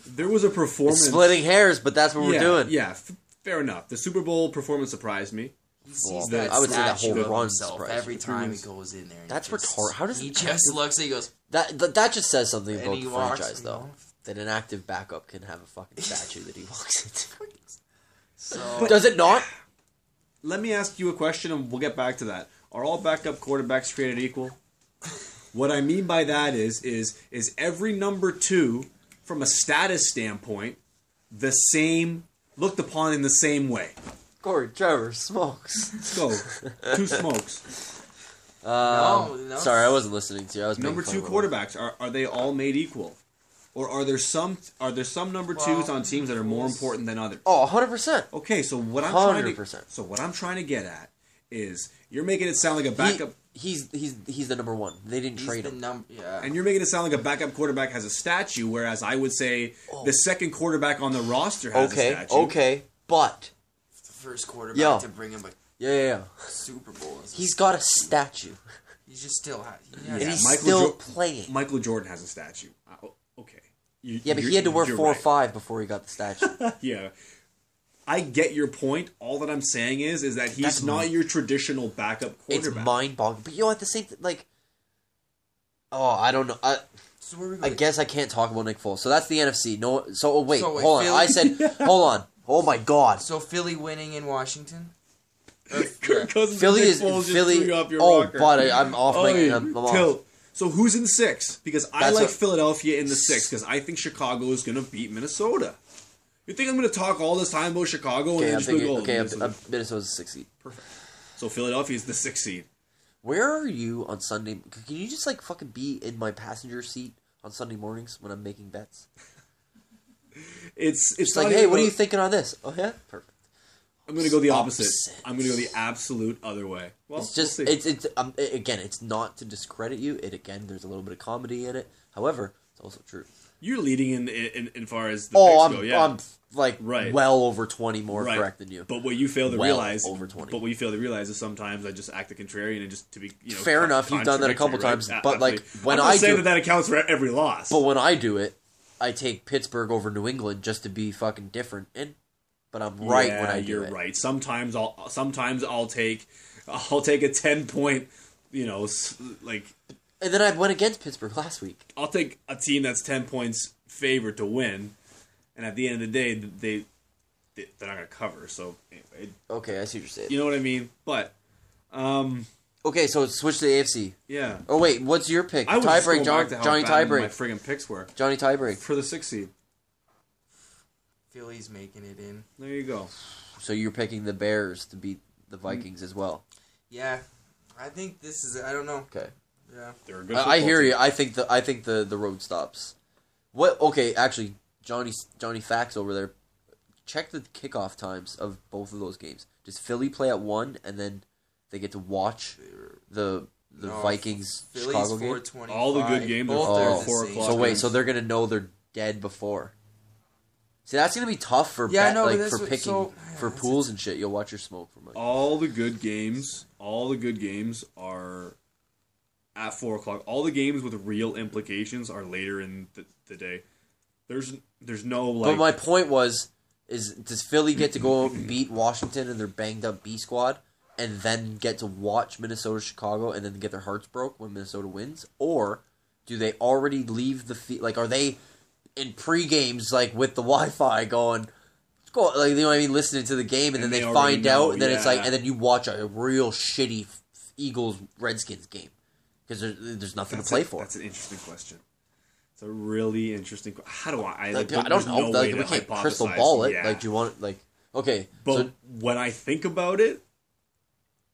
Speaker 2: There was a performance.
Speaker 1: It's splitting hairs, but that's what
Speaker 2: yeah,
Speaker 1: we're doing.
Speaker 2: Yeah, f- fair enough. The Super Bowl performance surprised me.
Speaker 3: He sees
Speaker 1: Well,
Speaker 3: that
Speaker 1: I would say that
Speaker 3: statue
Speaker 1: whole
Speaker 3: of
Speaker 1: run's
Speaker 3: himself
Speaker 1: surprising.
Speaker 3: every time he goes in there. and
Speaker 1: That's
Speaker 3: he just-
Speaker 1: retard- how does-
Speaker 3: he just looks? He goes.
Speaker 1: That, that that just says something
Speaker 3: And
Speaker 1: about
Speaker 3: he
Speaker 1: the
Speaker 3: walks,
Speaker 1: franchise,
Speaker 3: you
Speaker 1: though.
Speaker 3: know.
Speaker 1: That an active backup can have a fucking statue that he walks
Speaker 3: So
Speaker 1: into. Does it not?
Speaker 2: Let me ask you a question, and we'll get back to that. Are all backup quarterbacks created equal? what I mean by that is, is, is every number two, from a status standpoint, the same, looked upon in the same way.
Speaker 1: Corey Trevor smokes.
Speaker 2: Let's go. two smokes.
Speaker 3: no, um, no.
Speaker 1: Sorry, I wasn't listening to you. I was
Speaker 2: Number
Speaker 1: making fun
Speaker 2: two
Speaker 1: of everyone.
Speaker 2: quarterbacks are, are they all made equal, or are there some are there some number
Speaker 3: Well,
Speaker 2: twos on teams that are more important than others?
Speaker 1: Oh, 100%.
Speaker 2: Okay, so what I'm trying to
Speaker 1: 100%.
Speaker 2: so what I'm trying to get at is you're making it sound like a backup,
Speaker 1: He, he's he's he's the number one. They didn't
Speaker 3: He's
Speaker 1: trade
Speaker 3: the
Speaker 1: him.
Speaker 3: number. Yeah.
Speaker 2: and you're making it sound like a backup quarterback has a statue, whereas I would say the second quarterback on the roster has
Speaker 1: Oh.
Speaker 2: a
Speaker 1: Okay,
Speaker 2: statue.
Speaker 1: okay, but
Speaker 3: the first quarterback
Speaker 1: Yo.
Speaker 3: to bring him a
Speaker 1: yeah, yeah, yeah.
Speaker 3: Super Bowl. It's-
Speaker 1: He's got a statue,
Speaker 3: he's just still hot. He
Speaker 1: and
Speaker 2: Yeah,
Speaker 1: he's
Speaker 2: Michael
Speaker 1: still
Speaker 2: Jo-
Speaker 1: playing.
Speaker 2: Michael Jordan has a statue. Uh, o- okay. You-
Speaker 1: yeah, but he
Speaker 2: you're-
Speaker 1: had to wear
Speaker 2: you're
Speaker 1: four or
Speaker 2: right.
Speaker 1: five before he got the statue.
Speaker 2: Yeah. I get your point. All that I'm saying is, is that he's
Speaker 1: That's
Speaker 2: not your traditional backup
Speaker 1: it's
Speaker 2: quarterback.
Speaker 1: mind boggling. But you know, at the same like, oh, I don't know. I
Speaker 3: So where are we
Speaker 1: I
Speaker 3: going?
Speaker 1: guess I can't talk about Nick Foles. So that's the NFC. No, so oh, wait,
Speaker 3: So wait,
Speaker 1: hold on.
Speaker 3: Philly-
Speaker 1: I said, hold on. Oh my God,
Speaker 3: So Philly winning in Washington. Or-
Speaker 2: Kirk Cousins
Speaker 1: Philly
Speaker 2: and
Speaker 1: is
Speaker 2: Nick Foles just
Speaker 1: Philly.
Speaker 2: threw you off your
Speaker 1: oh,
Speaker 2: rocker.
Speaker 1: but I, I'm off. my,
Speaker 2: Oh, yeah.
Speaker 1: I'm, I'm off.
Speaker 2: Tilt. So who's in six? Because I
Speaker 1: That's
Speaker 2: like
Speaker 1: what-
Speaker 2: Philadelphia in the six because I think Chicago is going to beat Minnesota. You think I'm going to talk all this time about Chicago and
Speaker 1: Okay,
Speaker 2: then
Speaker 1: I'm
Speaker 2: just go?
Speaker 1: thinking.
Speaker 2: oh,
Speaker 1: Okay, I'm,
Speaker 2: Minnesota.
Speaker 1: I'm, Minnesota's six seed.
Speaker 2: so Philadelphia is the six seed.
Speaker 1: Where are you on Sunday? Can you just like fucking be in my passenger seat on Sunday mornings when I'm making bets?
Speaker 2: It's it's,
Speaker 1: It's
Speaker 2: not
Speaker 1: like,
Speaker 2: even
Speaker 1: hey, what are
Speaker 2: about-
Speaker 1: you thinking on this? Oh yeah, perfect.
Speaker 2: I'm going to go the opposite.
Speaker 1: Opposite.
Speaker 2: I'm going to go the absolute other way. Well,
Speaker 1: It's just
Speaker 2: we'll see.
Speaker 1: it's it's um, a- again, it's not to discredit you. It again, there's a little bit of comedy in it. However, it's also true.
Speaker 2: you're leading in in, in far as the
Speaker 1: Oh,
Speaker 2: picks
Speaker 1: I'm
Speaker 2: go. Yeah,
Speaker 1: I'm like
Speaker 2: Right.
Speaker 1: well over twenty more
Speaker 2: right.
Speaker 1: correct than you.
Speaker 2: But what you fail to
Speaker 1: Well
Speaker 2: realize,
Speaker 1: over 20.
Speaker 2: But what you fail to realize is sometimes I just act the contrarian and just to be you know,
Speaker 1: Fair
Speaker 2: con-
Speaker 1: enough, you've done that a couple
Speaker 2: contradictory,
Speaker 1: times,
Speaker 2: right?
Speaker 1: but, like,
Speaker 2: Absolutely.
Speaker 1: when
Speaker 2: I'm not
Speaker 1: I
Speaker 2: saying
Speaker 1: do-
Speaker 2: that that accounts for every loss,
Speaker 1: but when I do it, I take Pittsburgh over New England just to be fucking different. And but I'm right when
Speaker 2: Yeah,
Speaker 1: I do
Speaker 2: you're
Speaker 1: it.
Speaker 2: right. Sometimes I'll sometimes I'll take I'll take a ten point. You know, s- like
Speaker 1: And then I went against Pittsburgh last week.
Speaker 2: I'll take a team that's ten points favored to win, and at the end of the day, they, they they're not gonna cover. So anyway,
Speaker 1: Okay, I see what you're saying.
Speaker 2: you know what I mean. But um,
Speaker 1: Okay, so switch to the AFC.
Speaker 2: yeah,
Speaker 1: Oh wait, what's your pick?
Speaker 2: I was just
Speaker 1: Tiebreak,
Speaker 2: going
Speaker 1: John,
Speaker 2: back to how
Speaker 1: Johnny
Speaker 2: bad My
Speaker 1: Tiebreak,
Speaker 2: friggin' picks were
Speaker 1: Johnny Tiebreak.
Speaker 2: for the six seed.
Speaker 3: Philly's making it in.
Speaker 2: There you go.
Speaker 1: So you're picking the Bears to beat
Speaker 2: Mm-hmm.
Speaker 1: the Vikings as well.
Speaker 3: Yeah, I think this is. I don't know.
Speaker 1: Okay,
Speaker 3: Yeah,
Speaker 2: They're a good.
Speaker 1: I, I
Speaker 2: football
Speaker 1: hear
Speaker 2: team.
Speaker 1: you. I think the I think the the road stops. What? Okay, actually, Johnny Johnny Facts over there. Check the kickoff times of both of those games. Does Philly play at one, and then they get to watch the the
Speaker 3: No,
Speaker 1: Vikings
Speaker 3: Philly's
Speaker 1: Chicago game?
Speaker 3: four twenty.
Speaker 2: All the good games are
Speaker 3: Both
Speaker 1: four-
Speaker 3: are the
Speaker 2: four
Speaker 3: same.
Speaker 2: o'clock.
Speaker 1: So wait,
Speaker 2: games.
Speaker 1: so they're gonna know they're dead before. See, that's gonna be tough for
Speaker 3: Yeah, I
Speaker 1: bet-
Speaker 3: know, but
Speaker 1: like
Speaker 3: that's
Speaker 1: for
Speaker 3: what-
Speaker 1: picking
Speaker 3: so-
Speaker 1: for
Speaker 3: that's-
Speaker 1: pools and shit. You'll watch your smoke for money.
Speaker 2: all the good games, all the good games are at four o'clock. All the games with real implications are later in the, the day. There's there's no like
Speaker 1: but my point was, is does Philly get to go out and beat Washington and their banged up B squad, and then get to watch Minnesota Chicago and then get their hearts broke when Minnesota wins, or do they already leave the field? Like, are they in pre games like with the Wi Fi going? "Let's Go, like you know what I mean, listening to the game, and,
Speaker 2: And
Speaker 1: then
Speaker 2: they
Speaker 1: they,
Speaker 2: already
Speaker 1: find
Speaker 2: know,
Speaker 1: out, and then it's
Speaker 2: yeah.
Speaker 1: like, and then you watch a real shitty Eagles Redskins game because there, there's nothing
Speaker 2: that's
Speaker 1: to play
Speaker 2: a-
Speaker 1: for.
Speaker 2: That's an interesting question. It's a really interesting. que- How do I? I,
Speaker 1: Like,
Speaker 2: like,
Speaker 1: I don't
Speaker 2: there's
Speaker 1: know.
Speaker 2: no way
Speaker 1: like,
Speaker 2: to
Speaker 1: we can't
Speaker 2: hypothesize.
Speaker 1: crystal ball it.
Speaker 2: Yeah.
Speaker 1: Like, do you want like okay?
Speaker 2: but
Speaker 1: so,
Speaker 2: when I think about it,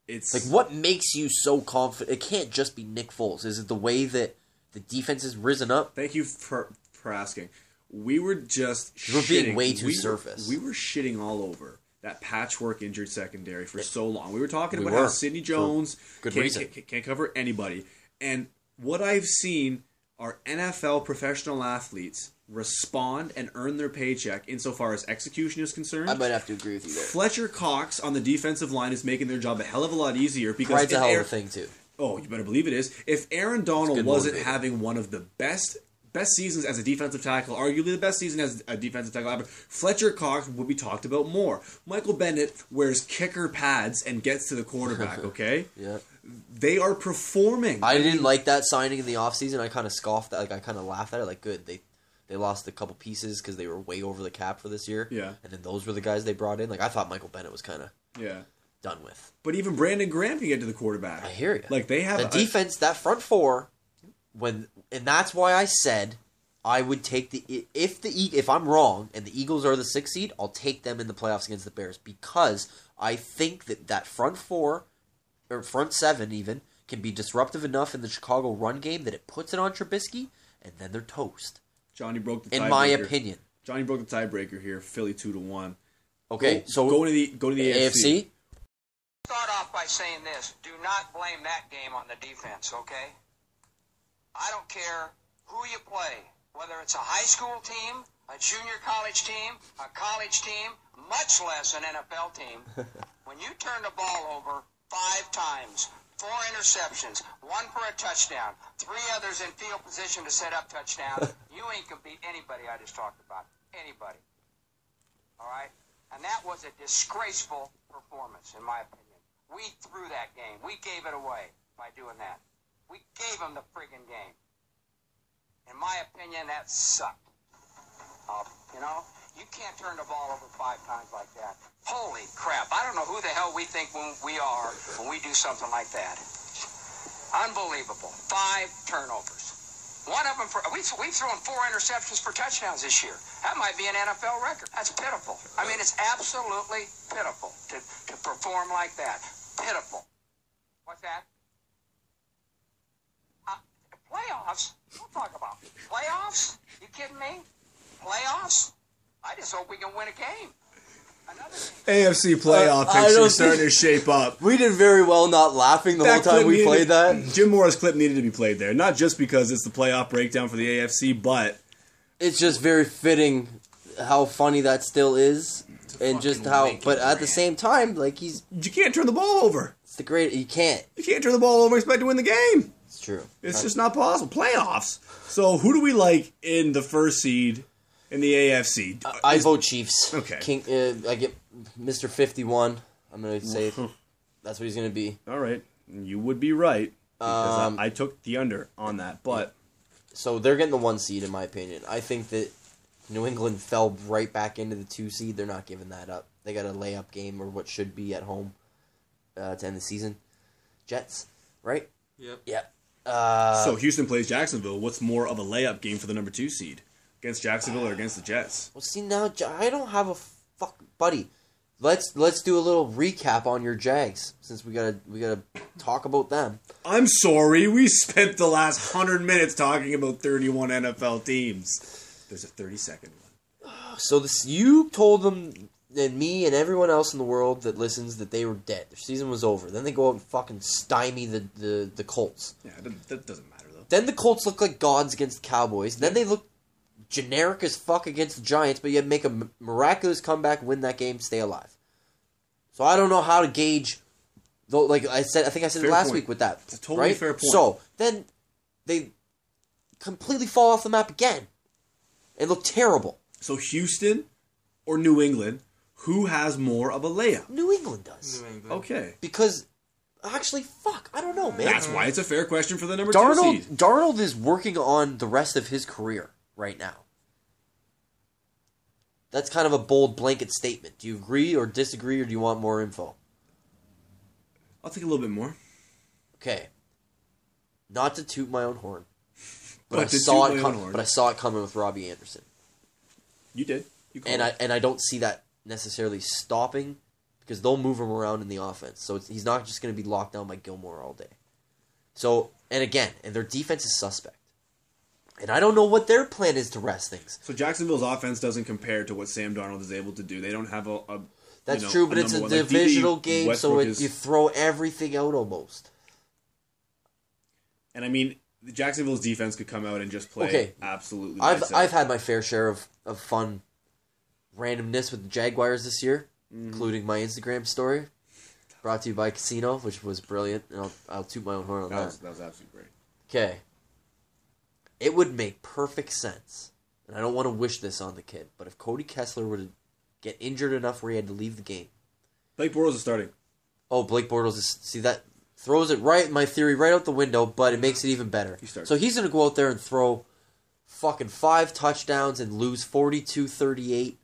Speaker 2: it's
Speaker 1: like, what makes you so confident? It can't just be Nick Foles. Is it the way that the defense has risen up?
Speaker 2: Thank you for for asking. We were just
Speaker 1: You were being
Speaker 2: shitting-
Speaker 1: way too
Speaker 2: we
Speaker 1: surface.
Speaker 2: Were, we were shitting all over that patchwork injured secondary for so long. We were talking
Speaker 1: We
Speaker 2: about
Speaker 1: were.
Speaker 2: how Sidney Jones
Speaker 1: good
Speaker 2: can't,
Speaker 1: reason.
Speaker 2: can't, can't cover anybody, and what I've seen are NFL professional athletes respond and earn their paycheck insofar as execution is concerned.
Speaker 1: I might have to agree with you there.
Speaker 2: Fletcher Cox on the defensive line is making their job a hell of a lot easier because
Speaker 1: Pride's a
Speaker 2: if
Speaker 1: hell of
Speaker 2: Aaron-
Speaker 1: a thing too.
Speaker 2: Oh, you better believe it is. If Aaron Donald
Speaker 1: good
Speaker 2: wasn't
Speaker 1: motivator.
Speaker 2: having one of the best best seasons as a defensive tackle, arguably the best season as a defensive tackle ever, Fletcher Cox would be talked about more. Michael Bennett wears kicker pads and gets to the quarterback, okay?
Speaker 1: Yeah.
Speaker 2: They are performing.
Speaker 1: I didn't like that signing in the offseason. I kind of scoffed at like I kind of laughed at it like good. They they lost a couple pieces cuz they were way over the cap for this year.
Speaker 2: Yeah.
Speaker 1: And then those were the guys they brought in. Like I thought Michael Bennett was kind of
Speaker 2: yeah.
Speaker 1: done with.
Speaker 2: But even Brandon Graham can get to the quarterback.
Speaker 1: I hear you.
Speaker 2: Like they have
Speaker 1: the
Speaker 2: a-
Speaker 1: defense that front four when and that's why I said I would take the if the E- if I'm wrong and the Eagles are the sixth seed, I'll take them in the playoffs against the Bears because I think that that front four or front seven even can be disruptive enough in the Chicago run game that it puts it on Trubisky and then they're toast.
Speaker 2: Johnny broke the
Speaker 1: In my
Speaker 2: tiebreaker.
Speaker 1: opinion.
Speaker 2: Johnny broke the tiebreaker here. Philly two to one.
Speaker 1: Okay,
Speaker 2: Go-
Speaker 1: so
Speaker 2: go to the go to the
Speaker 1: AFC.
Speaker 4: Start off by saying this. Do not blame that game on the defense, okay? I don't care who you play, whether it's a high school team, a junior college team, a college team, much less an NFL team. when you turn the ball over five times, four interceptions, one for a touchdown, three others in field position to set up touchdowns, you ain't gonna beat anybody I just talked about. Anybody. All right? And that was a disgraceful performance, in my opinion. We threw that game. We gave it away by doing that. We gave them the friggin' game. In my opinion, that sucked. Uh, you know, you can't turn the ball over five times like that. Holy crap. I don't know who the hell we think when we are when we do something like that. Unbelievable. Five turnovers. One of them for we we've thrown four interceptions for touchdowns this year. That might be an NFL record. That's pitiful. I mean, it's absolutely pitiful to, to perform like that. Pitiful. What's that? Uh, playoffs? Don't talk about playoffs. You kidding me? Playoffs? I just hope we can win a game. Another game.
Speaker 2: AFC playoff
Speaker 1: Uh, I- I
Speaker 2: picture
Speaker 1: don't
Speaker 2: is starting to
Speaker 1: think-
Speaker 2: shape up.
Speaker 1: We did very well not laughing the whole
Speaker 2: That
Speaker 1: time
Speaker 2: clip
Speaker 1: we
Speaker 2: needed-
Speaker 1: played that.
Speaker 2: Jim Morris clip needed to be played there, not just because it's the playoff breakdown for the AFC, but
Speaker 1: it's just very fitting how funny that still is and just
Speaker 3: fucking
Speaker 1: how
Speaker 3: Lincoln
Speaker 1: but at the
Speaker 3: Grant.
Speaker 1: same time like he's
Speaker 2: you can't turn the ball over.
Speaker 1: it's the great you can't
Speaker 2: You can't turn the ball over and expect to win the game.
Speaker 1: it's true
Speaker 2: It's just not possible. Playoffs. So who do we like in the first seed in the AFC?
Speaker 1: i vote chiefs
Speaker 2: Okay.
Speaker 1: king uh, i get mr 51 i'm gonna say that's what he's gonna be
Speaker 2: All right, you would be right because I-
Speaker 1: Um,
Speaker 2: I, took the under on that, but
Speaker 1: so they're getting the one seed in my opinion i think that new england fell right back into the two seed they're not giving that up they got a layup game or what should be at home uh, to end the season jets right
Speaker 3: Yep.
Speaker 1: yep uh,
Speaker 2: so Houston plays Jacksonville. What's more of a layup game for the number two seed against Jacksonville or against the Jets?
Speaker 1: Well, see now J- I don't have a fuck, buddy. Let's let's do a little recap on your Jags since we gotta we gotta talk about them.
Speaker 2: I'm sorry, we spent the last hundred minutes talking about 31 NFL teams. There's a 30 second one.
Speaker 1: So this you told them and me and everyone else in the world that listens that they were dead. Their season was over. Then they go out and fucking stymie the the, the Colts.
Speaker 2: Yeah, that, that doesn't matter though.
Speaker 1: Then the Colts look like gods against the Cowboys. Then they look generic as fuck against the Giants, but yet make a mi- miraculous comeback, win that game, stay alive. So I don't know how to gauge. Though, like I said, I think I said it
Speaker 2: Fair
Speaker 1: last
Speaker 2: point.
Speaker 1: week with that.
Speaker 2: It's a totally
Speaker 1: right?
Speaker 2: fair point.
Speaker 1: So then they completely fall off the map again and look terrible.
Speaker 2: So Houston or New England, who has more of a layup?
Speaker 1: New England does
Speaker 3: New England.
Speaker 2: Okay,
Speaker 1: because actually, fuck, I don't know, man.
Speaker 2: that's why it's a fair question for the number two
Speaker 1: Darnold
Speaker 2: seed.
Speaker 1: Darnold is working on the rest of his career right now. That's kind of a bold blanket statement. Do you agree or disagree or do you want more info?
Speaker 2: I'll take a little bit more.
Speaker 1: Okay. Not to toot my own horn. But,
Speaker 2: But
Speaker 1: I
Speaker 2: to
Speaker 1: saw
Speaker 2: toot
Speaker 1: it
Speaker 2: my own
Speaker 1: com-
Speaker 2: horn.
Speaker 1: but I saw it coming with Robbie Anderson.
Speaker 2: You did. You
Speaker 1: And
Speaker 2: called
Speaker 1: I
Speaker 2: it.
Speaker 1: and I don't see that necessarily stopping because they'll move him around in the offense. So it's, he's not just going to be locked down by Gilmore all day. So, and again, and their defense is suspect. And I don't know what their plan is to rest things.
Speaker 2: so Jacksonville's offense doesn't compare to what Sam Darnold is able to do. They don't have a. a
Speaker 1: That's
Speaker 2: you know,
Speaker 1: true, but
Speaker 2: a
Speaker 1: it's a
Speaker 2: number one. Like, E DB
Speaker 1: divisional game, so
Speaker 2: Westbrook
Speaker 1: it,
Speaker 2: is-
Speaker 1: you throw everything out almost.
Speaker 2: and I mean, the Jacksonville's defense could come out and just play
Speaker 1: Okay.
Speaker 2: absolutely.
Speaker 1: I've
Speaker 2: lights out.
Speaker 1: I've had my fair share of, of fun randomness with the Jaguars this year,
Speaker 2: Mm-hmm.
Speaker 1: including my Instagram story. Brought to you by Casino, which was brilliant, and I'll, I'll toot my own horn on
Speaker 2: that
Speaker 1: that.
Speaker 2: was that was absolutely great.
Speaker 1: Okay. It would make perfect sense, and I don't want to wish this on the kid, but if Cody Kessler were to get injured enough where he had to leave the game,
Speaker 2: Blake Bortles is starting.
Speaker 1: oh Blake Bortles is see that throws it right my theory right out the window, but it makes it even better.
Speaker 2: He starts.
Speaker 1: so he's gonna go out there and throw fucking five touchdowns and lose 42-38,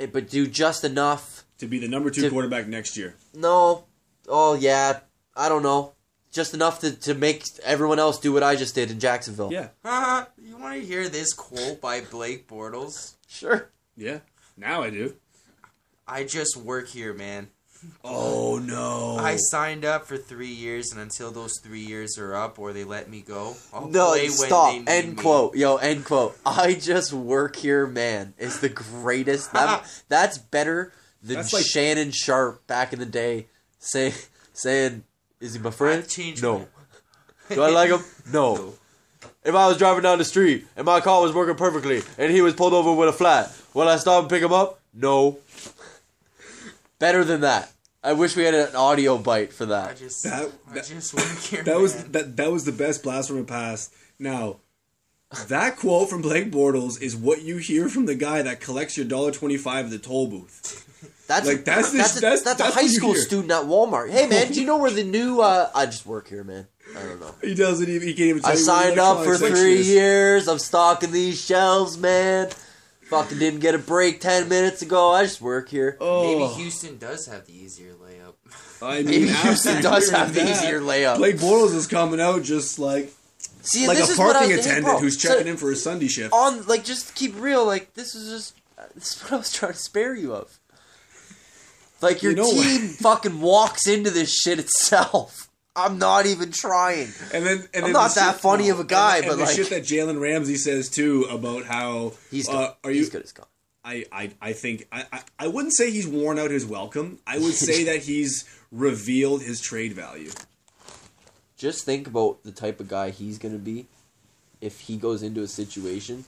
Speaker 1: eh, but do just enough.
Speaker 2: to be the number two
Speaker 1: To-
Speaker 2: quarterback next year.
Speaker 1: No, oh yeah, I don't know, just enough to to make everyone else do what I just did in Jacksonville.
Speaker 2: Yeah,
Speaker 3: you want to hear this quote by Blake Bortles?
Speaker 1: sure.
Speaker 2: yeah. Now I do.
Speaker 3: I just work here, man.
Speaker 2: Oh no!
Speaker 3: I signed up for three years, and until those three years are up or they let me go, I'll
Speaker 1: No,
Speaker 3: play
Speaker 1: stop.
Speaker 3: When they need
Speaker 1: End
Speaker 3: me.
Speaker 1: quote. Yo, end quote. I just work here, man. Is the greatest. That, that's better than
Speaker 2: That's like-
Speaker 1: Shannon Sharp back in the day saying, "Saying is he my friend?
Speaker 3: I've changed
Speaker 1: no.
Speaker 3: my-
Speaker 1: Do I like him? No. If I was driving down the street and my car was working perfectly and he was pulled over with a flat, will I stop and pick him up? No. better than that. I wish we had an audio bite for
Speaker 3: I
Speaker 1: that.
Speaker 3: just,
Speaker 2: That-
Speaker 3: I
Speaker 2: that-
Speaker 3: just work here.
Speaker 2: that was
Speaker 3: man.
Speaker 2: that that was the best blast from the past. Now, that quote from Blake Bortles is what you hear from the guy that collects your dollar twenty five at the toll booth.
Speaker 1: That's
Speaker 2: Like, that's the-
Speaker 1: a,
Speaker 2: that's-
Speaker 1: that's,
Speaker 2: that's
Speaker 1: a high
Speaker 2: what you
Speaker 1: school
Speaker 2: hear.
Speaker 1: student at Walmart. Hey man, do you know where the new? Uh, I just work here, man. I don't know.
Speaker 2: He doesn't even. He can't even. Tell
Speaker 1: I
Speaker 2: you what
Speaker 1: signed up for
Speaker 2: electronics
Speaker 1: three
Speaker 2: is.
Speaker 1: years. I'm stocking these shelves, man. Fucking didn't get a break ten minutes ago. I just work here.
Speaker 2: Oh,
Speaker 3: Maybe Houston does have the easier layup.
Speaker 2: I mean,
Speaker 1: Maybe
Speaker 2: after
Speaker 1: Houston does
Speaker 2: hearing
Speaker 1: have the
Speaker 2: that,
Speaker 1: easier layup.
Speaker 2: Blake Bortles is coming out just like
Speaker 1: See,
Speaker 2: like
Speaker 1: this
Speaker 2: a
Speaker 1: is what I
Speaker 2: parking
Speaker 1: was- hey,
Speaker 2: attendant
Speaker 1: bro,
Speaker 2: who's
Speaker 1: so-
Speaker 2: checking in for his Sunday shift.
Speaker 1: on like just to keep real like this is just this is what i was trying to spare you of like your
Speaker 2: You know-
Speaker 1: team fucking walks into this shit itself i'm not even trying
Speaker 2: And then, and
Speaker 1: I'm
Speaker 2: then
Speaker 1: not
Speaker 2: the
Speaker 1: that
Speaker 2: shit-
Speaker 1: funny of a guy,
Speaker 2: and,
Speaker 1: but
Speaker 2: and the
Speaker 1: like-
Speaker 2: shit that Jalen Ramsey says too about how
Speaker 1: he's good
Speaker 2: uh, are you?
Speaker 1: he's good as gone
Speaker 2: I, I, I think I, I, I wouldn't say he's worn out his welcome. I would say that he's revealed his trade value.
Speaker 1: just think about the type of guy he's gonna be if he goes into a situation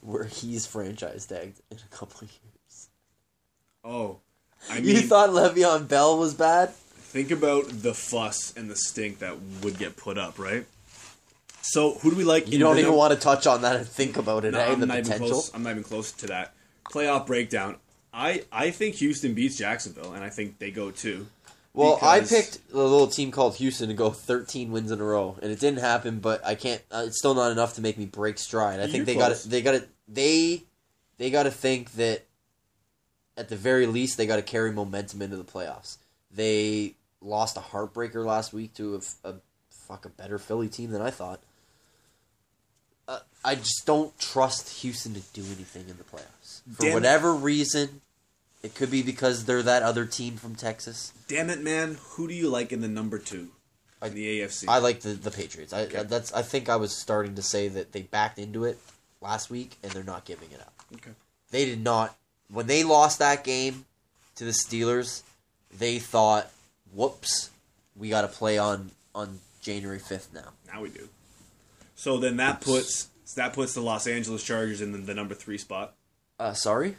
Speaker 1: where he's franchise tagged in a couple of years
Speaker 2: Oh, I
Speaker 1: you
Speaker 2: mean,
Speaker 1: thought Le'Veon Bell was bad?
Speaker 2: think about the fuss and the stink that would get put up, right? So who do we like?
Speaker 1: You don't
Speaker 2: the
Speaker 1: even
Speaker 2: num-
Speaker 1: want to touch on that and think about it.
Speaker 2: No,
Speaker 1: eh?
Speaker 2: I'm
Speaker 1: the
Speaker 2: not even
Speaker 1: potential.
Speaker 2: close. I'm not even close to that playoff breakdown. I, I think Houston beats Jacksonville, and I think they go two.
Speaker 1: Well,
Speaker 2: because-
Speaker 1: I picked a little team called Houston to go 13 wins in a row, and it didn't happen. But I can't. Uh, it's still not enough to make me break stride. I
Speaker 2: You're
Speaker 1: think they got
Speaker 2: close.
Speaker 1: to They got to They they got to think that at the very least they got to carry momentum into the playoffs. They lost a heartbreaker last week to a, f- a fuck a better Philly team than I thought. Uh, I just don't trust Houston to do anything in the playoffs for
Speaker 2: Damn it.
Speaker 1: whatever reason. It could be because they're that other team from Texas.
Speaker 2: Damn it, man! Who do you like in the number two in the AFC?
Speaker 1: I like the, the Patriots. I that's I think I was starting to say that they backed into it last week and they're not giving it up.
Speaker 2: okay.
Speaker 1: They did not when they lost that game to the Steelers, they thought, "Whoops, we got to play on on January 5th now."
Speaker 2: Now we do. So then that puts that puts the Los Angeles Chargers in the, the number three spot.
Speaker 1: Uh sorry.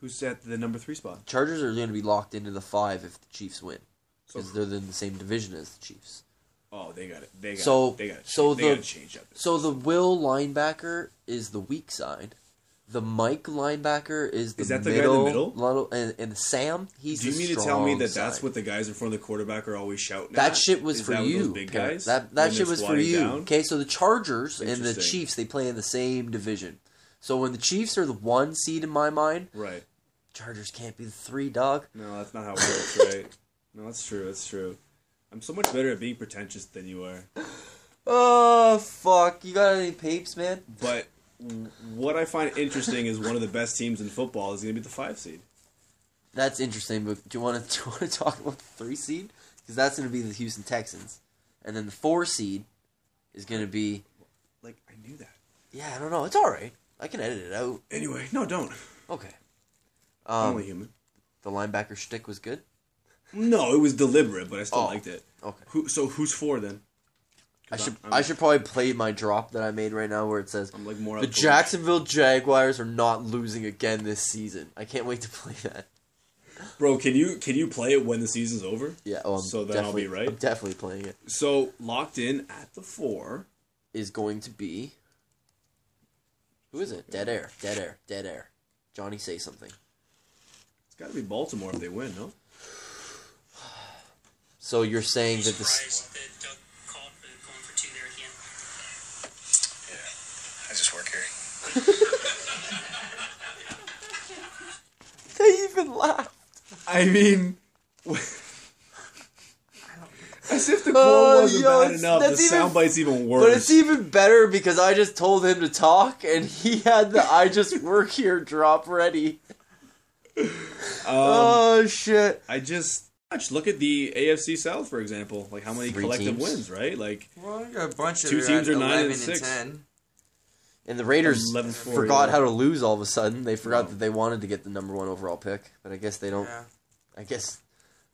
Speaker 2: Who's at the number three spot?
Speaker 1: Chargers are going to be locked into the 5 if the Chiefs win
Speaker 2: So,
Speaker 1: because they're in the same division as the Chiefs.
Speaker 2: oh, they got it. They got
Speaker 1: So-
Speaker 2: they got it.
Speaker 1: so
Speaker 2: they
Speaker 1: the-
Speaker 2: got to change up.
Speaker 1: So the Will linebacker is the weak side. The Mike linebacker is the
Speaker 2: Is that the guy in the
Speaker 1: middle,
Speaker 2: middle?
Speaker 1: little- and, and Sam. He's
Speaker 2: do you
Speaker 1: the
Speaker 2: mean to tell me
Speaker 1: strong
Speaker 2: that
Speaker 1: side.
Speaker 2: that's what the guys in front of the quarterback are always shouting?
Speaker 1: That
Speaker 2: at?
Speaker 1: shit was
Speaker 2: Is
Speaker 1: for
Speaker 2: that what
Speaker 1: you.
Speaker 2: Those big
Speaker 1: Perry.
Speaker 2: guys.
Speaker 1: That
Speaker 2: when
Speaker 1: that shit
Speaker 2: they're
Speaker 1: was for
Speaker 2: squatting
Speaker 1: you.
Speaker 2: down?
Speaker 1: Okay, so the Chargers and the
Speaker 2: Interesting.
Speaker 1: Chiefs they play in the same division. So when the Chiefs are the one seed in my mind,
Speaker 2: Right.
Speaker 1: Chargers can't be the three dog.
Speaker 2: No, that's not how it works. Right. no, that's true. That's true. I'm so much better at being pretentious than you are.
Speaker 1: Oh fuck! You got any papes, man?
Speaker 2: But w- what I find interesting is one of the best teams in football is going to be the five seed.
Speaker 1: That's interesting. But do you want to do you want to talk about the three seed? Because that's going to be the Houston Texans, and then the four seed is going to be
Speaker 2: Like I knew that.
Speaker 1: yeah. I don't know. It's all right. I can edit it out.
Speaker 2: Anyway, no, don't.
Speaker 1: Okay.
Speaker 2: I'm
Speaker 1: Um,
Speaker 2: only human.
Speaker 1: the linebacker shtick was good.
Speaker 2: No, it was deliberate, but I still
Speaker 1: Oh.
Speaker 2: liked it.
Speaker 1: Okay.
Speaker 2: Who? So who's for then?
Speaker 1: I should
Speaker 2: I'm-
Speaker 1: i should probably play my drop that I made right now where it says
Speaker 2: I'm like more
Speaker 1: the
Speaker 2: up to-
Speaker 1: Jacksonville Jaguars are not losing again this season. I can't wait to play that.
Speaker 2: Bro, can you can you play it when the season's over?
Speaker 1: Yeah, oh, I'm
Speaker 2: So then I'll
Speaker 1: definitely,
Speaker 2: be right?
Speaker 1: I'm definitely playing it.
Speaker 2: So locked in at the four.
Speaker 1: Is going to be who is it? Dead air, dead air, dead air. Johnny, say something.
Speaker 2: It's got to be Baltimore if they win, no?
Speaker 1: So you're saying that this?
Speaker 5: surprised that Doug called for going for two there at the end.
Speaker 6: I just work here.
Speaker 1: They even laugh.
Speaker 2: I mean, as if the quote
Speaker 1: Oh,
Speaker 2: wasn't
Speaker 1: yo,
Speaker 2: bad
Speaker 1: it's-
Speaker 2: enough, the
Speaker 1: that's even-
Speaker 2: soundbite's even worse.
Speaker 1: But it's even better because I just told him to talk, and he had the "I just work here" drop ready. Um, oh shit!
Speaker 2: I just watch, look at the AFC South for example, like how many
Speaker 1: Three
Speaker 2: collective
Speaker 1: teams.
Speaker 2: wins, right? Like
Speaker 3: Well, you got a bunch of
Speaker 2: Two
Speaker 3: you're
Speaker 2: teams
Speaker 3: at
Speaker 2: are nine and
Speaker 3: 11
Speaker 2: six.
Speaker 3: ten.
Speaker 1: And the Raiders
Speaker 2: 11th floor,
Speaker 1: forgot
Speaker 2: yeah.
Speaker 1: how to lose all of a sudden. They forgot
Speaker 2: No.
Speaker 1: that they wanted to get the number one overall pick, but I guess they don't.
Speaker 3: Yeah.
Speaker 1: I guess,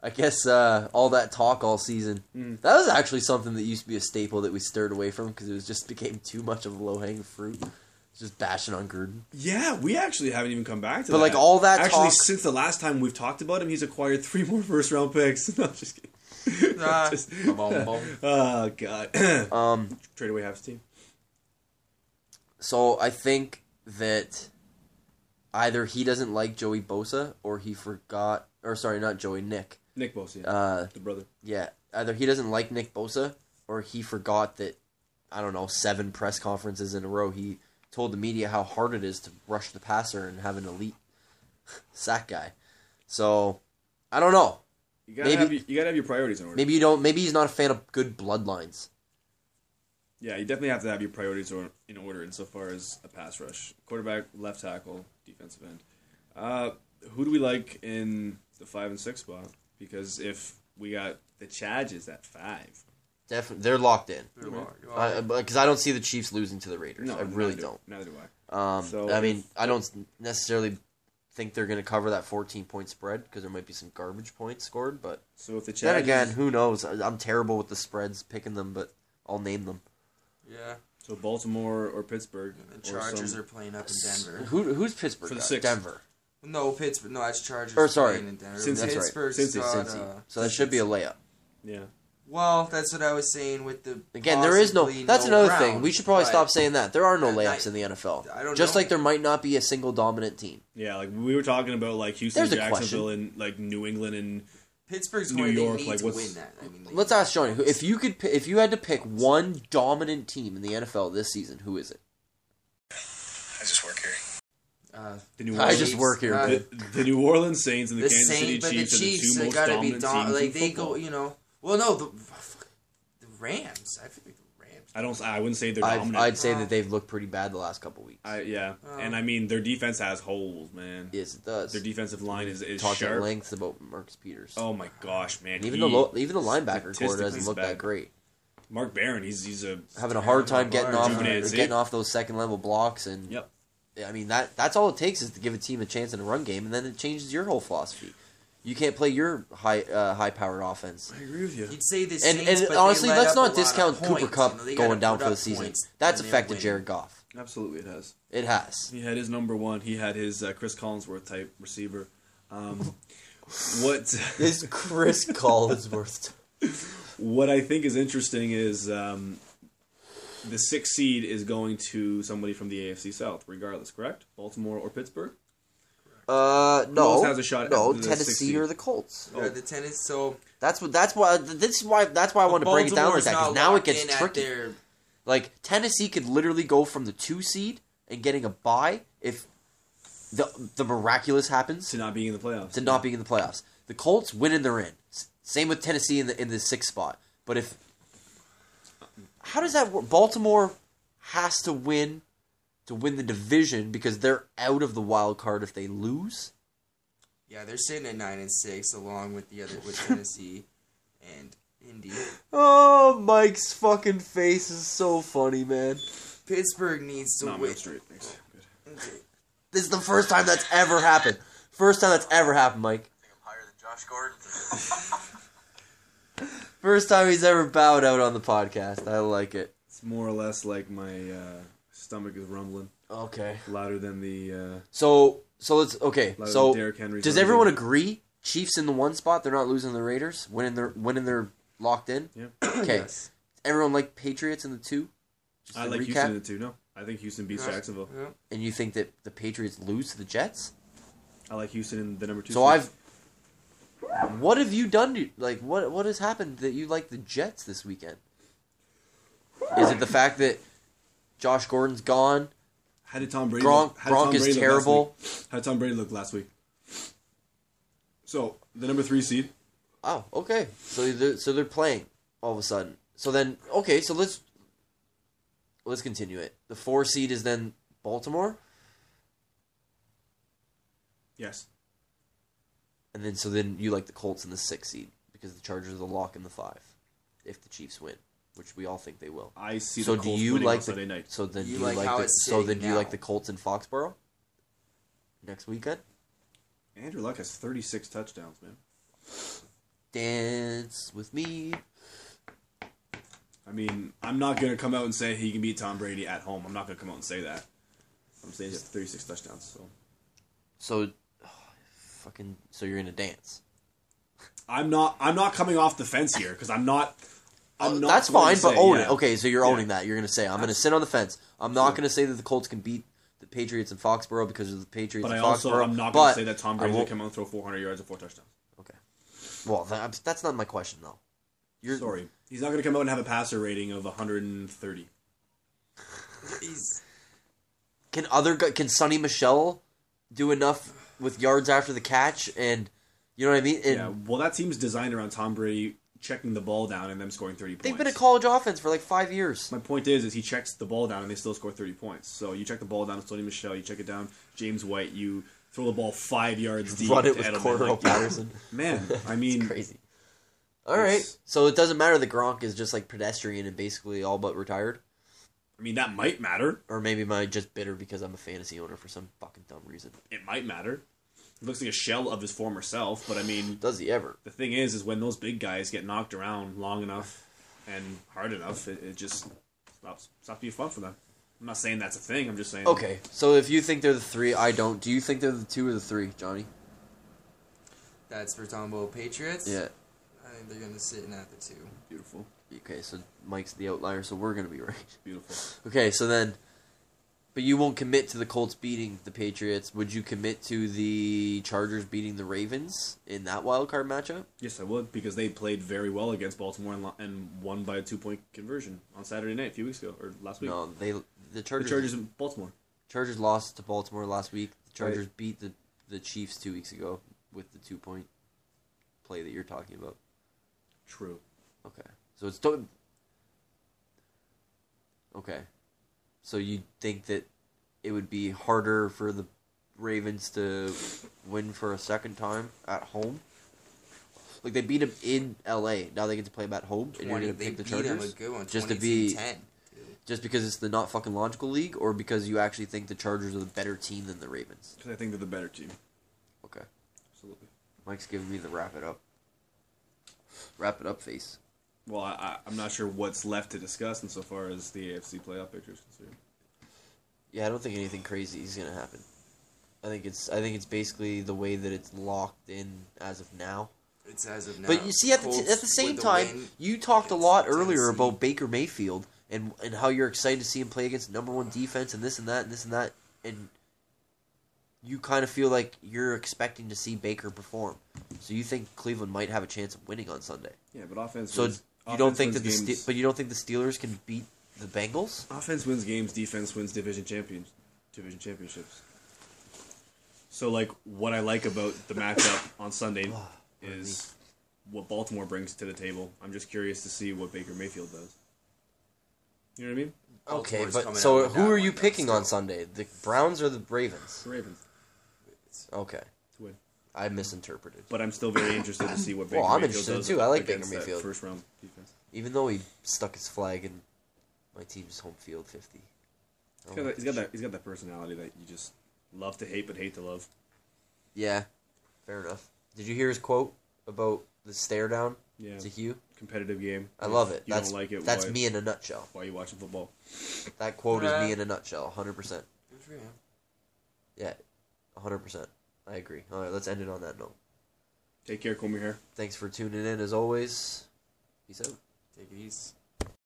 Speaker 1: I guess uh, all that talk all season. That was actually something that used to be a staple that we stirred away from because it was just became too much of low hanging fruit. It's Just bashing on Gruden.
Speaker 2: yeah, we actually haven't even come back to
Speaker 1: But,
Speaker 2: that.
Speaker 1: like, all that
Speaker 2: actually
Speaker 1: talk-
Speaker 2: since the last time we've talked about him, he's acquired three more first round picks. no, I'm just kidding.
Speaker 1: Uh,
Speaker 3: Ah.
Speaker 2: Just-
Speaker 1: um,
Speaker 2: oh god, trade away half his team.
Speaker 1: so I think that either he doesn't like Joey Bosa or he forgot, or sorry, not Joey, Nick.
Speaker 2: Nick Bosa,
Speaker 1: Uh,
Speaker 2: the brother.
Speaker 1: yeah, either he doesn't like Nick Bosa or he forgot that I don't know seven press conferences in a row he told the media how hard it is to rush the passer and have an elite sack guy. So I don't know.
Speaker 2: You gotta
Speaker 1: Maybe-
Speaker 2: have your, you gotta have your priorities in order.
Speaker 1: Maybe you don't. Maybe he's not a fan of good bloodlines.
Speaker 2: Yeah, you definitely have to have your priorities or- in order insofar as a pass rush. Quarterback, left tackle, defensive end. Uh, who do we like in the five and six spot? Because if we got the Chadges at five,
Speaker 1: Definitely, they're locked in.
Speaker 3: You are, you are.
Speaker 1: Because I, don't see the Chiefs losing to the Raiders. I really
Speaker 2: neither-
Speaker 1: don't.
Speaker 2: Neither do I.
Speaker 1: Um,
Speaker 2: So-
Speaker 1: I mean, I don't necessarily think they're going to cover that 14 point spread because there might be some garbage points scored, but
Speaker 2: So if the Chadges,
Speaker 1: Then again, who knows? I- I'm terrible with the spreads picking them, but I'll name them.
Speaker 3: yeah.
Speaker 2: so Baltimore or Pittsburgh,
Speaker 3: The
Speaker 2: or
Speaker 3: Chargers
Speaker 2: some-
Speaker 3: are playing up in Denver.
Speaker 1: Who, who's Pittsburgh?
Speaker 2: For the
Speaker 1: got?
Speaker 2: six.
Speaker 1: Denver.
Speaker 3: No, Pittsburgh. No, it's Chargers.
Speaker 1: Or, sorry,
Speaker 3: playing in Denver.
Speaker 2: Cincy.
Speaker 1: That's right.
Speaker 3: Pittsburgh's
Speaker 2: Cincy,
Speaker 3: got,
Speaker 1: Cincy.
Speaker 3: uh,
Speaker 1: so that should be a layup.
Speaker 2: yeah.
Speaker 3: well, that's what I was saying with the.
Speaker 1: Again, there is no.
Speaker 3: possibly
Speaker 1: That's another
Speaker 3: Brown,
Speaker 1: thing. We should probably
Speaker 3: but
Speaker 1: stop saying that. There are no
Speaker 3: And
Speaker 1: layups
Speaker 3: I-
Speaker 1: in the NFL.
Speaker 3: I don't
Speaker 1: Just
Speaker 3: know.
Speaker 1: like there might not be a single dominant team.
Speaker 2: Yeah, like we were talking about, like Houston,
Speaker 1: There's a
Speaker 2: Jacksonville, and like New England, and
Speaker 3: Pittsburgh's
Speaker 2: New
Speaker 3: going
Speaker 2: York,
Speaker 3: to need
Speaker 2: like,
Speaker 3: to
Speaker 2: what's-
Speaker 3: win that. I mean, they-
Speaker 1: Let's ask Johnny. who- If you could, pi- if you had to pick one dominant team in the NFL this season, who is it?
Speaker 6: I just work here.
Speaker 3: uh,
Speaker 2: the New
Speaker 1: I
Speaker 2: Orleans,
Speaker 1: just work here.
Speaker 3: Uh,
Speaker 1: but-
Speaker 2: the, the New Orleans Saints and the,
Speaker 3: the
Speaker 2: Kansas
Speaker 3: Saints, but
Speaker 2: City
Speaker 3: the
Speaker 2: Chiefs,
Speaker 3: Chiefs,
Speaker 2: are the
Speaker 3: they
Speaker 2: two most
Speaker 3: gotta be
Speaker 2: dominant
Speaker 3: dom-
Speaker 2: teams in
Speaker 3: like they
Speaker 2: football.
Speaker 3: go, you know. Well, no, the fuck, the Rams. I feel like the Rams.
Speaker 2: I don't. I wouldn't say they're
Speaker 1: I'd,
Speaker 2: dominant.
Speaker 1: I'd say that they've looked pretty bad the last couple weeks.
Speaker 2: I, yeah, and I mean their defense has holes, man.
Speaker 1: yes, it does.
Speaker 2: Their defense line is is
Speaker 1: Talked at
Speaker 2: sharp.
Speaker 1: length about Marcus Peters.
Speaker 2: Oh my gosh, man!
Speaker 1: And even
Speaker 2: he-
Speaker 1: the lo- even the linebacker core doesn't
Speaker 2: statistically
Speaker 1: look that
Speaker 2: bad.
Speaker 1: great.
Speaker 2: Mark Barron, he's he's a
Speaker 1: having a hard time getting off
Speaker 2: Juvenile,
Speaker 1: or
Speaker 2: see?
Speaker 1: getting off those second level blocks and
Speaker 2: yep.
Speaker 1: I mean that that's all it takes is to give a team a chance in a run game and then it changes your whole philosophy. You can't play your high uh, high powered offense.
Speaker 2: I agree with you.
Speaker 3: You'd say this,
Speaker 1: And
Speaker 3: Saints,
Speaker 1: and
Speaker 3: but
Speaker 1: honestly,
Speaker 3: they let
Speaker 1: let's
Speaker 3: up a lot
Speaker 1: not
Speaker 3: of
Speaker 1: discount
Speaker 3: points,
Speaker 1: Cooper Cup
Speaker 3: you know, they gotta
Speaker 1: going down
Speaker 3: put
Speaker 1: for the
Speaker 3: up
Speaker 1: season.
Speaker 3: points
Speaker 1: That's
Speaker 3: when they
Speaker 1: affected
Speaker 3: win.
Speaker 1: Jared Goff.
Speaker 2: Absolutely, it has.
Speaker 1: It has.
Speaker 2: He had his number one. He had his uh, Chris Collinsworth type receiver. Um, what
Speaker 1: This Chris call is worth.
Speaker 2: what I think is interesting is um, the sixth seed is going to somebody from the AFC South, regardless. Correct? Baltimore or Pittsburgh?
Speaker 1: Uh, no,
Speaker 2: else has a shot at
Speaker 1: no,
Speaker 2: the
Speaker 1: Tennessee
Speaker 2: 60?
Speaker 1: or the Colts.
Speaker 3: Uh, the tennis. So
Speaker 1: That's what. That's why. This is why. That's why I want to break it down like
Speaker 3: Baltimore's
Speaker 1: that. 'cause
Speaker 3: not
Speaker 1: now it
Speaker 3: locked
Speaker 1: gets
Speaker 3: in at
Speaker 1: tricky.
Speaker 3: their-
Speaker 1: Like Tennessee could literally go from the two seed and getting a bye if the the miraculous happens
Speaker 2: To not being in the playoffs.
Speaker 1: to not being in the playoffs. The Colts win and they're in. S- Same with Tennessee in the in the sixth spot. But if how does that work? Baltimore has to win to win the division because they're out of the wild card if they lose.
Speaker 3: yeah, they're sitting at nine and six, along with the other with Tennessee and Indy.
Speaker 1: Oh, Mike's fucking face is so funny, man.
Speaker 3: Pittsburgh needs to
Speaker 2: Not
Speaker 3: win.
Speaker 2: Main Street. Thanks. Good.
Speaker 1: This is the first time that's ever happened. First time that's ever happened, Mike.
Speaker 4: think I'm higher than Josh Gordon.
Speaker 1: First time he's ever bowed out on the podcast. I like it.
Speaker 2: It's more or less like my uh, stomach is rumbling
Speaker 1: Okay.
Speaker 2: louder than the. Uh,
Speaker 1: So so let's okay.
Speaker 2: Louder
Speaker 1: so
Speaker 2: than Derrick Henry's
Speaker 1: does
Speaker 2: rumbling.
Speaker 1: everyone agree? Chiefs in the one spot. They're not losing the Raiders. Winning their winning they're locked in.
Speaker 2: Yeah.
Speaker 1: Okay. Everyone like Patriots in the two. Just
Speaker 2: I
Speaker 1: to
Speaker 2: like
Speaker 1: recap.
Speaker 2: Houston in it too. No, I think Houston beats Jacksonville.
Speaker 3: Yeah.
Speaker 1: And you think that the Patriots lose to the Jets?
Speaker 2: I like Houston in the number two.
Speaker 1: So
Speaker 2: seed.
Speaker 1: I've. What have you done? To, like what what has happened that you like the Jets this weekend? Is it the fact that Josh Gordon's gone?
Speaker 2: How did Tom Brady?
Speaker 1: Gronk
Speaker 2: look- how did Tom
Speaker 1: Gronk is
Speaker 2: Brady look last
Speaker 1: terrible.
Speaker 2: week? How did Tom Brady look last week? So the number three seed.
Speaker 1: Oh, okay. So they're, so they're playing all of a sudden. So then, okay. So let's let's continue it. The four seed is then Baltimore,
Speaker 2: Yes.
Speaker 1: and then so then you like the Colts in the six seed because the Chargers are the lock in the five, if the Chiefs win, which we all think they will.
Speaker 2: I see.
Speaker 1: so
Speaker 2: the
Speaker 1: do
Speaker 2: Colts
Speaker 1: you
Speaker 2: winning
Speaker 1: like
Speaker 2: on
Speaker 1: the,
Speaker 2: Sunday night?
Speaker 1: So then
Speaker 3: You
Speaker 1: do
Speaker 3: like how
Speaker 1: the,
Speaker 3: it's
Speaker 1: so then
Speaker 3: sitting
Speaker 1: do you like
Speaker 3: now.
Speaker 1: the Colts in Foxborough next weekend?
Speaker 2: Andrew Luck has thirty six touchdowns, man.
Speaker 1: Dance with me.
Speaker 2: I mean, I'm not gonna come out and say he can beat Tom Brady at home. I'm not gonna come out and say that. I'm saying he's thirty six touchdowns. So
Speaker 1: So, fucking. So you're gonna dance.
Speaker 2: I'm not. I'm not coming off the fence here because I'm not. I'm not.
Speaker 1: Uh, That's
Speaker 2: going
Speaker 1: fine,
Speaker 2: to
Speaker 1: but
Speaker 2: say,
Speaker 1: own it.
Speaker 2: yeah.
Speaker 1: Okay, so you're
Speaker 2: Yeah.
Speaker 1: owning that. You're going to say, I'm going to sit on the fence. I'm not going to say that the Colts can beat the Patriots in Foxborough because of the Patriots
Speaker 2: But
Speaker 1: in
Speaker 2: I
Speaker 1: Foxborough.
Speaker 2: also I'm not going
Speaker 1: but
Speaker 2: to say that Tom
Speaker 1: I
Speaker 2: Brady will
Speaker 1: won't-
Speaker 2: come out and throw 400 yards and four touchdowns.
Speaker 1: Okay. Well, that, that's not my question, though. You're,
Speaker 2: Sorry, he's not going to come out and have a passer rating of 130.
Speaker 3: He's
Speaker 1: Can other gu- can Sonny Michelle do enough with yards after the catch and you know what I mean? And
Speaker 2: Yeah, well, that team's designed around Tom Brady checking the ball down and them scoring 30 points.
Speaker 1: they've been a college offense for like five years.
Speaker 2: My point is, is he checks the ball down and they still score 30 points. So you check the ball down, Sony Michelle. You check it down, James White. You throw the ball five yards deep.
Speaker 1: Run
Speaker 2: to
Speaker 1: it with
Speaker 2: Edelman,
Speaker 1: Cordero
Speaker 2: like,
Speaker 1: Patterson.
Speaker 2: Man, I mean,
Speaker 1: Crazy. All right,
Speaker 2: It's-
Speaker 1: so it doesn't matter that Gronk is just like pedestrian and basically all but retired.
Speaker 2: I mean that might matter.
Speaker 1: or maybe am I just bitter because I'm a fantasy owner for some fucking dumb reason?
Speaker 2: It might matter. He looks like a shell of his former self. But I mean,
Speaker 1: Does he ever?
Speaker 2: the thing is, is when those big guys get knocked around long enough and hard enough, it, it just stops stops being fun for them. I'm not saying that's a thing. I'm just saying.
Speaker 1: Okay, so if you think they're the three, I don't. Do you think they're the two or the three, Johnny?
Speaker 3: that's for Tombo Patriots. I think they're gonna sit in at the two.
Speaker 2: Beautiful,
Speaker 1: Okay, so Mike's the outlier, so we're gonna be right.
Speaker 2: beautiful.
Speaker 1: Okay, so then, but you won't commit to the Colts beating the Patriots. Would you commit to the Chargers beating the Ravens in that wild card matchup?
Speaker 2: Yes, I would because they played very well against Baltimore and, lo- and won by a two point conversion on Saturday night a few weeks ago or last week.
Speaker 1: No, they the
Speaker 2: the
Speaker 1: Chargers
Speaker 2: Chargers in Baltimore.
Speaker 1: Chargers lost to Baltimore last week. The
Speaker 2: Right.
Speaker 1: Chargers beat the the Chiefs two weeks ago with the two point play that you're talking about.
Speaker 2: True.
Speaker 1: Okay. So it's to- Okay. So you think that it would be harder for the Ravens to win for a second time at home? Like they beat them in LA. Now they get to play them at home and you're
Speaker 3: 20
Speaker 1: going to
Speaker 3: they
Speaker 1: pick the
Speaker 3: beat 'em
Speaker 1: Chargers?
Speaker 3: a good one,
Speaker 1: just to
Speaker 3: 22
Speaker 1: be
Speaker 3: 10.
Speaker 1: just because it's the not fucking logical league or because you actually think the Chargers are the better team than the Ravens?
Speaker 2: Because I think they're the better team.
Speaker 1: Okay.
Speaker 2: Absolutely.
Speaker 1: Mike's giving me the wrap it up. Wrap it up face.
Speaker 2: Well, I, I, I'm not sure what's left to discuss insofar as the AFC playoff picture is concerned.
Speaker 1: Yeah, I don't think anything crazy is gonna happen. I think it's I think it's basically the way that it's locked in as of now.
Speaker 3: It's as of now.
Speaker 1: but you see, at the, t-
Speaker 3: Colts
Speaker 1: at the same
Speaker 3: with the
Speaker 1: time,
Speaker 3: win.
Speaker 1: you talked a lot
Speaker 3: against
Speaker 1: earlier
Speaker 3: Tennessee.
Speaker 1: about Baker Mayfield and and how you're excited to see him play against number one defense and this and that and this and that and you kind of feel like you're expecting to see Baker perform. So you think Cleveland might have a chance of winning on Sunday.
Speaker 2: Yeah, but offense.
Speaker 1: So
Speaker 2: wins,
Speaker 1: you don't
Speaker 2: offense
Speaker 1: think that
Speaker 2: wins
Speaker 1: the Ste-
Speaker 2: games-
Speaker 1: but you don't think the Steelers can beat the Bengals?
Speaker 2: offense wins games, defense wins division champions, division championships. So like what I like about the matchup on
Speaker 1: Oh,
Speaker 2: Sunday is what Baltimore brings to the table. I'm just curious to see what Baker Mayfield does. You know what I mean?
Speaker 1: Okay,
Speaker 3: Baltimore's
Speaker 1: but
Speaker 3: coming
Speaker 1: so
Speaker 3: out with that
Speaker 1: who are you
Speaker 3: one, though,
Speaker 1: picking on
Speaker 3: still.
Speaker 1: Sunday? The Browns or the Ravens?
Speaker 2: The Ravens
Speaker 1: Okay,
Speaker 2: to win.
Speaker 1: I misinterpreted.
Speaker 2: But I'm still very interested to see what Baker
Speaker 1: Well, I'm
Speaker 2: Mayfield
Speaker 1: interested
Speaker 2: does.
Speaker 1: too. I like
Speaker 2: against
Speaker 1: Baker
Speaker 2: that
Speaker 1: Mayfield.
Speaker 2: First round defense.
Speaker 1: Even though he stuck his flag in my team's home field fifty.
Speaker 2: He's got, that, he's got that. He's got that personality that you just love to hate but hate to love.
Speaker 1: Yeah, fair enough. Did you hear his quote about the stare down
Speaker 2: Yeah.
Speaker 1: to Hugh?
Speaker 2: competitive game.
Speaker 1: I love it.
Speaker 2: You
Speaker 1: that's
Speaker 2: don't like it?
Speaker 1: that's
Speaker 2: why,
Speaker 1: me in a nutshell.
Speaker 2: Why are you watching football?
Speaker 1: That quote is me
Speaker 7: Yeah.
Speaker 1: in a nutshell. Hundred percent.
Speaker 7: Good for him.
Speaker 1: Yeah, hundred percent. I agree. All right, let's end it on that note.
Speaker 2: Take care, comb your hair.
Speaker 1: Thanks for tuning in. As always, peace out.
Speaker 7: Take it easy.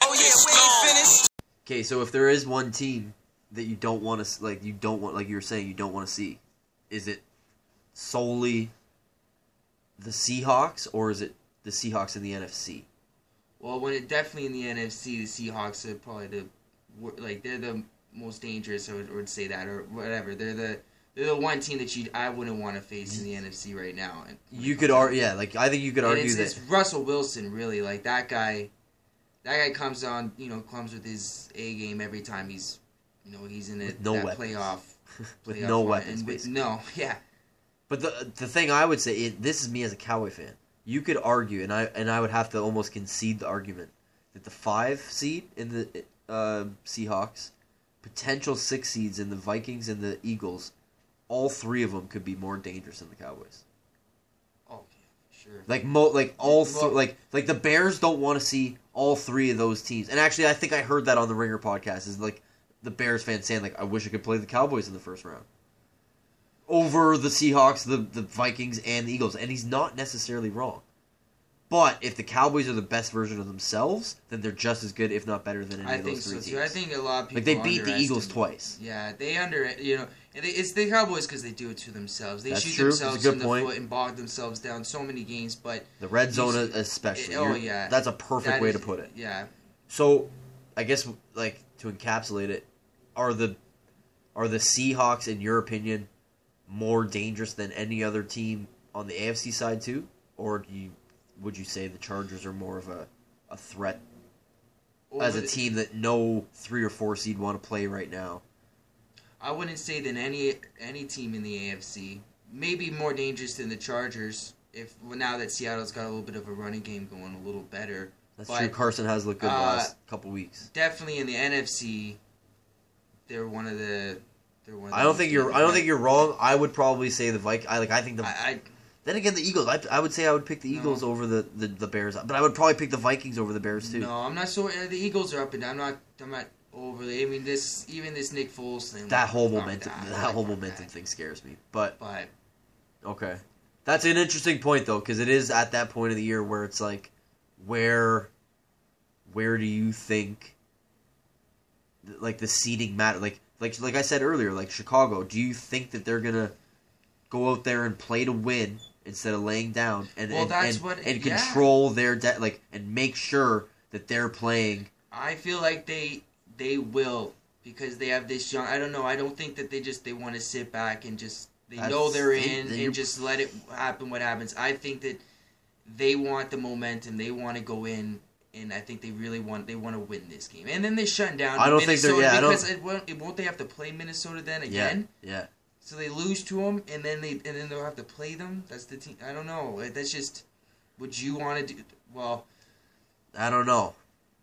Speaker 4: Oh yeah, we ain't finished.
Speaker 1: Okay, so if there is one team that you don't want to like, you don't want like you were saying you don't want to see, is it solely the Seahawks or is it the Seahawks in the NFC?
Speaker 3: Well, when it definitely in the NFC, the Seahawks are probably the wor- like they're the most dangerous. I would, would say that or whatever. They're the they're the one team that you I wouldn't want to face in the NFC right now. And,
Speaker 1: Mm-hmm. You could argue, yeah, like I think you could
Speaker 3: and
Speaker 1: argue
Speaker 3: it's,
Speaker 1: that
Speaker 3: it's Russell Wilson really like that guy. That guy comes on, you know, comes with his A game every time he's, you know, he's in a,
Speaker 1: With no
Speaker 3: that
Speaker 1: weapons.
Speaker 3: playoff.
Speaker 1: with
Speaker 3: playoff
Speaker 1: no
Speaker 3: run.
Speaker 1: weapons,
Speaker 3: And with,
Speaker 1: basically.
Speaker 3: no, yeah.
Speaker 1: But the the thing I would say, it, this is me as a Cowboy fan. You could argue, and I and I would have to almost concede the argument that the five seed in the uh, Seahawks, potential six seeds in the Vikings and the Eagles, all three of them could be more dangerous than the Cowboys.
Speaker 3: Oh, yeah, sure.
Speaker 1: Like mo, like all
Speaker 3: Well-
Speaker 1: th- like like the Bears don't want to see all three of those teams. And actually, I think I heard that on the Ringer podcast is like the Bears fans saying like I wish I could play the Cowboys in the first round over the Seahawks, the the Vikings, and the Eagles. And he's not necessarily wrong. But if the Cowboys are the best version of themselves, then they're just as good, if not better, than any
Speaker 3: I
Speaker 1: of
Speaker 3: think
Speaker 1: those three
Speaker 3: so
Speaker 1: teams.
Speaker 3: too. I think a lot of people
Speaker 1: like they beat the
Speaker 3: underestimate-
Speaker 1: Eagles twice.
Speaker 3: Yeah, they under you know, and they, it's the Cowboys because they do it to themselves. They
Speaker 1: That's
Speaker 3: shoot
Speaker 1: true. That's a
Speaker 3: themselves
Speaker 1: good
Speaker 3: in the
Speaker 1: point.
Speaker 3: foot and bog themselves down so many games. But
Speaker 1: The red zone
Speaker 3: Easy.
Speaker 1: especially.
Speaker 3: It- oh,
Speaker 1: You're-
Speaker 3: yeah.
Speaker 1: that's a perfect
Speaker 3: that
Speaker 1: way
Speaker 3: is-
Speaker 1: to put it.
Speaker 3: Yeah,
Speaker 1: So, I guess like to encapsulate it, are the are the Seahawks in your opinion more dangerous than any other team on the AFC side too, or do you would you say the Chargers are more of a, a threat as a
Speaker 3: Over-
Speaker 1: team that no three or four seed want to play right now?
Speaker 3: I wouldn't say than any any team in the AFC. Maybe more dangerous than the Chargers. If well, now that Seattle's got a little bit of a running game going, a little better.
Speaker 1: That's
Speaker 3: But-
Speaker 1: true. Carson has looked good the
Speaker 3: uh,
Speaker 1: last couple weeks.
Speaker 3: Definitely in the NFC, they're one of the. They're one. Of
Speaker 1: I don't think you're. I don't think you're wrong. I would probably say the Vic. I like. I think the.
Speaker 3: I,
Speaker 1: then again, the Eagles. I, I would say I would pick the Eagles over the, the, the Bears, but I would probably pick the Vikings over the Bears
Speaker 3: I
Speaker 1: too.
Speaker 3: no, I'm not so. uh, The Eagles are up and down. I'm not. I'm not overly. I mean, this even this Nick Foles thing.
Speaker 1: That whole
Speaker 3: Fuck
Speaker 1: momentum,
Speaker 3: that,
Speaker 1: that whole
Speaker 3: fuck
Speaker 1: momentum
Speaker 3: that.
Speaker 1: thing scares me. But
Speaker 3: But
Speaker 1: okay, that's an interesting point though, because it is at that point of the year where it's like, where, where do you think, th- like the seeding matter? Like, like, like I said earlier, like Chicago. Do you think that they're gonna go out there and play to win instead of laying down and
Speaker 3: Well,
Speaker 1: and,
Speaker 3: that's
Speaker 1: and,
Speaker 3: what-
Speaker 1: and
Speaker 3: yeah.
Speaker 1: control their debt, like, and make sure that they're playing
Speaker 3: I feel like they they will because they have this young. I don't know. I don't think that they just they want to sit back and just they
Speaker 1: That's-
Speaker 3: know they're
Speaker 1: they-
Speaker 3: in
Speaker 1: they-
Speaker 3: and just let it happen what happens. I think that they want the momentum. They want to go in. And I think they really want they want to win this game, and then they shut down.
Speaker 1: I don't think they're-
Speaker 3: Minnesota
Speaker 1: yeah, I don't-
Speaker 3: because it won't, it won't they have to play Minnesota then again?
Speaker 1: Yeah, yeah.
Speaker 3: So they lose to them, and then they and then they'll have to play them. That's the team. I don't know. Like, That's just. Would you want to do? Well,
Speaker 1: I don't know.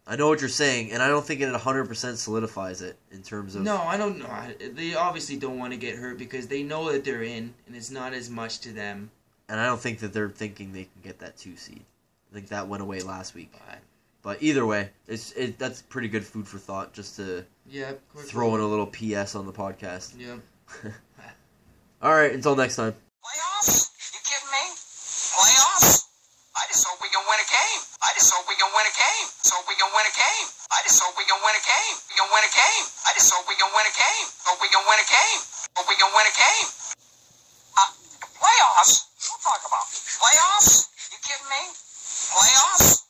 Speaker 1: I know what you're saying, and I don't think it 100% solidifies it in terms of.
Speaker 3: no, I don't know. I- They obviously don't want to get hurt because they know that they're in, and it's not as much to them.
Speaker 1: And I don't think that they're thinking they can get that two seed. I think that went away last week.
Speaker 3: But
Speaker 1: But either way, it's it, that's pretty good food for thought just to
Speaker 3: yeah, quick
Speaker 1: throw in a little PS on the podcast.
Speaker 3: Yeah.
Speaker 1: All right, until next time.
Speaker 4: Playoffs? You kidding me? Playoffs? I just hope we can win a game. I just hope we can win a game. So we can win a game. I just hope we can win a game. We can win a game. I just hope we can win a game. Hope we can win a game. Hope we can win a game. Uh, playoffs? We'll talk about playoffs. You kidding me? Playoffs?